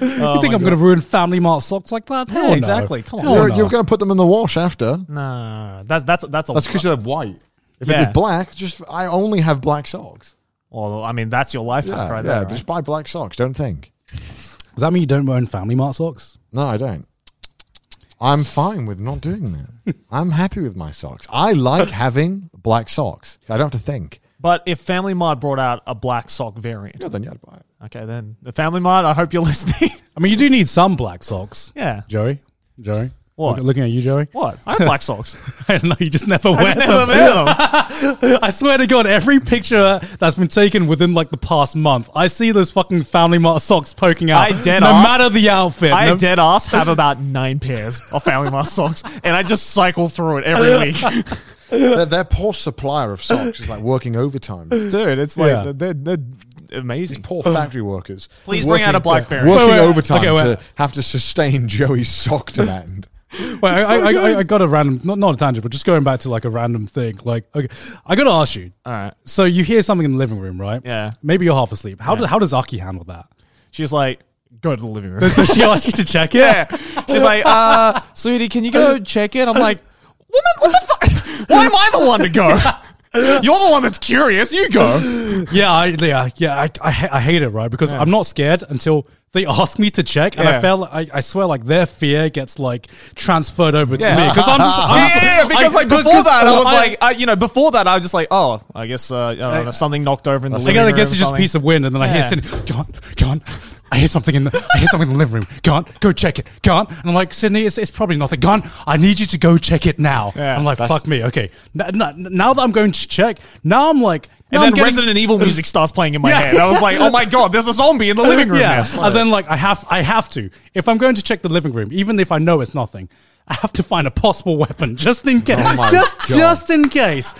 Speaker 4: Oh
Speaker 3: you think I'm gonna ruin Family Mart socks like that? Hell no.
Speaker 5: exactly. Come on.
Speaker 3: Hell
Speaker 4: you're
Speaker 3: no.
Speaker 4: you're going to put them in the wash after.
Speaker 5: Nah, that's that's that's a.
Speaker 4: That's because they're white. If
Speaker 5: Yeah.
Speaker 4: it's black, just I only have black socks.
Speaker 5: well, I mean, that's your life hack
Speaker 4: Yeah,
Speaker 5: right
Speaker 4: yeah.
Speaker 5: there. right?
Speaker 4: Just buy black socks. Don't think.
Speaker 3: Does that mean you don't own Family Mart socks?
Speaker 4: No, I don't. I'm fine with not doing that. I'm happy with my socks. I like having black socks. I don't have to think.
Speaker 5: But if Family Mart brought out a black sock variant,
Speaker 4: Yeah, then you had to buy it.
Speaker 5: okay, then the Family Mart. I hope you're listening.
Speaker 3: I mean, you do need some black socks,
Speaker 5: yeah.
Speaker 3: Joey. Joey,
Speaker 5: What?
Speaker 3: Look- Looking at you, Joey.
Speaker 5: What? I have black socks.
Speaker 3: I don't know. You just never
Speaker 5: I
Speaker 3: wear
Speaker 5: just
Speaker 3: them.
Speaker 5: never
Speaker 3: wear them. I swear to God, every picture that's been taken within like the past month, I see those fucking Family Mart socks poking out.
Speaker 5: I dead
Speaker 3: no
Speaker 5: ass-
Speaker 3: matter the outfit.
Speaker 5: I
Speaker 3: no-
Speaker 5: dead ass have about nine pairs of Family Mart socks, and I just cycle through it every week.
Speaker 4: their, their poor supplier of socks is like working overtime.
Speaker 5: Dude, it's like
Speaker 4: Yeah.
Speaker 5: they're, they're amazing.
Speaker 4: Poor factory workers.
Speaker 5: Please bring out a Blackberry.
Speaker 4: Working
Speaker 3: Wait, wait,
Speaker 4: overtime
Speaker 3: okay, wait.
Speaker 4: to have to sustain Joey's sock demand.
Speaker 3: Wait, I,
Speaker 5: It's so
Speaker 3: I, I,
Speaker 5: good.
Speaker 3: I got a random, not, not a tangent, but just going back to like a random thing. Like, okay, I got to ask you.
Speaker 5: All right.
Speaker 3: So you hear something in the living room, right?
Speaker 5: Yeah.
Speaker 3: Maybe you're half asleep. How,
Speaker 5: Yeah.
Speaker 3: do, how does Aki handle that?
Speaker 5: She's like, go to the living room.
Speaker 3: Does she ask you to check it?
Speaker 5: yeah. She's like, uh, sweetie, can you go check it? I'm like, woman, what the fuck? Why am I the one to go? You're the one that's curious. You go.
Speaker 3: Yeah, I, yeah, yeah. I, I, ha- I hate it, right? Because I'm not scared until they ask me to check, and I
Speaker 5: Yeah.
Speaker 3: feel, I, I swear, like their fear gets like transferred over
Speaker 5: Yeah.
Speaker 3: to me because I'm just, I'm
Speaker 5: yeah,
Speaker 3: just-
Speaker 5: yeah, yeah, because
Speaker 3: I-
Speaker 5: like before
Speaker 3: 'cause
Speaker 5: that, I was
Speaker 3: I-
Speaker 5: like, uh, you know, before that, I was just like, oh, I guess, uh, I don't know, something knocked over in the
Speaker 3: I
Speaker 5: living
Speaker 3: guess,
Speaker 5: room.
Speaker 3: I guess it's
Speaker 5: or
Speaker 3: just a
Speaker 5: something.
Speaker 3: piece of wind, and then I hear
Speaker 5: Yeah.
Speaker 3: Sydney, go on, go on. I hear something in the, I hear something in the living room. Go on, go check it. Go on. And I'm like, Sydney, it's, it's probably nothing. Go on, I need you to go check it now.
Speaker 5: Yeah,
Speaker 3: I'm like,
Speaker 5: that's-
Speaker 3: fuck me. Okay. N- n- now that I'm going to check, now I'm like, now
Speaker 5: And then
Speaker 3: I'm getting-
Speaker 5: Resident Evil music starts playing in my
Speaker 3: Yeah.
Speaker 5: head. I was like, oh my god, there's a zombie in the living room.
Speaker 3: Yeah.
Speaker 5: now.
Speaker 3: And then like I have I have to. If I'm going to check the living room, even if I know it's nothing, I have to find a possible weapon just in case.
Speaker 4: Oh my
Speaker 3: just
Speaker 4: God.
Speaker 3: just in case.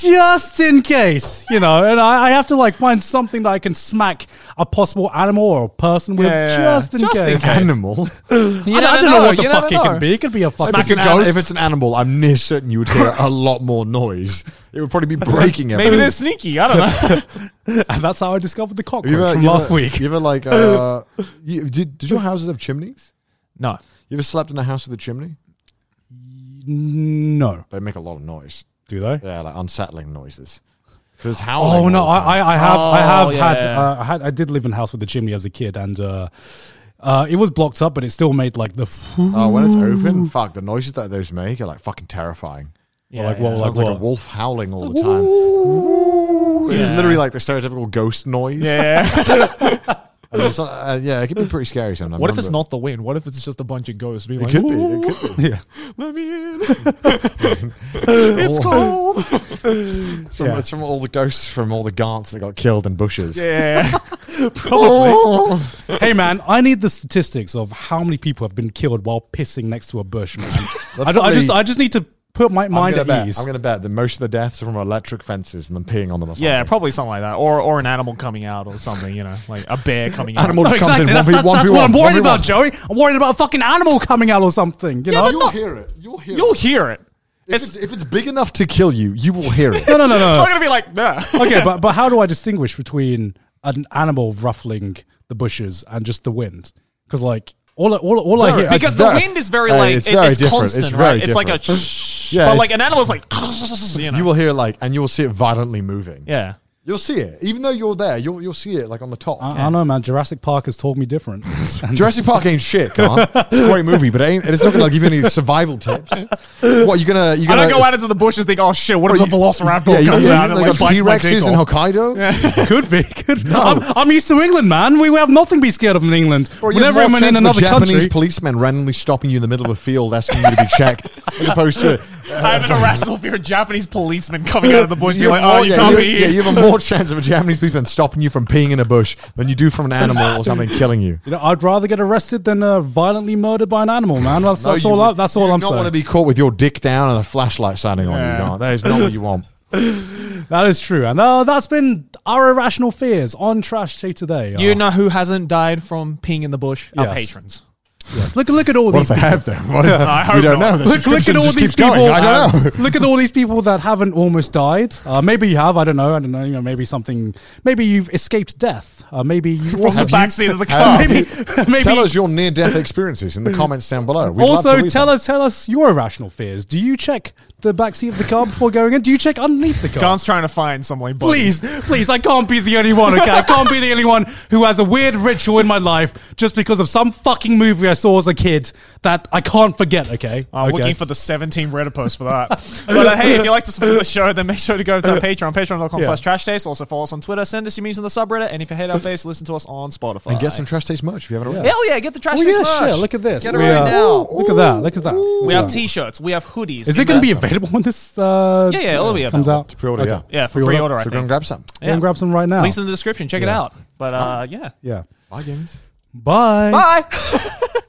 Speaker 3: Just in case, you know, and I, I have to like find something that I can smack a possible animal or a person with
Speaker 5: Yeah, yeah, yeah.
Speaker 3: just in
Speaker 5: Just in
Speaker 3: case.
Speaker 5: case.
Speaker 4: Animal.
Speaker 3: I, I don't
Speaker 5: never
Speaker 3: know,
Speaker 5: know,
Speaker 3: what the
Speaker 5: you
Speaker 3: fuck it
Speaker 5: never
Speaker 3: can
Speaker 5: know.
Speaker 3: be. It could be a fucking
Speaker 4: if, it's an an- if it's an animal, I'm near certain you would hear a lot more noise. It would probably be breaking everything.
Speaker 5: Maybe they're sneaky. I don't know.
Speaker 3: and that's how I discovered the cockroach
Speaker 4: You ever-
Speaker 3: from
Speaker 4: you
Speaker 3: last
Speaker 4: ever-
Speaker 3: week.
Speaker 4: You ever like? Uh, you, did, did your houses have chimneys?
Speaker 5: no.
Speaker 4: You ever slept in a house with a chimney?
Speaker 3: No.
Speaker 4: They make a lot of noise.
Speaker 3: Do they?
Speaker 4: Yeah, like unsettling noises. Because
Speaker 3: Oh no, I, I, I have, I
Speaker 5: Oh,
Speaker 3: have
Speaker 5: yeah,
Speaker 3: had,
Speaker 5: yeah.
Speaker 3: uh, I had, I did live in a house with a chimney as a kid, and uh, uh, it was blocked up, but it still made like the.
Speaker 4: Oh, when it's open, fuck the noises that those make are like fucking terrifying.
Speaker 5: Yeah,
Speaker 3: like, well,
Speaker 5: yeah.
Speaker 3: like-
Speaker 4: Sounds like, a
Speaker 3: what?
Speaker 4: wolf howling all the time. It's
Speaker 5: Yeah.
Speaker 4: literally like the stereotypical ghost noise.
Speaker 5: yeah.
Speaker 4: And it's not- uh, yeah, it can be pretty scary sometimes.
Speaker 5: What if it's
Speaker 4: remember.
Speaker 5: not the wind? What if it's just a bunch of ghosts being
Speaker 4: It
Speaker 5: like,
Speaker 4: could be. It could be.
Speaker 3: Yeah,
Speaker 5: let me in.
Speaker 3: Oh.
Speaker 4: it's
Speaker 5: cold.
Speaker 4: From, It's from all the ghosts from all the gants that got killed in bushes.
Speaker 5: Yeah.
Speaker 3: probably. hey man, I need the statistics of how many people have been killed while pissing next to a bush. Man. I, don't- I just, I just need to put my
Speaker 4: I'm
Speaker 3: mind
Speaker 4: gonna
Speaker 3: at
Speaker 4: bet.
Speaker 3: ease.
Speaker 4: I'm gonna bet that most of the deaths are from electric fences and them peeing on them. Or something.
Speaker 5: yeah, probably something like that. Or or an animal coming out or something, you know, like a bear coming out.
Speaker 4: Animal
Speaker 3: No,
Speaker 4: comes
Speaker 3: exactly.
Speaker 4: in
Speaker 3: That's,
Speaker 4: 1v1,
Speaker 3: that's- that's what I'm
Speaker 4: 1v1.
Speaker 3: worried about, Joey. I'm worried about a fucking animal coming out or something. You know?
Speaker 4: You'll hear it. You'll hear
Speaker 5: You'll
Speaker 4: it.
Speaker 5: hear it.
Speaker 4: If it's, if it's big enough to kill you, you will hear it.
Speaker 3: no, no, no, no.
Speaker 5: It's not gonna be like nah.
Speaker 3: okay, but but how do I distinguish between an animal ruffling the bushes and just the wind? Because like all I- all all I hear
Speaker 5: because the
Speaker 4: very-
Speaker 5: wind is very
Speaker 4: Hey,
Speaker 5: like
Speaker 4: it's
Speaker 5: it-
Speaker 4: very
Speaker 5: it's
Speaker 4: different.
Speaker 5: constant,
Speaker 4: It's very
Speaker 5: right? It's like a
Speaker 4: different.
Speaker 5: shh,
Speaker 4: Yeah,
Speaker 5: but
Speaker 4: it's-
Speaker 5: like an animal's like you know.
Speaker 4: You will hear it like, and you will see it violently moving.
Speaker 5: yeah.
Speaker 4: You'll see it, even though you're there. You'll you'll see it like on the top.
Speaker 3: I, I don't know, man. Jurassic Park has told me different. And-
Speaker 4: Jurassic Park ain't shit, come on. It's a great movie, but it ain't, it's not gonna like, give you any survival tips. What you gonna you
Speaker 5: I
Speaker 4: gonna
Speaker 5: don't go out into the bush and think, oh shit, what if
Speaker 4: you-
Speaker 5: the velociraptor
Speaker 4: you-
Speaker 5: comes
Speaker 4: you-
Speaker 5: out and
Speaker 4: they got
Speaker 5: like bites my
Speaker 4: T-Rexes
Speaker 5: dick
Speaker 4: in
Speaker 5: off?
Speaker 4: Hokkaido.
Speaker 3: could be, could. I'm, I'm used to England, man. We have nothing to be scared of in England.
Speaker 4: Or you have
Speaker 3: Whenever
Speaker 4: more
Speaker 3: I'm in
Speaker 4: chance of a
Speaker 3: another
Speaker 4: Japanese
Speaker 3: country,
Speaker 4: policeman randomly stopping you in the middle of a field asking you to be checked, as opposed to
Speaker 5: I have an irrational fear of Japanese policemen coming out of the bush and being
Speaker 4: have
Speaker 5: like, oh,
Speaker 4: more-
Speaker 5: you
Speaker 4: yeah,
Speaker 5: can't
Speaker 4: you-
Speaker 5: be
Speaker 4: yeah,
Speaker 5: here.
Speaker 4: you have a more chance of a Japanese policeman stopping you from peeing in a bush than you do from an animal or something killing you.
Speaker 3: you know, I'd rather get arrested than uh, violently murdered by an animal, man. That's,
Speaker 4: No,
Speaker 3: that's
Speaker 4: you
Speaker 3: all.
Speaker 4: would-
Speaker 3: I, that's all
Speaker 4: you
Speaker 3: I'm
Speaker 4: do not want to
Speaker 3: saying.
Speaker 4: be caught with your dick down and a flashlight shining on you.
Speaker 5: Yeah.
Speaker 4: Grant. That is not what you want.
Speaker 3: that is true, and uh, that's been our irrational fears on Trash Day today.
Speaker 5: You
Speaker 3: Uh,
Speaker 5: know who hasn't died from peeing in the bush? Our
Speaker 3: Yes.
Speaker 5: patrons.
Speaker 3: yes. look look at all
Speaker 4: What
Speaker 3: these
Speaker 4: if I have them? What if,
Speaker 5: I hope
Speaker 4: we don't
Speaker 5: not.
Speaker 4: know. The
Speaker 3: look, look
Speaker 4: subscription
Speaker 3: at all
Speaker 4: just
Speaker 3: these
Speaker 4: keeps
Speaker 3: people.
Speaker 4: Going. I don't know.
Speaker 3: um, look at all these people that haven't almost died. Uh, maybe you have. I don't know. I don't know. You know maybe something. Maybe you've escaped death. Uh, maybe you
Speaker 5: From
Speaker 3: also
Speaker 5: the backseat of the car.
Speaker 4: Have
Speaker 5: Maybe.
Speaker 3: maybe maybe.
Speaker 4: Tell us your near-death experiences in the comments down below. We'd love to
Speaker 3: also,
Speaker 4: read
Speaker 3: tell
Speaker 4: them.
Speaker 3: us tell us your irrational fears. Do you check the backseat of the car before going in? Do you check underneath the car?
Speaker 5: Don's trying to find some like buddy.
Speaker 3: Please, please, I can't be the only one, okay? I can't be the only one who has a weird ritual in my life just because of some fucking movie I I saw as a kid that I can't forget. Okay,
Speaker 5: I'm
Speaker 3: okay.
Speaker 5: looking for the 17 Reddit posts for that. but uh, hey, if you like to support the show, then make sure to go to our Patreon, patreon.com
Speaker 3: Yeah.
Speaker 5: slash trash taste. Also follow us on Twitter, send us your memes in the subreddit, and if you hate our face, listen to us on Spotify.
Speaker 4: and get some trash taste merch if you haven't already.
Speaker 5: Hell yeah, get the trash
Speaker 3: Oh,
Speaker 5: taste
Speaker 3: yeah,
Speaker 5: merch.
Speaker 3: shit, look at this.
Speaker 5: Get it
Speaker 3: We
Speaker 5: right
Speaker 3: are-
Speaker 5: now.
Speaker 3: Look at that. Look at that. Look
Speaker 5: We
Speaker 3: at
Speaker 5: have
Speaker 3: that.
Speaker 5: t-shirts. We have hoodies.
Speaker 3: Is it
Speaker 5: going to
Speaker 3: be available when this uh,
Speaker 5: Yeah, yeah, it'll be
Speaker 3: comes
Speaker 5: available.
Speaker 3: out?
Speaker 5: To pre-order, yeah. Yeah, for pre-order, I So go think. and grab some.
Speaker 3: Go and grab some right now.
Speaker 5: Links in the description. Check it
Speaker 3: Yeah.
Speaker 5: out. But uh, yeah.
Speaker 3: Yeah.
Speaker 4: Bye, games.
Speaker 3: Bye.
Speaker 5: Bye.